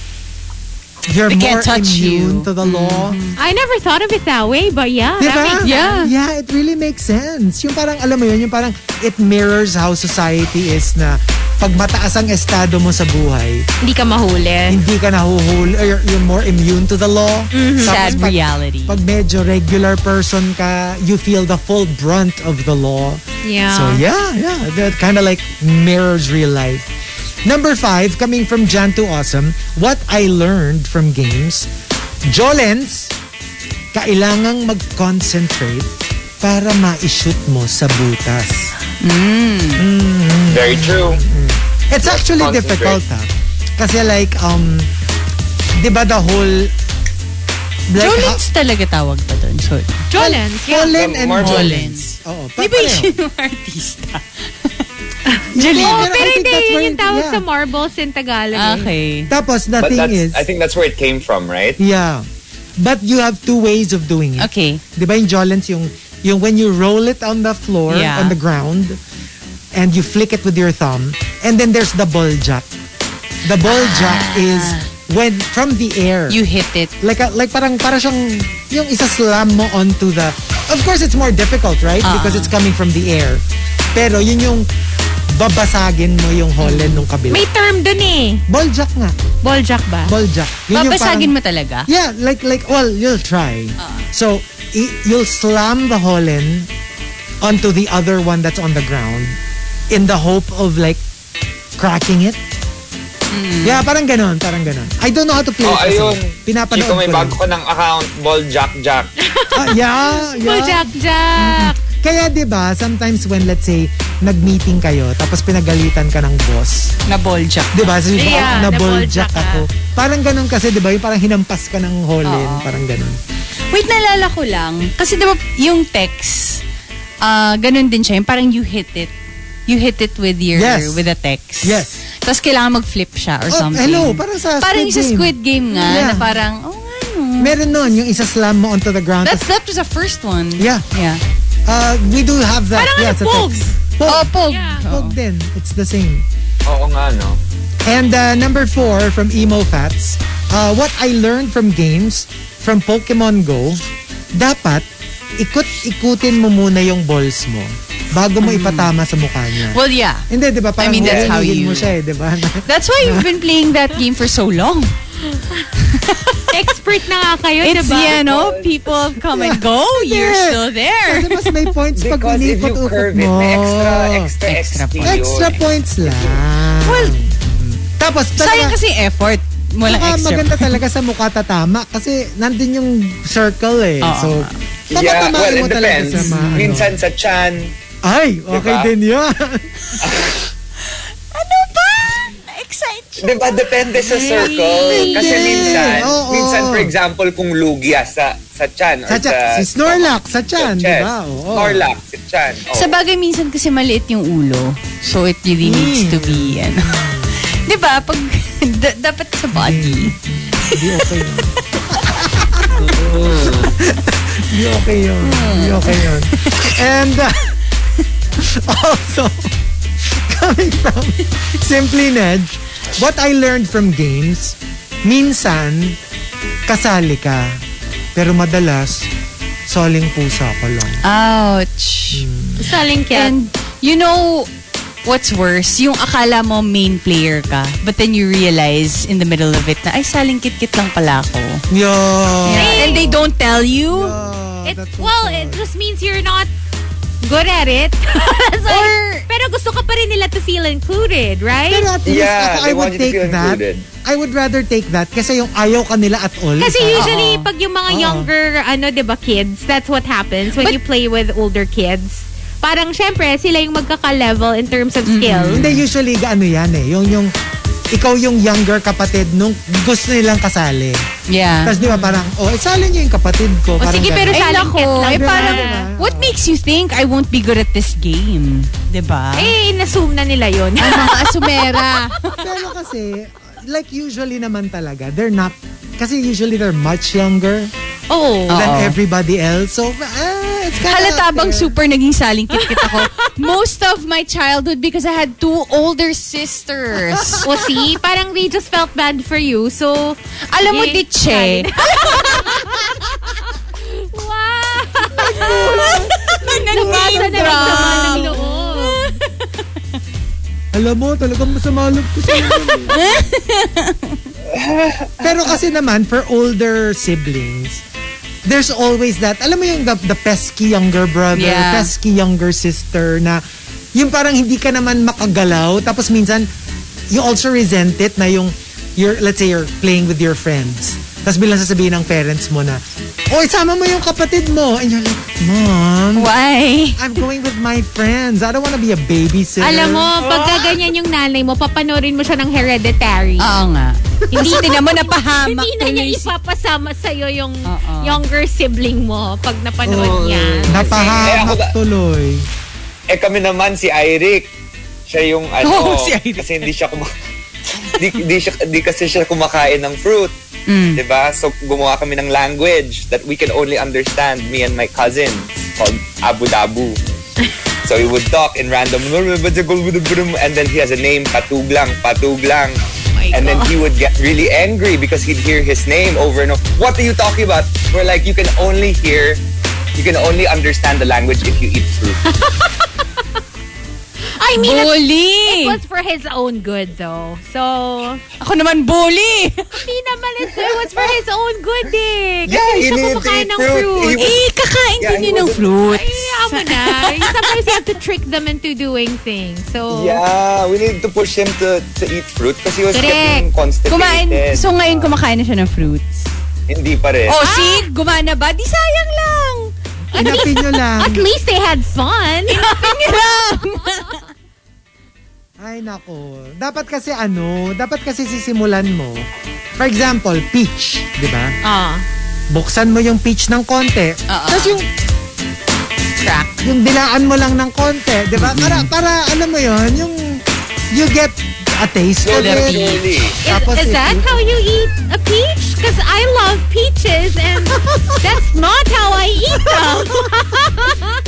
[SPEAKER 8] you're
[SPEAKER 4] They can't
[SPEAKER 8] more
[SPEAKER 4] touch Mm-hmm.
[SPEAKER 8] immune to the law.
[SPEAKER 4] I never thought of it that way, but yeah,
[SPEAKER 8] Diba?
[SPEAKER 4] that makes sense.
[SPEAKER 8] Yeah, it really makes sense. Yung parang, alam mo yun, yung parang it mirrors how society is na pag mataas ang estado mo sa buhay,
[SPEAKER 4] hindi ka mahuli.
[SPEAKER 8] Hindi ka nahuhuli, or you're, you're more immune to the law.
[SPEAKER 12] Mhm. Sad
[SPEAKER 8] pag-
[SPEAKER 12] reality.
[SPEAKER 8] Pag medyo regular person ka, you feel the full brunt of the law.
[SPEAKER 4] Yeah.
[SPEAKER 8] So yeah, yeah, that kind of like mirrors real life. Number five, coming from Jan to Awesome, what I learned from games, Jolens, kailangang mag-concentrate para ma-shoot mo sa butas.
[SPEAKER 11] Very true.
[SPEAKER 8] It's actually
[SPEAKER 11] Concentrate.
[SPEAKER 8] difficult, ha? Kasi like, um, di ba the whole...
[SPEAKER 12] Jolins talaga tawag pa doon. Sorry.
[SPEAKER 4] Jolens,
[SPEAKER 8] yeah. Jolin and
[SPEAKER 12] More
[SPEAKER 8] Jolins.
[SPEAKER 11] Oh,
[SPEAKER 8] Oo,
[SPEAKER 12] Di ba
[SPEAKER 8] pareho.
[SPEAKER 12] yun yung artista?
[SPEAKER 8] Jolene.
[SPEAKER 4] Oh,
[SPEAKER 8] Pero I
[SPEAKER 4] pero
[SPEAKER 8] think
[SPEAKER 4] hindi,
[SPEAKER 8] that's
[SPEAKER 4] yun
[SPEAKER 8] where
[SPEAKER 4] yung
[SPEAKER 8] it-
[SPEAKER 4] tawag
[SPEAKER 8] yeah.
[SPEAKER 4] sa marbles in Tagalog. eh.
[SPEAKER 8] Tapos, the
[SPEAKER 11] But
[SPEAKER 8] thing
[SPEAKER 11] that's,
[SPEAKER 8] is...
[SPEAKER 11] I think that's where it came from, right?
[SPEAKER 8] Yeah. But you have two ways of doing it. Okay. Di ba yung Jolens, yung, yung when you roll it on the floor,
[SPEAKER 12] Yeah.
[SPEAKER 8] on the ground, and you flick it with your thumb, and then there's the ball jack. The ball jack
[SPEAKER 4] Ah.
[SPEAKER 8] is when from the air. You
[SPEAKER 12] hit it.
[SPEAKER 8] Like a, like parang para siyang yung isa slam mo onto the Of course it's more difficult, right? Because it's coming from the air. Pero yun yung babasagin mo yung holen nung kabila.
[SPEAKER 4] May term dun eh.
[SPEAKER 8] Ball jack nga.
[SPEAKER 4] Ball jack ba?
[SPEAKER 8] Ball jack. Yun yung
[SPEAKER 12] Babasagin
[SPEAKER 8] parang-
[SPEAKER 12] mo talaga?
[SPEAKER 8] Yeah, like like well, you'll try. So i- you'll slam the holen onto the other one that's on the ground in the hope of like cracking it. Yeah, parang ganon, parang ganon. I don't know how to play
[SPEAKER 11] Oh,
[SPEAKER 8] it kasi.
[SPEAKER 11] ayun.
[SPEAKER 8] Pinapanood
[SPEAKER 11] Chico, may
[SPEAKER 8] ko lang.
[SPEAKER 11] bago ko ng account. Ball Jack Jack.
[SPEAKER 8] Ah, yeah, yeah.
[SPEAKER 4] Ball jack jack.
[SPEAKER 8] Kaya 'di ba, sometimes when let's say nag-meeting kayo tapos pinagalitan ka ng boss,
[SPEAKER 12] Mm-hmm. na balljack.
[SPEAKER 8] 'di ba? Sabi mo,
[SPEAKER 12] Yeah,
[SPEAKER 8] "Ah, na
[SPEAKER 12] naboljak
[SPEAKER 8] boljak ako. Parang ganun kasi 'di ba, yung parang hinampas ka ng holen, parang ganun.
[SPEAKER 12] Wait, nalala ko lang. Kasi diba yung text, ah ganun din siya. Yung parang you hit it. You hit it with your,
[SPEAKER 8] Yes.
[SPEAKER 12] with a text.
[SPEAKER 8] Yes.
[SPEAKER 12] Tapos kailangan mag-flip siya or
[SPEAKER 8] Oh,
[SPEAKER 12] something.
[SPEAKER 8] hello, parang sa
[SPEAKER 12] Parang
[SPEAKER 8] Squid
[SPEAKER 12] yung sa
[SPEAKER 8] Game.
[SPEAKER 12] Squid Game nga,
[SPEAKER 8] Yeah.
[SPEAKER 12] na parang, oh,
[SPEAKER 8] Meron nun, yung isa slam mo onto the ground.
[SPEAKER 12] that's, that was the first one.
[SPEAKER 8] Yeah.
[SPEAKER 12] Yeah.
[SPEAKER 8] Uh, we do have that.
[SPEAKER 12] Parang
[SPEAKER 8] yeah,
[SPEAKER 12] ano,
[SPEAKER 8] sa
[SPEAKER 12] pog.
[SPEAKER 8] text.
[SPEAKER 12] Oh, pog.
[SPEAKER 8] Pog din. It's the same.
[SPEAKER 11] Oo nga, no?
[SPEAKER 8] And uh, number four from Emo Fats, uh, what I learned from games, from Pokemon Go, dapat ikut-ikutin mo muna yung balls mo bago mo ipatama sa mukha niya.
[SPEAKER 12] Hmm. Well, yeah.
[SPEAKER 8] Hindi, di ba?
[SPEAKER 12] I
[SPEAKER 8] Parang
[SPEAKER 12] mean, that's how
[SPEAKER 8] huhulugin
[SPEAKER 12] you-
[SPEAKER 8] mo siya eh, di ba?
[SPEAKER 12] That's why you've been playing that game for so long.
[SPEAKER 4] Expert na nga kayo,
[SPEAKER 12] It's,
[SPEAKER 4] diba?
[SPEAKER 12] you know, people come and go. You're
[SPEAKER 8] Hindi.
[SPEAKER 12] still there.
[SPEAKER 8] Kasi mas may points pag
[SPEAKER 12] Because if you
[SPEAKER 8] unikot-ukot
[SPEAKER 12] curve it,
[SPEAKER 8] mo.
[SPEAKER 12] may extra, extra, extra points.
[SPEAKER 8] Extra points lang. Hmm.
[SPEAKER 12] Well,
[SPEAKER 8] Tapos,
[SPEAKER 12] sayang
[SPEAKER 8] talaga-
[SPEAKER 12] kasi effort. Walang
[SPEAKER 8] Saka
[SPEAKER 12] extra.
[SPEAKER 8] maganda talaga sa mukha tatama kasi nandun yung circle eh.
[SPEAKER 11] Oo.
[SPEAKER 8] So,
[SPEAKER 11] yeah,
[SPEAKER 8] tama-tamaan
[SPEAKER 11] well,
[SPEAKER 8] mo
[SPEAKER 11] it
[SPEAKER 8] talaga
[SPEAKER 11] depends.
[SPEAKER 8] sa mga ano.
[SPEAKER 11] Minsan sa chan.
[SPEAKER 8] Ay, okay
[SPEAKER 11] Diba?
[SPEAKER 8] din yun.
[SPEAKER 11] Diba, depende sa circle.
[SPEAKER 8] Hindi.
[SPEAKER 11] Kasi minsan,
[SPEAKER 8] Oo.
[SPEAKER 11] minsan for example, kung lugia sa sa chan or
[SPEAKER 8] sa
[SPEAKER 11] sa,
[SPEAKER 8] tiyan. Si Snorlax, sa tiyan, di
[SPEAKER 11] chest.
[SPEAKER 8] ba? Oo.
[SPEAKER 11] Snorlax, sa chan. Oo.
[SPEAKER 12] Sa bagay, minsan kasi maliit yung ulo. So, it really needs to be,
[SPEAKER 4] Hmm.
[SPEAKER 12] ano. Di ba? Pag, da- dapat sa body.
[SPEAKER 8] Hindi okay yun. Hindi okay yun. Hindi okay yun. And uh, also, coming from Simply Nedge, what I learned from games, minsan, kasali ka. Pero madalas,
[SPEAKER 4] Ah.
[SPEAKER 8] soling pusa ka lang.
[SPEAKER 12] Ouch.
[SPEAKER 4] Saling
[SPEAKER 12] And, you know,
[SPEAKER 6] what's worse, yung akala mo main player ka, but then you realize in the middle of it na, ay, saling kit-kit lang pala ako. Yeah. And they don't tell you.
[SPEAKER 4] It, well, it just means you're not good at it. It's like, pero gusto ka pa rin nila to feel included, right?
[SPEAKER 8] Pero at least ako, I would take that. I would rather take that kasi yung ayaw ka nila at all.
[SPEAKER 4] Kasi
[SPEAKER 8] is-
[SPEAKER 4] usually, pag yung mga
[SPEAKER 8] Oo.
[SPEAKER 4] younger, ano, di ba, kids, that's what happens when you play with older kids. Parang, syempre, sila yung magkaka-level in terms of skill.
[SPEAKER 8] Hindi, usually, ano yan eh. Yung, yung, ikaw yung younger kapatid nung gusto nilang kasali.
[SPEAKER 6] Yeah.
[SPEAKER 8] Tapos di ba parang, oh, isali niyo yung kapatid
[SPEAKER 6] O
[SPEAKER 8] ko. Mm-hmm. parang
[SPEAKER 6] sige, pero
[SPEAKER 8] ganun.
[SPEAKER 6] saling kit lang. Eh,
[SPEAKER 8] Diba?
[SPEAKER 6] parang, what makes you think I won't be good at this game? Diba?
[SPEAKER 4] Eh, nasum na nila yon.
[SPEAKER 6] Ang mga asumera.
[SPEAKER 8] Pero kasi, like usually naman talaga, they're not, kasi usually they're much younger
[SPEAKER 4] Oh.
[SPEAKER 8] than everybody else. So, ah, it's kind
[SPEAKER 6] Halata bang super naging saling kit-kit ako? Most of my childhood because I had two older sisters.
[SPEAKER 4] o see, parang they just felt bad for you. So,
[SPEAKER 6] Alam mo,
[SPEAKER 4] sige,
[SPEAKER 6] Diche.
[SPEAKER 4] Nabasa na lang sa manang loob.
[SPEAKER 8] Alam mo, talagang masama loob ko sa'yo. Pero kasi naman, for older siblings, there's always that, alam mo yung the, the pesky younger brother,
[SPEAKER 6] Yeah.
[SPEAKER 8] pesky younger sister na yung parang hindi ka naman makagalaw. Tapos minsan, you also resent it na yung, you're, let's say you're playing with your friends. Tapos bilang sasabihin ng parents mo na, oh, isama mo yung kapatid mo. And you're like, Mom,
[SPEAKER 6] Why?
[SPEAKER 8] I'm going with my friends. I don't wanna be a babysitter.
[SPEAKER 4] Alam mo, pagka ganyan yung nanay mo, papanorin mo siya ng hereditary.
[SPEAKER 6] Oo nga. Hindi tinan mo napahamak
[SPEAKER 4] Hindi na niya
[SPEAKER 6] tuloy si-
[SPEAKER 4] ipapasama sa'yo yung younger sibling mo pag napanood niya.
[SPEAKER 8] Napahamak tuloy.
[SPEAKER 11] Eh kami naman si Eric. Siya yung ano,
[SPEAKER 8] Oh, si Eric.
[SPEAKER 11] kasi hindi siya kuma di, di, siya, di kasi siya kumakain ng fruit.
[SPEAKER 6] Mm.
[SPEAKER 11] 'di ba? So gumawa kami ng language that we can only understand me and my cousin called Abu Dabu. so we would talk in random and then he has a name patuglang patuglang
[SPEAKER 8] Oh
[SPEAKER 11] and then he would get really angry because he'd hear his name over and over. What are you talking about? We're like you can only hear you can only understand the language if you eat fruit.
[SPEAKER 4] I mean, it
[SPEAKER 6] Bully!
[SPEAKER 4] was for his own good though. So,
[SPEAKER 6] Ako naman bully!
[SPEAKER 4] Hindi naman it, it was for his own good eh. Kasi
[SPEAKER 11] Yeah, he
[SPEAKER 4] siya
[SPEAKER 11] needed to
[SPEAKER 4] kumakain
[SPEAKER 11] eat
[SPEAKER 4] ng
[SPEAKER 11] fruit.
[SPEAKER 4] fruit.
[SPEAKER 11] He was-
[SPEAKER 6] eh, kakain
[SPEAKER 11] Yeah,
[SPEAKER 6] din
[SPEAKER 11] he
[SPEAKER 6] yun ng
[SPEAKER 11] was-
[SPEAKER 6] fruits.
[SPEAKER 4] Ay, amo na. Sometimes you have to trick them into doing things. So,
[SPEAKER 11] yeah, we need to push him to, to eat fruit because he was
[SPEAKER 4] Correct.
[SPEAKER 11] getting constipated.
[SPEAKER 6] Kumain, so ngayon kumakain na siya ng fruits.
[SPEAKER 11] Hindi pa rin.
[SPEAKER 6] Oh, see? Gumana ba? Di sayang lang!
[SPEAKER 8] Inapin nyo lang.
[SPEAKER 4] at least they had fun.
[SPEAKER 6] Lang!
[SPEAKER 8] Ay, nako. Dapat kasi ano, dapat kasi sisimulan mo. For example, peach, di ba?
[SPEAKER 4] Ah.
[SPEAKER 8] Buksan mo yung peach ng konti. Tapos yung,
[SPEAKER 6] Crack.
[SPEAKER 8] yung dilaan mo lang ng konti, di ba? Para, para, alam mo yon yung, you get a taste of
[SPEAKER 11] Slowly,
[SPEAKER 8] it.
[SPEAKER 11] slowly.
[SPEAKER 8] Tapos
[SPEAKER 4] Is, is
[SPEAKER 8] if
[SPEAKER 4] that
[SPEAKER 8] you-
[SPEAKER 4] how you eat a peach? Because I love peaches and that's not how I eat them.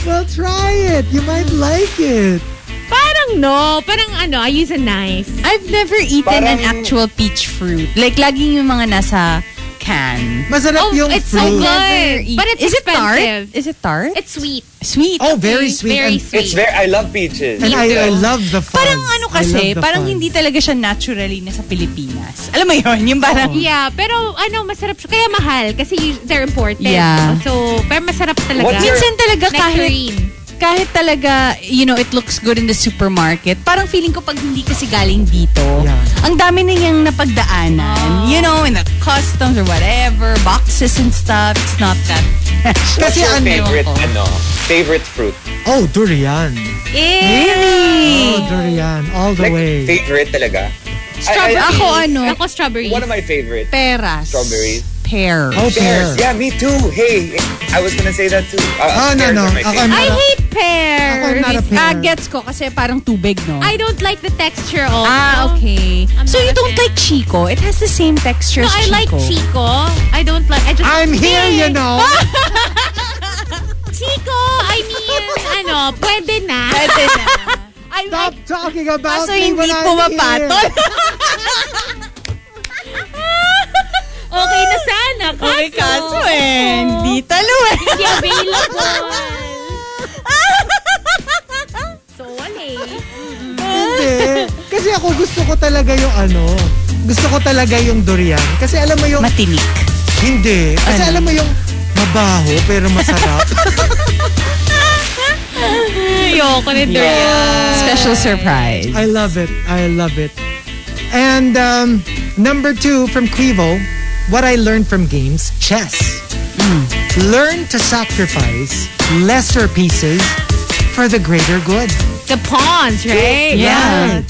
[SPEAKER 8] Well, try it. You might like it.
[SPEAKER 4] parang no. Parang ano, I use a knife.
[SPEAKER 6] I've never eaten an
[SPEAKER 11] Parang-
[SPEAKER 6] actual peach fruit. Like, laging yung mga nasa can.
[SPEAKER 4] Oh,
[SPEAKER 8] Masarap yung
[SPEAKER 4] it's so good.
[SPEAKER 8] fruit.
[SPEAKER 6] Never eat-
[SPEAKER 4] But it's
[SPEAKER 6] Is it
[SPEAKER 4] expensive.
[SPEAKER 6] tart? Is it tart?
[SPEAKER 4] It's sweet.
[SPEAKER 6] sweet.
[SPEAKER 8] Oh, very sweet.
[SPEAKER 4] Very
[SPEAKER 8] and,
[SPEAKER 4] sweet.
[SPEAKER 11] It's very, I love peaches.
[SPEAKER 8] and I, I love the fun.
[SPEAKER 6] Parang ano kasi, parang hindi talaga siya naturally nasa Pilipinas. Alam mo yun, yung parang...
[SPEAKER 4] Yeah, pero ano, masarap siya. Kaya mahal kasi you- they're important.
[SPEAKER 6] Yeah.
[SPEAKER 4] So, pero masarap talaga.
[SPEAKER 11] What's your-
[SPEAKER 6] Minsan talaga kahit,
[SPEAKER 4] Nectarine.
[SPEAKER 6] kahit talaga, you know, it looks good in the supermarket, parang feeling ko pag hindi kasi galing dito,
[SPEAKER 8] Yeah.
[SPEAKER 6] ang dami na niyang napagdaanan. You know, in the customs or whatever, boxes and stuff, it's not that fresh.
[SPEAKER 11] What's
[SPEAKER 8] Kasi
[SPEAKER 11] your
[SPEAKER 8] ano,
[SPEAKER 11] favorite,
[SPEAKER 6] ako.
[SPEAKER 11] ano, favorite fruit?
[SPEAKER 8] Oh, durian.
[SPEAKER 6] Really?
[SPEAKER 8] Oh, durian. All the
[SPEAKER 11] Like,
[SPEAKER 8] way.
[SPEAKER 11] favorite talaga.
[SPEAKER 6] Strawberry. Ako ano,
[SPEAKER 4] Ako strawberry.
[SPEAKER 11] One of my favorite.
[SPEAKER 6] peras.
[SPEAKER 11] Strawberries.
[SPEAKER 6] Pear.
[SPEAKER 8] Oh, pear.
[SPEAKER 11] Pears. Yeah, me too. Hey, I was gonna say that too.
[SPEAKER 8] Ah,
[SPEAKER 11] Uh,
[SPEAKER 8] no,
[SPEAKER 11] pears
[SPEAKER 8] no.
[SPEAKER 11] are my
[SPEAKER 8] Ako,
[SPEAKER 11] favorite.
[SPEAKER 8] I'm
[SPEAKER 4] I
[SPEAKER 8] not a-
[SPEAKER 4] hate
[SPEAKER 8] Ako,
[SPEAKER 4] pear.
[SPEAKER 8] I'm not a pear.
[SPEAKER 6] Ah, gets ko kasi parang tubig, no?
[SPEAKER 4] I don't like the texture also.
[SPEAKER 6] ah, okay.
[SPEAKER 4] I'm
[SPEAKER 6] so
[SPEAKER 4] not
[SPEAKER 6] you
[SPEAKER 4] a
[SPEAKER 6] don't
[SPEAKER 4] fan.
[SPEAKER 6] like Chico? It has the same texture
[SPEAKER 4] No,
[SPEAKER 6] as
[SPEAKER 4] I
[SPEAKER 6] Chico.
[SPEAKER 4] like Chico. I don't like... I just
[SPEAKER 8] I'm here, you know.
[SPEAKER 4] Chico, I mean, ano, pwede na.
[SPEAKER 6] Pwede na.
[SPEAKER 4] I
[SPEAKER 8] Stop
[SPEAKER 4] like...
[SPEAKER 8] talking about
[SPEAKER 6] Kaso
[SPEAKER 8] me
[SPEAKER 6] hindi
[SPEAKER 8] when I'm
[SPEAKER 6] pumapatol.
[SPEAKER 8] here.
[SPEAKER 4] Okay na sana. Kaso,
[SPEAKER 6] Okay, kaso eh, hindi talo eh.
[SPEAKER 4] Hindi available. so, bawal eh.
[SPEAKER 8] Hindi. Kasi ako gusto ko talaga yung ano, gusto ko talaga yung durian. Kasi alam mo yung...
[SPEAKER 12] Matinik.
[SPEAKER 8] Hindi. Kasi
[SPEAKER 12] Ano?
[SPEAKER 8] alam mo yung mabaho pero masarap.
[SPEAKER 4] Ayoko ni
[SPEAKER 12] Special surprise.
[SPEAKER 8] I love it. I love it. And um, number two from Quivo, what I learned from games, chess. Learn to sacrifice lesser pieces for the greater good.
[SPEAKER 4] The pawns, right?
[SPEAKER 8] Right.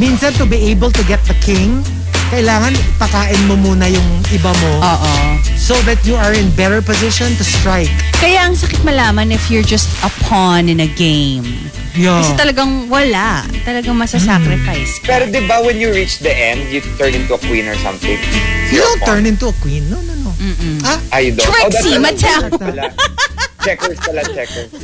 [SPEAKER 8] Minsan to be able to get the king, kailangan pakain mo muna yung iba mo
[SPEAKER 12] Oo.
[SPEAKER 8] so that you are in better position to strike.
[SPEAKER 12] Kaya ang sakit malaman if you're just a pawn in a game.
[SPEAKER 8] Yeah.
[SPEAKER 6] Oh.
[SPEAKER 12] Kasi talagang wala. Talagang masasacrifice.
[SPEAKER 11] Pero di ba when you reach the end, you turn into a queen or something?
[SPEAKER 8] You
[SPEAKER 11] You're a
[SPEAKER 8] don't
[SPEAKER 11] pawn.
[SPEAKER 8] turn into a queen. No, no, no.
[SPEAKER 11] Ah, you don't.
[SPEAKER 12] Trixie,
[SPEAKER 11] that's
[SPEAKER 12] Mattel.
[SPEAKER 11] ano pala. Checkers pala, checkers.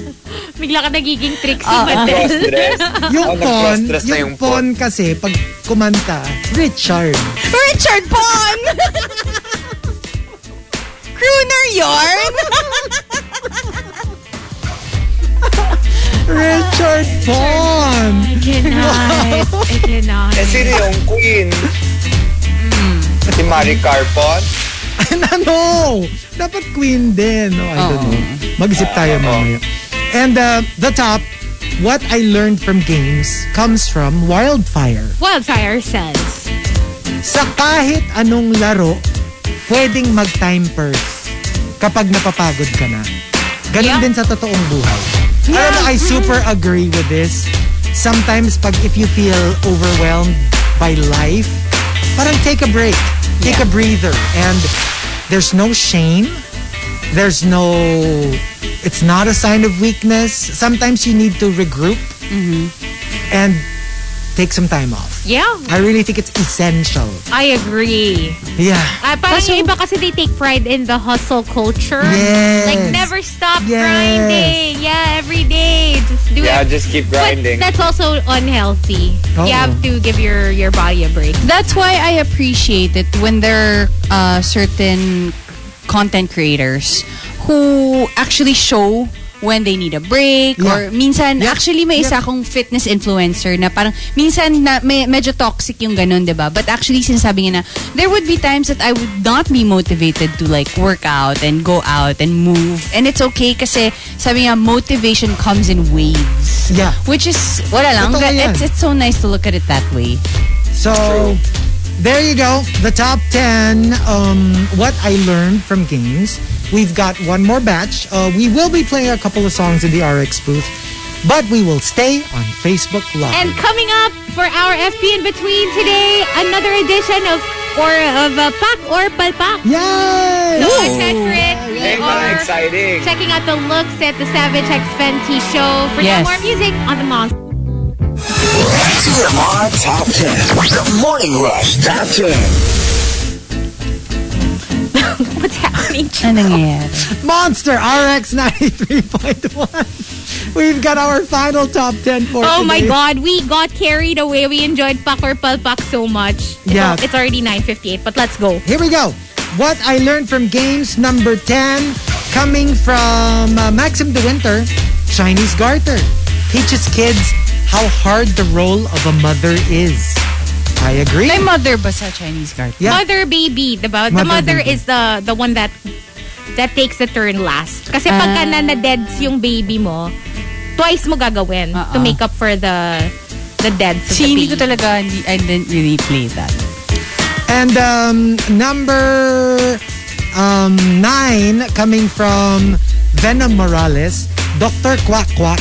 [SPEAKER 4] Bigla ka nagiging tricksy, Mattel.
[SPEAKER 11] Cross-dress.
[SPEAKER 8] Yung
[SPEAKER 11] Oh,
[SPEAKER 8] pawn,
[SPEAKER 11] nag-cross-dress na
[SPEAKER 8] yung
[SPEAKER 11] yung pawn.
[SPEAKER 8] pawn kasi, pag kumanta, Richard.
[SPEAKER 12] Richard Pawn! Crooner yarn!
[SPEAKER 8] Richard Pawn!
[SPEAKER 4] I cannot. I cannot.
[SPEAKER 11] Eh, sino yung queen? Si Marie Carpon?
[SPEAKER 8] ano? Dapat queen din. No, I don't know. Mag-isip tayo mamaya. And uh, the top, what I learned from games comes from Wildfire.
[SPEAKER 4] Wildfire says.
[SPEAKER 8] Sa kahit anong laro, pwedeng mag-time purse kapag napapagod ka na. Ganun
[SPEAKER 4] Yeah.
[SPEAKER 8] din sa totoong buhay. Alam mo, I super agree with this. Sometimes, pag if you feel overwhelmed by life, parang take a break. Take a breather. And there's no shame. There's no... It's not a sign of weakness. Sometimes you need to regroup and take some time off.
[SPEAKER 4] Yeah,
[SPEAKER 8] I really think it's essential.
[SPEAKER 4] I agree.
[SPEAKER 8] Yeah.
[SPEAKER 4] Ah, parang yung iba kasi they take pride in the hustle culture.
[SPEAKER 8] Yes.
[SPEAKER 4] Like never stop
[SPEAKER 8] Yes.
[SPEAKER 4] grinding. Yeah, every day. Just do
[SPEAKER 11] Yeah,
[SPEAKER 4] it.
[SPEAKER 11] just keep grinding.
[SPEAKER 4] But that's also unhealthy.
[SPEAKER 8] Oo.
[SPEAKER 4] You have to give your, your body a break.
[SPEAKER 12] That's why I appreciate it when there are uh, certain content creators who actually show when they need a break or
[SPEAKER 8] Yeah.
[SPEAKER 12] minsan
[SPEAKER 8] Yeah.
[SPEAKER 12] actually may isa akong fitness influencer na parang minsan na may, medyo toxic yung ganun 'di ba but actually sinasabi niya na there would be times that I would not be motivated to like work out and go out and move and it's okay kasi sabi niya motivation comes in waves
[SPEAKER 8] Yeah.
[SPEAKER 12] which is wala lang
[SPEAKER 8] Totoo yan.
[SPEAKER 12] it's, it's so nice to look at it that way
[SPEAKER 8] So there you go. The top 10 um, what I learned from games. We've got one more batch. Uh, we will be playing a couple of songs in the RX booth, but we will stay on Facebook Live.
[SPEAKER 4] And coming up for our FP in between today, another edition of or of uh, Pak or Palpak.
[SPEAKER 8] Yay!
[SPEAKER 4] So excited for it. We
[SPEAKER 11] Hey, man,
[SPEAKER 4] are
[SPEAKER 11] exciting.
[SPEAKER 4] checking out the looks at the Savage X Fenty show. For now,
[SPEAKER 12] Yes.
[SPEAKER 4] more music on the Monster.
[SPEAKER 7] TMR Top 10. The Morning Rush Top 10.
[SPEAKER 4] What's happening?
[SPEAKER 12] ano nangyayari
[SPEAKER 8] Monster RX 93.1. We've got our final top 10 for
[SPEAKER 4] Oh my
[SPEAKER 8] today.
[SPEAKER 4] god, we got carried away. We enjoyed Pak or Palpak so much. It's
[SPEAKER 8] Yeah.
[SPEAKER 4] al- It's, already 9.58, but let's go.
[SPEAKER 8] Here we go. What I learned from games number 10 coming from uh, Maxim De Winter, Chinese Garter. Teaches kids how hard the role of a mother is. I agree.
[SPEAKER 12] May mother ba sa Chinese card?
[SPEAKER 8] Yeah.
[SPEAKER 4] Mother baby, diba? the
[SPEAKER 8] Mother
[SPEAKER 4] mother
[SPEAKER 8] baby.
[SPEAKER 4] is the the one that that takes the turn last. Kasi pagka
[SPEAKER 8] Ah.
[SPEAKER 4] na na-deads yung baby mo, twice mo gagawin
[SPEAKER 12] Oo.
[SPEAKER 8] Uh-uh.
[SPEAKER 4] to make up for the the deads of
[SPEAKER 12] Si hindi ko
[SPEAKER 4] the baby.
[SPEAKER 12] talaga, hindi, I didn't really play that.
[SPEAKER 8] And um, number um, 9 coming from Venom Morales, Dr. Quack Quack.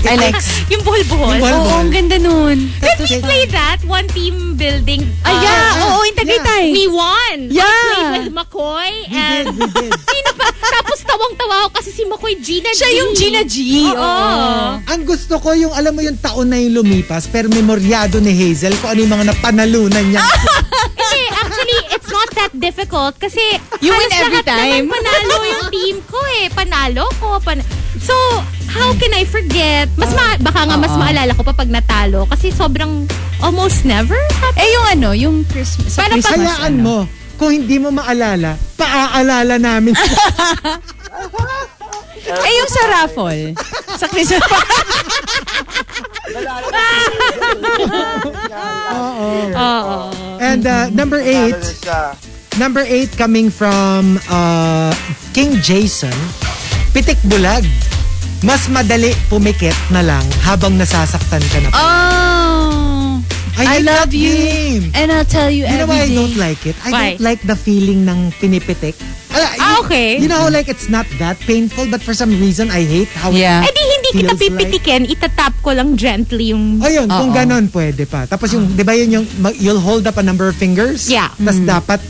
[SPEAKER 12] I like, s-
[SPEAKER 4] yung bulbol.
[SPEAKER 12] oo,
[SPEAKER 8] Yung Ball.
[SPEAKER 12] Oh, ang ganda nun.
[SPEAKER 4] Did we play that? One team building.
[SPEAKER 12] Ah,
[SPEAKER 4] uh,
[SPEAKER 12] yeah,
[SPEAKER 8] yeah.
[SPEAKER 12] oo, yung tagaytay.
[SPEAKER 4] We won.
[SPEAKER 12] Yeah.
[SPEAKER 4] We played with McCoy and
[SPEAKER 8] We did.
[SPEAKER 4] Sino pa? Tapos tawang-tawa ako kasi si McCoy Gina
[SPEAKER 12] Siya
[SPEAKER 4] G.
[SPEAKER 12] yung Gina G.
[SPEAKER 4] Oo.
[SPEAKER 8] Ang gusto ko yung, alam mo yung taon na yung lumipas, pero memoryado ni Hazel kung ano yung mga napanalunan niya.
[SPEAKER 12] Ah!
[SPEAKER 4] Kasi actually, it's not that difficult kasi
[SPEAKER 12] You win
[SPEAKER 4] halos
[SPEAKER 12] every
[SPEAKER 4] lahat naman
[SPEAKER 12] time.
[SPEAKER 4] panalo yung team ko eh. Panalo ko. Pan so, how can I forget? Mas ma baka nga mas
[SPEAKER 12] Oo.
[SPEAKER 4] maalala ko pa pag natalo kasi sobrang almost never happened.
[SPEAKER 12] Eh, yung ano, yung Christmas. Sa
[SPEAKER 4] Para pag-
[SPEAKER 12] Christmas,
[SPEAKER 8] Hayaan
[SPEAKER 12] ano.
[SPEAKER 8] mo. Kung hindi mo maalala, paaalala namin.
[SPEAKER 12] Eh, yung sa raffle. sa Christmas.
[SPEAKER 4] Oo.
[SPEAKER 8] And uh, number eight, number eight coming from uh, King Jason, pitik bulag. Mas madali pumikit na lang habang nasasaktan ka na. pa.
[SPEAKER 12] Oh, I
[SPEAKER 8] like
[SPEAKER 12] love
[SPEAKER 8] that
[SPEAKER 12] you.
[SPEAKER 8] game.
[SPEAKER 12] and I'll tell you
[SPEAKER 8] You know why I
[SPEAKER 12] every
[SPEAKER 8] don't
[SPEAKER 12] day.
[SPEAKER 8] like it? I
[SPEAKER 4] Why?
[SPEAKER 8] don't like the feeling ng pinipitik. Ala,
[SPEAKER 4] Ah,
[SPEAKER 8] you-
[SPEAKER 4] okay.
[SPEAKER 8] You know, like it's not that painful, but for some reason, I hate how it
[SPEAKER 12] Yeah.
[SPEAKER 4] Eh di hindi kita
[SPEAKER 8] Feels like-
[SPEAKER 4] pipitikin, itatap ko lang gently yung...
[SPEAKER 8] Ayun, kung
[SPEAKER 12] Oo.
[SPEAKER 8] ganon, pwede pa. Tapos yung, di ba yun yung, ma- you'll hold up a number of fingers?
[SPEAKER 4] Yeah. Mm-hmm.
[SPEAKER 8] Tapos dapat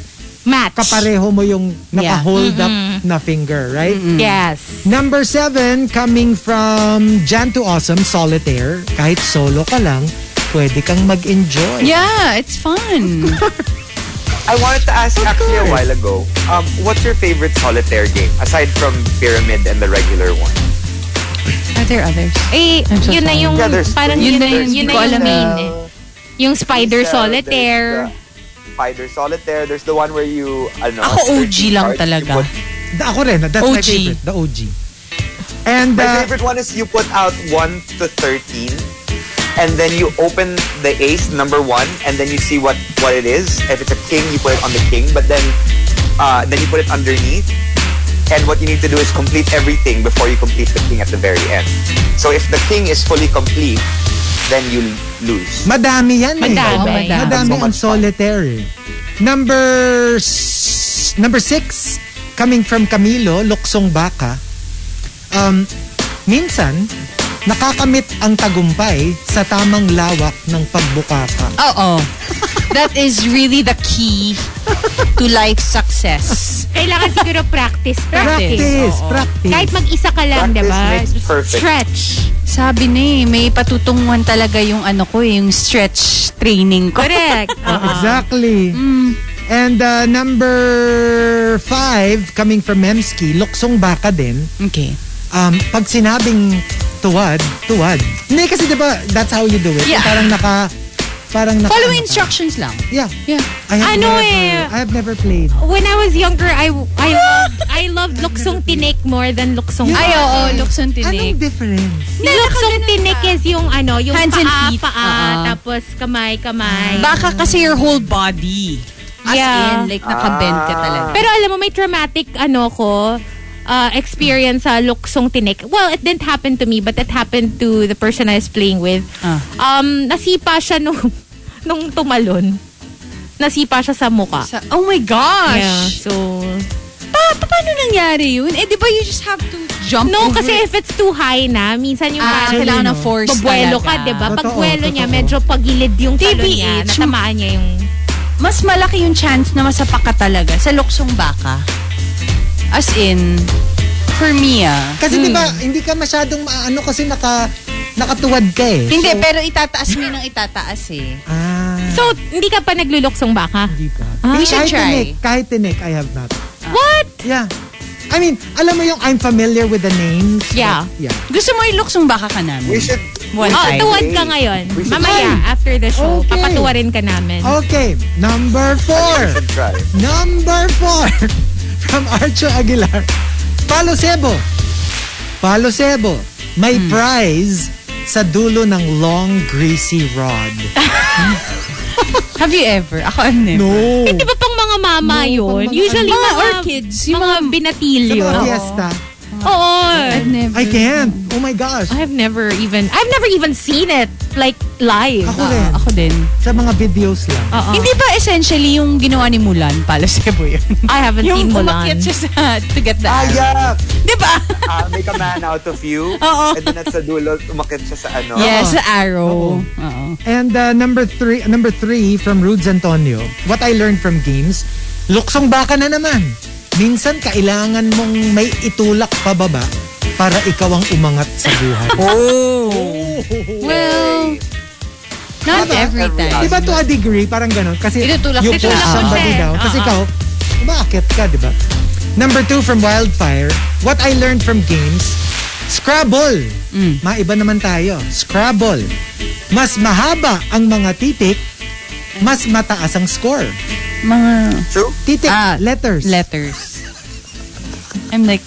[SPEAKER 4] Match.
[SPEAKER 8] kapareho mo yung
[SPEAKER 12] Yeah.
[SPEAKER 8] naka-hold up
[SPEAKER 4] Mm-hmm.
[SPEAKER 8] na finger, right?
[SPEAKER 12] Mm.
[SPEAKER 4] Yes.
[SPEAKER 8] Number seven, coming from Jan to Awesome, Solitaire. Kahit solo ka lang, pwede kang mag-enjoy.
[SPEAKER 12] Yeah, it's fun.
[SPEAKER 11] I wanted to ask actually a while ago, um, what's your favorite solitaire game aside from Pyramid and the regular one?
[SPEAKER 4] Hmm,
[SPEAKER 12] Are there others?
[SPEAKER 4] Eh,
[SPEAKER 12] I'm so
[SPEAKER 4] yun na
[SPEAKER 12] sorry.
[SPEAKER 4] yung...
[SPEAKER 11] Yeah, there's-
[SPEAKER 4] parang
[SPEAKER 11] there's-
[SPEAKER 4] yun na
[SPEAKER 11] there's
[SPEAKER 4] yung... Yun na
[SPEAKER 12] ko
[SPEAKER 4] yung
[SPEAKER 12] alam
[SPEAKER 4] main
[SPEAKER 11] Pinel,
[SPEAKER 4] eh. Yung Spider
[SPEAKER 11] uh, there's the-
[SPEAKER 4] Solitaire.
[SPEAKER 11] there's the Spider Solitaire. There's the one where you, ano,
[SPEAKER 12] Ako
[SPEAKER 11] search
[SPEAKER 12] OG
[SPEAKER 11] yung
[SPEAKER 12] lang
[SPEAKER 11] cards, you
[SPEAKER 12] talaga.
[SPEAKER 11] put-
[SPEAKER 8] The- Ako rin, that's my
[SPEAKER 12] OG.
[SPEAKER 8] favorite, the OG. And
[SPEAKER 11] My
[SPEAKER 8] uh,
[SPEAKER 11] favorite one is you put out 1 to 13 and then you open the ace number 1 and then you see what what it is. If it's a king, you put it on the king, but then uh, then you put it underneath. And what you need to do is complete everything before you complete the king at the very end. So if the king is fully complete, then you l- lose.
[SPEAKER 8] madami yan eh.
[SPEAKER 4] Madami.
[SPEAKER 12] Madami.
[SPEAKER 8] Madami
[SPEAKER 11] So much
[SPEAKER 8] ang solitaire. eh. Number s- number six, coming from Camilo, Luksong Baka. Um, minsan, nakakamit ang tagumpay sa tamang lawak ng pagbukaka.
[SPEAKER 12] Oo. That is really the key to life success.
[SPEAKER 4] Kailangan siguro practice. Practice.
[SPEAKER 8] Practice,
[SPEAKER 12] Oo.
[SPEAKER 8] practice.
[SPEAKER 4] Kahit mag-isa ka lang,
[SPEAKER 11] Practice
[SPEAKER 4] diba?
[SPEAKER 11] makes perfect.
[SPEAKER 4] Stretch.
[SPEAKER 12] Sabi ni, may patutunguhan talaga yung ano ko, eh, yung stretch training ko.
[SPEAKER 4] Correct. Oo. Mm.
[SPEAKER 8] Exactly. And uh, number five, coming from Memski, Luksong Baka din.
[SPEAKER 12] Okay.
[SPEAKER 8] um, pag sinabing tuwad, tuwad. Hindi kasi di ba, that's how you do it.
[SPEAKER 12] Yeah.
[SPEAKER 8] Parang naka, parang naka.
[SPEAKER 12] Follow
[SPEAKER 8] ano ka.
[SPEAKER 12] instructions lang.
[SPEAKER 8] Yeah.
[SPEAKER 12] Yeah.
[SPEAKER 8] I have
[SPEAKER 4] Ano
[SPEAKER 8] never,
[SPEAKER 4] eh.
[SPEAKER 8] I have never played.
[SPEAKER 4] When I was younger, I I loved, I loved Luksong Tinik more than Luksong
[SPEAKER 12] Ay,
[SPEAKER 4] Baka.
[SPEAKER 12] oo, looks on
[SPEAKER 8] Anong
[SPEAKER 12] tinig.
[SPEAKER 8] difference?
[SPEAKER 4] Luksong Tinik is yung ano, yung
[SPEAKER 12] Hands and
[SPEAKER 4] paa,
[SPEAKER 12] feet.
[SPEAKER 4] paa,
[SPEAKER 12] Oo.
[SPEAKER 4] tapos kamay, kamay.
[SPEAKER 12] Baka kasi your whole body. As
[SPEAKER 4] Yeah.
[SPEAKER 12] in, like, nakabend ka talaga.
[SPEAKER 4] Pero alam mo, may traumatic ano ko, uh, experience sa luksong tinik. Well, it didn't happen to me, but it happened to the person I was playing with.
[SPEAKER 12] Ah.
[SPEAKER 4] Um, nasipa siya nung, nung tumalon. Nasipa siya sa muka.
[SPEAKER 12] Sa- oh my gosh!
[SPEAKER 4] Yeah, so...
[SPEAKER 12] Pa, pa- paano nangyari yun? Eh, di ba you just have to jump
[SPEAKER 4] No,
[SPEAKER 12] over
[SPEAKER 4] kasi
[SPEAKER 12] it?
[SPEAKER 4] if it's too high na, minsan yung
[SPEAKER 12] Ah,
[SPEAKER 4] parang
[SPEAKER 12] kailangan
[SPEAKER 8] no.
[SPEAKER 12] ng force talaga.
[SPEAKER 4] Pabuelo ka, di ba? Pag
[SPEAKER 8] Totoo,
[SPEAKER 4] buwelo niya,
[SPEAKER 8] totoo.
[SPEAKER 4] medyo pagilid yung talon niya.
[SPEAKER 12] TBH,
[SPEAKER 4] Natamaan niya yung...
[SPEAKER 12] Mas malaki yung chance na masapaka talaga sa luksong baka. As in, for me ah.
[SPEAKER 8] Kasi di ba, hindi ka masyadong maano kasi naka, nakatuwad ka eh.
[SPEAKER 12] Hindi, pero itataas mo yun ng itataas eh.
[SPEAKER 8] Ah,
[SPEAKER 4] So, hindi ka pa nagluloksong baka?
[SPEAKER 8] hindi pa.
[SPEAKER 12] We should
[SPEAKER 8] kahit
[SPEAKER 12] try.
[SPEAKER 8] tinik, kahit tinik, I have not.
[SPEAKER 4] What?
[SPEAKER 8] Yeah. I mean, alam mo yung I'm familiar with the names. but-
[SPEAKER 4] Yeah.
[SPEAKER 8] Yeah.
[SPEAKER 12] Gusto mo yung luksong baka ka namin?
[SPEAKER 11] We should
[SPEAKER 12] One
[SPEAKER 4] Oh,
[SPEAKER 12] time.
[SPEAKER 4] tuwad ka ngayon.
[SPEAKER 11] We should
[SPEAKER 4] Mamaya, after the show,
[SPEAKER 8] Okay.
[SPEAKER 4] papatuwa rin ka namin.
[SPEAKER 8] Okay, number
[SPEAKER 11] we
[SPEAKER 8] four.
[SPEAKER 11] should try.
[SPEAKER 8] Number four from Archo Aguilar. Palo Sebo. Palo Sebo. May
[SPEAKER 4] Hmm.
[SPEAKER 8] prize sa dulo ng long greasy rod.
[SPEAKER 12] Have you ever? Ako ano eh.
[SPEAKER 8] No.
[SPEAKER 4] Di ba pang mga mama yun? Usually,
[SPEAKER 12] Mga
[SPEAKER 4] mga,
[SPEAKER 12] orchids, yung
[SPEAKER 4] mga
[SPEAKER 12] mga-
[SPEAKER 8] Sa
[SPEAKER 4] binatilyo.
[SPEAKER 8] mga
[SPEAKER 4] Oo.
[SPEAKER 8] fiesta.
[SPEAKER 4] Oo.
[SPEAKER 12] I've never.
[SPEAKER 8] I can't. Oh my gosh.
[SPEAKER 4] I've never even, I've never even seen it, like, live. Uh-uh.
[SPEAKER 8] Ako
[SPEAKER 12] Oo,
[SPEAKER 8] rin.
[SPEAKER 12] ako din.
[SPEAKER 8] Sa mga videos lang.
[SPEAKER 6] Ah.
[SPEAKER 4] Oo.
[SPEAKER 12] Hindi ba essentially yung ginawa ni Mulan, Palo Cebu yun?
[SPEAKER 4] I haven't
[SPEAKER 12] yung
[SPEAKER 4] seen Mulan.
[SPEAKER 12] umakyat siya sa, to get the
[SPEAKER 11] Ah,
[SPEAKER 12] arrow.
[SPEAKER 11] yeah.
[SPEAKER 12] Di ba?
[SPEAKER 11] Ah, make a man out of you.
[SPEAKER 12] Oo.
[SPEAKER 11] And then at sa dulo, umakit siya sa ano.
[SPEAKER 12] Yes, the arrow. Oo.
[SPEAKER 8] And uh, number three, number three from Rudes Antonio. What I learned from games, luksong baka na naman. Minsan kailangan mong may itulak pababa para ikaw ang umangat sa buhay. Oh!
[SPEAKER 12] Well, not every time.
[SPEAKER 8] Di ba Diba? to a degree, parang ganun. Kasi
[SPEAKER 12] Itutulak-
[SPEAKER 8] you push
[SPEAKER 12] itutulak mo
[SPEAKER 8] somebody
[SPEAKER 4] siya eh.
[SPEAKER 8] down. Diba, Kasi
[SPEAKER 4] Oo.
[SPEAKER 8] ikaw, umaakit ka, di ba? Number two from Wildfire, what I learned from games, Scrabble. Maiba naman tayo. Scrabble. Mas mahaba ang mga titik, mas mataas ang score.
[SPEAKER 12] Mga
[SPEAKER 11] True?
[SPEAKER 8] Titik,
[SPEAKER 12] Ah,
[SPEAKER 8] letters.
[SPEAKER 12] letters. I'm like,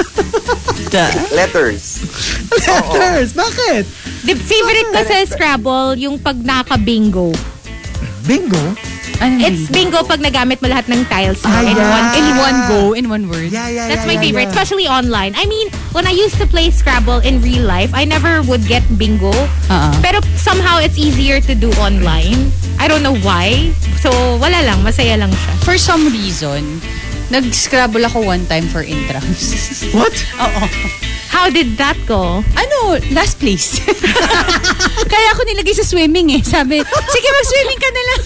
[SPEAKER 12] duh.
[SPEAKER 11] Letters.
[SPEAKER 8] letters, bakit?
[SPEAKER 4] Di- favorite ko sa Scrabble, yung pag naka-bingo.
[SPEAKER 8] Bingo?
[SPEAKER 12] Ano
[SPEAKER 4] It's bingo pag nagamit mo lahat ng tiles mo
[SPEAKER 8] Ah,
[SPEAKER 4] in
[SPEAKER 8] yeah.
[SPEAKER 4] one
[SPEAKER 6] In one go, in one word.
[SPEAKER 8] Yeah, yeah,
[SPEAKER 4] That's my
[SPEAKER 8] yeah, yeah,
[SPEAKER 4] favorite,
[SPEAKER 8] yeah.
[SPEAKER 4] especially online. I mean, when I used to play Scrabble in real life, I never would get bingo.
[SPEAKER 6] Uh-uh.
[SPEAKER 4] Pero somehow it's easier to do online. I don't know why. So, wala lang. Masaya lang siya.
[SPEAKER 6] For some reason, nag-scrabble ako one time for intrams.
[SPEAKER 8] What?
[SPEAKER 6] Oo.
[SPEAKER 4] How did that go?
[SPEAKER 6] Ano, last place. Kaya ako nilagay sa swimming eh. Sabi, sige mag-swimming ka na lang.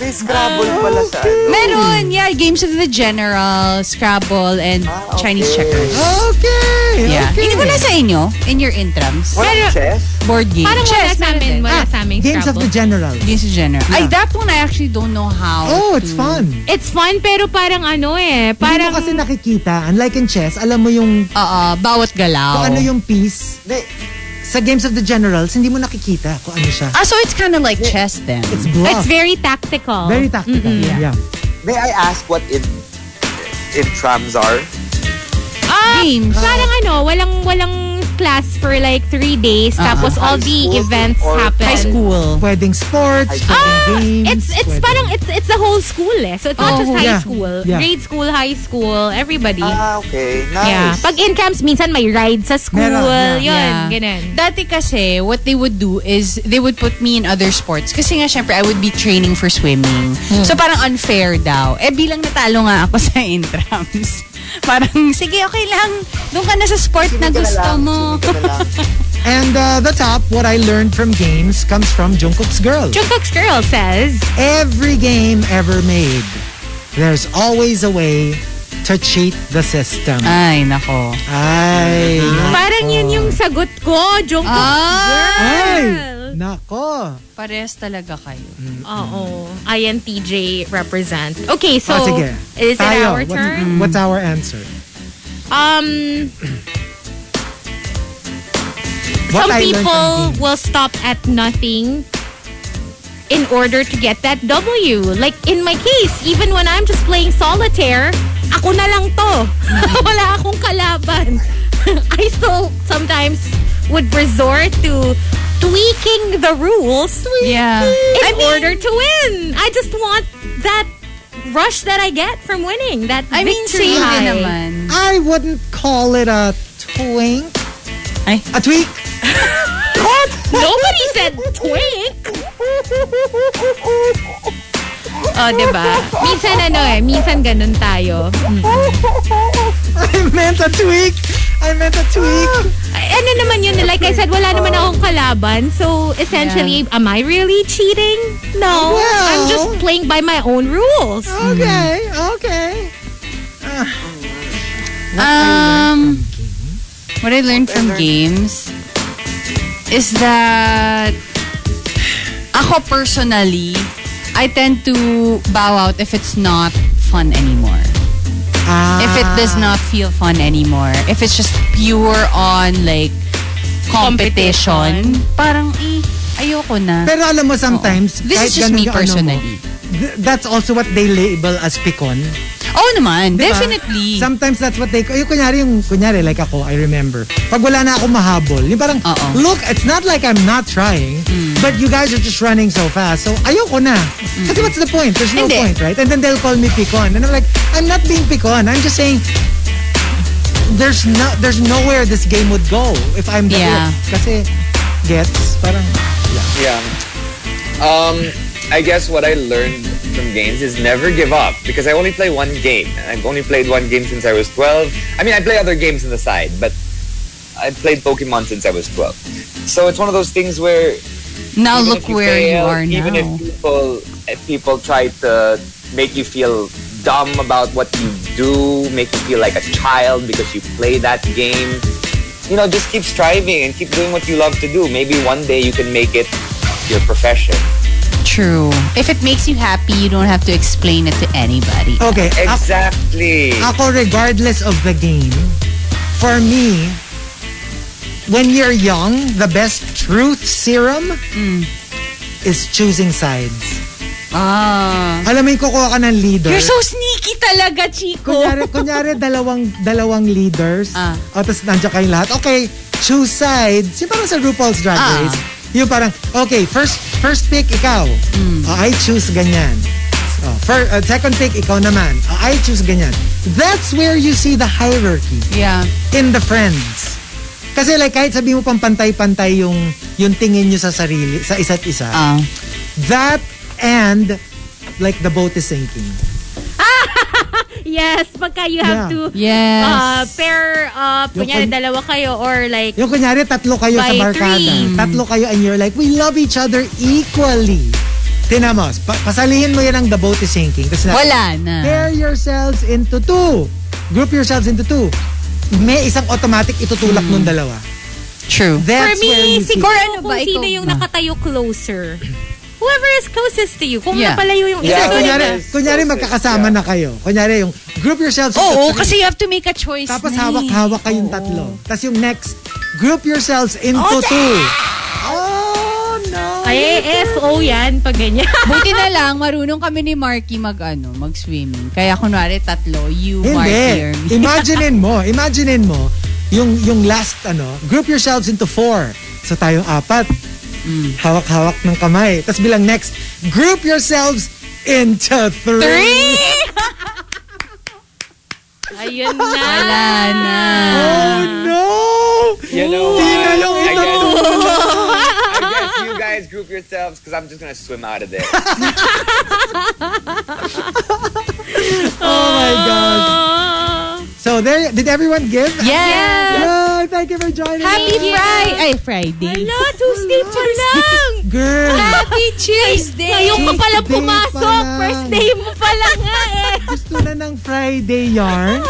[SPEAKER 11] May Scrabble pala sa ano.
[SPEAKER 6] Meron, yeah, Games of the General, Scrabble, and
[SPEAKER 11] Ah,
[SPEAKER 6] Chinese checkers.
[SPEAKER 8] Okay.
[SPEAKER 6] Yeah.
[SPEAKER 8] okay.
[SPEAKER 6] Hindi ko na sa inyo, in your intrams.
[SPEAKER 11] Walang chess?
[SPEAKER 6] Board game.
[SPEAKER 4] Parang wala
[SPEAKER 6] Chess,
[SPEAKER 4] sa
[SPEAKER 6] meron
[SPEAKER 4] amin.
[SPEAKER 6] din.
[SPEAKER 4] Wala sa amin
[SPEAKER 8] Ah, Games of
[SPEAKER 4] Scrabble.
[SPEAKER 8] the General.
[SPEAKER 6] Games of General. Ay, that one I actually don't know how
[SPEAKER 8] Oh, it's
[SPEAKER 6] to-
[SPEAKER 8] fun.
[SPEAKER 4] It's fun, pero parang ano eh.
[SPEAKER 8] Parang,
[SPEAKER 4] Parang...
[SPEAKER 8] mo kasi nakikita, unlike in chess, alam mo yung
[SPEAKER 6] Oo, Uh-uh, bawat
[SPEAKER 8] kung
[SPEAKER 6] galaw.
[SPEAKER 8] ano yung piece. Di, sa Games of the Generals, hindi mo nakikita kung ano siya.
[SPEAKER 6] Ah, so it's kind of like chess then.
[SPEAKER 8] It's bluff.
[SPEAKER 4] It's very tactical.
[SPEAKER 8] very tactical. yeah.
[SPEAKER 11] May I ask what in in trams are?
[SPEAKER 4] Ah,
[SPEAKER 6] Games.
[SPEAKER 4] Parang ano, walang walang class for like three days.
[SPEAKER 8] Uh-huh.
[SPEAKER 6] Uh-uh.
[SPEAKER 4] Tapos all
[SPEAKER 11] High
[SPEAKER 4] the
[SPEAKER 11] school
[SPEAKER 4] events
[SPEAKER 11] or-
[SPEAKER 4] happen.
[SPEAKER 6] High school.
[SPEAKER 8] Pwedeng sports,
[SPEAKER 4] Ah,
[SPEAKER 8] pwedeng games.
[SPEAKER 4] it's it's
[SPEAKER 8] pwedeng-
[SPEAKER 4] parang it's it's the whole school eh. So it's not
[SPEAKER 6] Oh,
[SPEAKER 4] just high
[SPEAKER 8] yeah,
[SPEAKER 4] school,
[SPEAKER 8] yeah.
[SPEAKER 4] grade school, high school, everybody.
[SPEAKER 11] Ah, okay. Nice.
[SPEAKER 4] yeah. Pag in camps minsan may ride sa school,
[SPEAKER 8] Meron, yeah.
[SPEAKER 4] yun,
[SPEAKER 6] Yeah.
[SPEAKER 4] ganun.
[SPEAKER 6] Dati kasi, what they would do is they would put me in other sports. Kasi nga, syempre, I would be training for swimming. So, parang unfair daw. Eh, bilang natalo nga ako sa intrams. Parang, sige, okay lang. Doon ka na sa sport na gusto mo.
[SPEAKER 8] And uh, the top, what I learned from games comes from Jungkook's Girls.
[SPEAKER 4] Jungkook's girl says,
[SPEAKER 8] Every game ever made, there's always a way to cheat the system.
[SPEAKER 4] Ah.
[SPEAKER 6] Ay, nako.
[SPEAKER 8] Ay.
[SPEAKER 4] parang yun
[SPEAKER 8] Oh.
[SPEAKER 4] yung sagot ko, Jungkook's Ah!
[SPEAKER 8] Ay.
[SPEAKER 4] girl.
[SPEAKER 8] Nako.
[SPEAKER 6] Parehas talaga kayo.
[SPEAKER 4] Oo. INTJ represent. Okay, so
[SPEAKER 8] Ah, sige.
[SPEAKER 4] is it
[SPEAKER 8] Tayo,
[SPEAKER 4] our
[SPEAKER 8] what's-
[SPEAKER 4] turn?
[SPEAKER 8] What's, our answer?
[SPEAKER 4] Um,
[SPEAKER 8] What
[SPEAKER 4] some
[SPEAKER 8] I learned from
[SPEAKER 4] people
[SPEAKER 8] games.
[SPEAKER 4] will stop at nothing in order to get that W. Like in my case, even when I'm just playing solitaire, ako na lang to. Wala akong kalaban. I still sometimes would resort to tweaking the rules
[SPEAKER 6] Yeah.
[SPEAKER 4] in
[SPEAKER 6] I mean-
[SPEAKER 4] order to win. I just want that rush that I get from winning. That
[SPEAKER 6] I mean,
[SPEAKER 4] victory
[SPEAKER 6] same din
[SPEAKER 4] high.
[SPEAKER 6] naman.
[SPEAKER 8] I wouldn't call it a twink.
[SPEAKER 6] Ay.
[SPEAKER 8] A tweak?
[SPEAKER 4] Nobody said twink. O, oh, diba? Minsan ano eh, minsan ganun tayo. Mm.
[SPEAKER 8] I meant a tweak. I meant a tweak.
[SPEAKER 4] Ay, Ano naman yun, like I said, wala naman akong kalaban. So, essentially, am I really cheating? No.
[SPEAKER 8] Well-
[SPEAKER 4] I'm just playing by my own rules.
[SPEAKER 6] Ah,
[SPEAKER 8] Okay, okay.
[SPEAKER 6] Um, what I learned from games is that ako personally, I tend to bow out if it's not fun anymore.
[SPEAKER 8] Ah.
[SPEAKER 6] If it does not feel fun anymore. If it's just pure on like competition, parang eh, ayoko na.
[SPEAKER 8] Pero alam mo, sometimes,
[SPEAKER 6] This
[SPEAKER 8] kahit
[SPEAKER 6] is just
[SPEAKER 8] ganun
[SPEAKER 6] me
[SPEAKER 8] yung ano mo,
[SPEAKER 6] personally.
[SPEAKER 8] th- that's also what they label as pikon.
[SPEAKER 6] Oh naman,
[SPEAKER 8] Diba?
[SPEAKER 6] definitely.
[SPEAKER 8] Sometimes that's what they, yung kunyari, yung kunyari, like ako, I remember, pag wala na ako mahabol, yung parang,
[SPEAKER 6] Oo. Mm.
[SPEAKER 8] look, it's not like I'm not trying, but you guys are just running so fast, so ayoko na. Kasi what's the point? There's no
[SPEAKER 6] Hindi.
[SPEAKER 8] point, right? And then they'll call me pikon. And I'm like, I'm not being pikon. I'm just saying, there's no, there's nowhere this game would go if I'm the
[SPEAKER 6] Yeah.
[SPEAKER 8] host. Kasi, gets, parang,
[SPEAKER 11] Yeah. Um, I guess what I learned from games is never give up because I only play one game. And I've only played one game since I was 12. I mean, I play other games on the side, but I played Pokemon since I was 12. So it's one of those things where
[SPEAKER 6] now
[SPEAKER 11] even
[SPEAKER 6] look
[SPEAKER 11] if you
[SPEAKER 6] where you
[SPEAKER 11] fail,
[SPEAKER 6] are now.
[SPEAKER 11] Even if people if people try to make you feel dumb about what you do, make you feel like a child because you play that game. You know, just keep striving and keep doing what you love to do. Maybe one day you can make it your profession.
[SPEAKER 6] True. If it makes you happy, you don't have to explain it to anybody.
[SPEAKER 8] okay, ako-
[SPEAKER 11] Exactly.
[SPEAKER 8] Ako, regardless of the game, for me, when you're young, the best truth serum
[SPEAKER 6] Mm.
[SPEAKER 8] is choosing sides.
[SPEAKER 6] Ah.
[SPEAKER 8] Alam mo yung kukuha ka ng leader.
[SPEAKER 6] You're so sneaky talaga, Chico.
[SPEAKER 8] kunyari, kunyari dalawang, dalawang leaders.
[SPEAKER 6] Ah.
[SPEAKER 8] O, tapos nandiyan kayong lahat. Okay, choose sides. Yung parang sa RuPaul's Drag
[SPEAKER 6] Ah.
[SPEAKER 8] Race. Yung parang, okay, first first pick, ikaw.
[SPEAKER 6] Hmm.
[SPEAKER 8] Ah, I choose ganyan. Oh, fir- uh, second pick, ikaw naman. Ah, I choose ganyan. That's where you see the hierarchy
[SPEAKER 12] Yeah.
[SPEAKER 8] in the friends. Kasi like kahit sabi mo pang pantay-pantay yung yung tingin nyo sa sarili, sa isa't isa.
[SPEAKER 6] Ah.
[SPEAKER 11] Ah.
[SPEAKER 8] That and like the boat is sinking.
[SPEAKER 4] Yes, pagka you have
[SPEAKER 8] Yeah.
[SPEAKER 4] to
[SPEAKER 12] Yes.
[SPEAKER 4] uh, pair up,
[SPEAKER 8] Yung
[SPEAKER 4] kunyari
[SPEAKER 8] kun-
[SPEAKER 4] dalawa kayo or like,
[SPEAKER 8] Yung kunyari tatlo kayo sa
[SPEAKER 4] By
[SPEAKER 8] barkada.
[SPEAKER 4] three. Mm-hmm.
[SPEAKER 8] Tatlo kayo and you're like, we love each other equally. Tinamos, pa- pasalihin mo yan ang the boat is sinking. Tapos sinabi,
[SPEAKER 12] Wala na.
[SPEAKER 8] Pair yourselves into two. Group yourselves into two. May isang automatic itutulak
[SPEAKER 11] Mm.
[SPEAKER 8] nung dalawa.
[SPEAKER 12] True.
[SPEAKER 4] for
[SPEAKER 8] That's where
[SPEAKER 4] me,
[SPEAKER 8] you see-
[SPEAKER 4] siguro
[SPEAKER 12] Ano
[SPEAKER 4] kung
[SPEAKER 12] ba,
[SPEAKER 4] sino
[SPEAKER 12] ikaw
[SPEAKER 4] yung
[SPEAKER 12] ba?
[SPEAKER 4] nakatayo closer. Whoever is closest to you. Kung
[SPEAKER 12] Yeah.
[SPEAKER 4] napalayo yung
[SPEAKER 8] Kasi
[SPEAKER 4] isa.
[SPEAKER 11] Yeah.
[SPEAKER 8] kunyari,
[SPEAKER 11] yes.
[SPEAKER 8] kunyari
[SPEAKER 11] Yes,
[SPEAKER 8] magkakasama
[SPEAKER 11] yeah.
[SPEAKER 8] na kayo. Kunyari yung group yourselves into
[SPEAKER 12] Oo,
[SPEAKER 4] Oh,
[SPEAKER 8] three.
[SPEAKER 12] kasi you have to make a choice
[SPEAKER 8] Tapos
[SPEAKER 12] na eh.
[SPEAKER 8] hawak-hawak kayong tatlo.
[SPEAKER 11] Oh.
[SPEAKER 8] Tapos yung next, group yourselves into two. Oh, no.
[SPEAKER 4] Ay, eh, FO yan, pag ganyan.
[SPEAKER 12] Buti na lang, marunong kami ni Marky mag, ano, mag-swimming. Kaya kunwari tatlo, you,
[SPEAKER 8] Hindi.
[SPEAKER 12] Marky, or me.
[SPEAKER 8] Imaginein mo, imaginein mo, yung, yung last, ano, group yourselves into four. So tayong apat. Hawak-hawak ng kamay. Tapos bilang next, group yourselves into three.
[SPEAKER 4] Ayun na.
[SPEAKER 12] Wala na.
[SPEAKER 8] Oh, no!
[SPEAKER 11] You know
[SPEAKER 8] Sino
[SPEAKER 11] what?
[SPEAKER 8] yung
[SPEAKER 11] I
[SPEAKER 8] ito?
[SPEAKER 11] guess, I guess you guys group yourselves because I'm just gonna swim out of there.
[SPEAKER 8] Oh, my God. So there, did everyone give?
[SPEAKER 12] Yes!
[SPEAKER 8] Yay! Thank you for joining
[SPEAKER 12] Happy
[SPEAKER 8] us.
[SPEAKER 12] Friday! Ay, Friday.
[SPEAKER 4] Wala, Tuesday pa lang.
[SPEAKER 8] Girl!
[SPEAKER 12] Happy Tuesday!
[SPEAKER 4] Ngayon ka pala
[SPEAKER 8] Tuesday
[SPEAKER 4] pumasok.
[SPEAKER 8] pa lang.
[SPEAKER 4] First day mo pala nga eh.
[SPEAKER 8] Gusto na ng Friday yarn?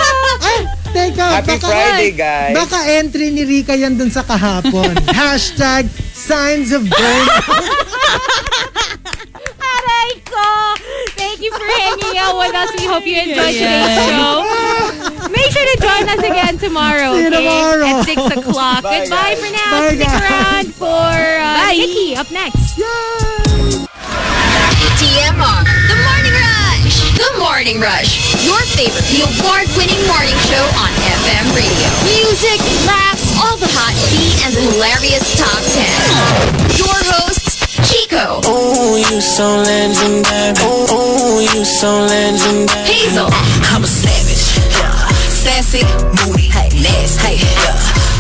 [SPEAKER 8] Ay, teka.
[SPEAKER 11] Happy
[SPEAKER 8] baka,
[SPEAKER 11] Friday, guys.
[SPEAKER 8] Baka entry ni Rika yan dun sa kahapon. Hashtag signs of burnout.
[SPEAKER 4] Aray ko. Thank you for hanging out with us. We hope you enjoyed today's show. Make sure to join us again tomorrow.
[SPEAKER 8] See you
[SPEAKER 4] okay?
[SPEAKER 8] tomorrow.
[SPEAKER 4] At 6 o'clock.
[SPEAKER 11] Bye,
[SPEAKER 4] Goodbye
[SPEAKER 11] guys.
[SPEAKER 4] for now.
[SPEAKER 8] Bye,
[SPEAKER 4] Stick
[SPEAKER 8] guys.
[SPEAKER 4] around for uh,
[SPEAKER 12] Bye.
[SPEAKER 4] Nikki up next.
[SPEAKER 8] Yay!
[SPEAKER 1] TMR, The Morning Rush. The Morning Rush. Your favorite, the award-winning morning show on FM radio. Music, laughs, all the hot tea, and the hilarious top 10. Your hosts, Chico,
[SPEAKER 2] Ooh, you so legendary. Ooh, ooh, you so legendary.
[SPEAKER 1] Hazel,
[SPEAKER 3] I'm a savage. Yeah. Sassy, moody, hey, nasty. Yeah.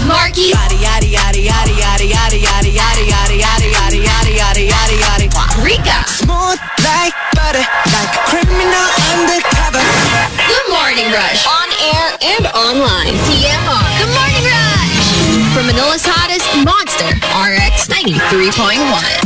[SPEAKER 1] Marky,
[SPEAKER 3] Yada yada yada yada yada yada yada yada yada yada yada yada yada yada yada.
[SPEAKER 1] Rika.
[SPEAKER 2] Smooth like butter, like a criminal undercover.
[SPEAKER 1] The Morning Rush. On air and online. TMR. The Morning Rush. From Manila's hottest monster, RX 93.1.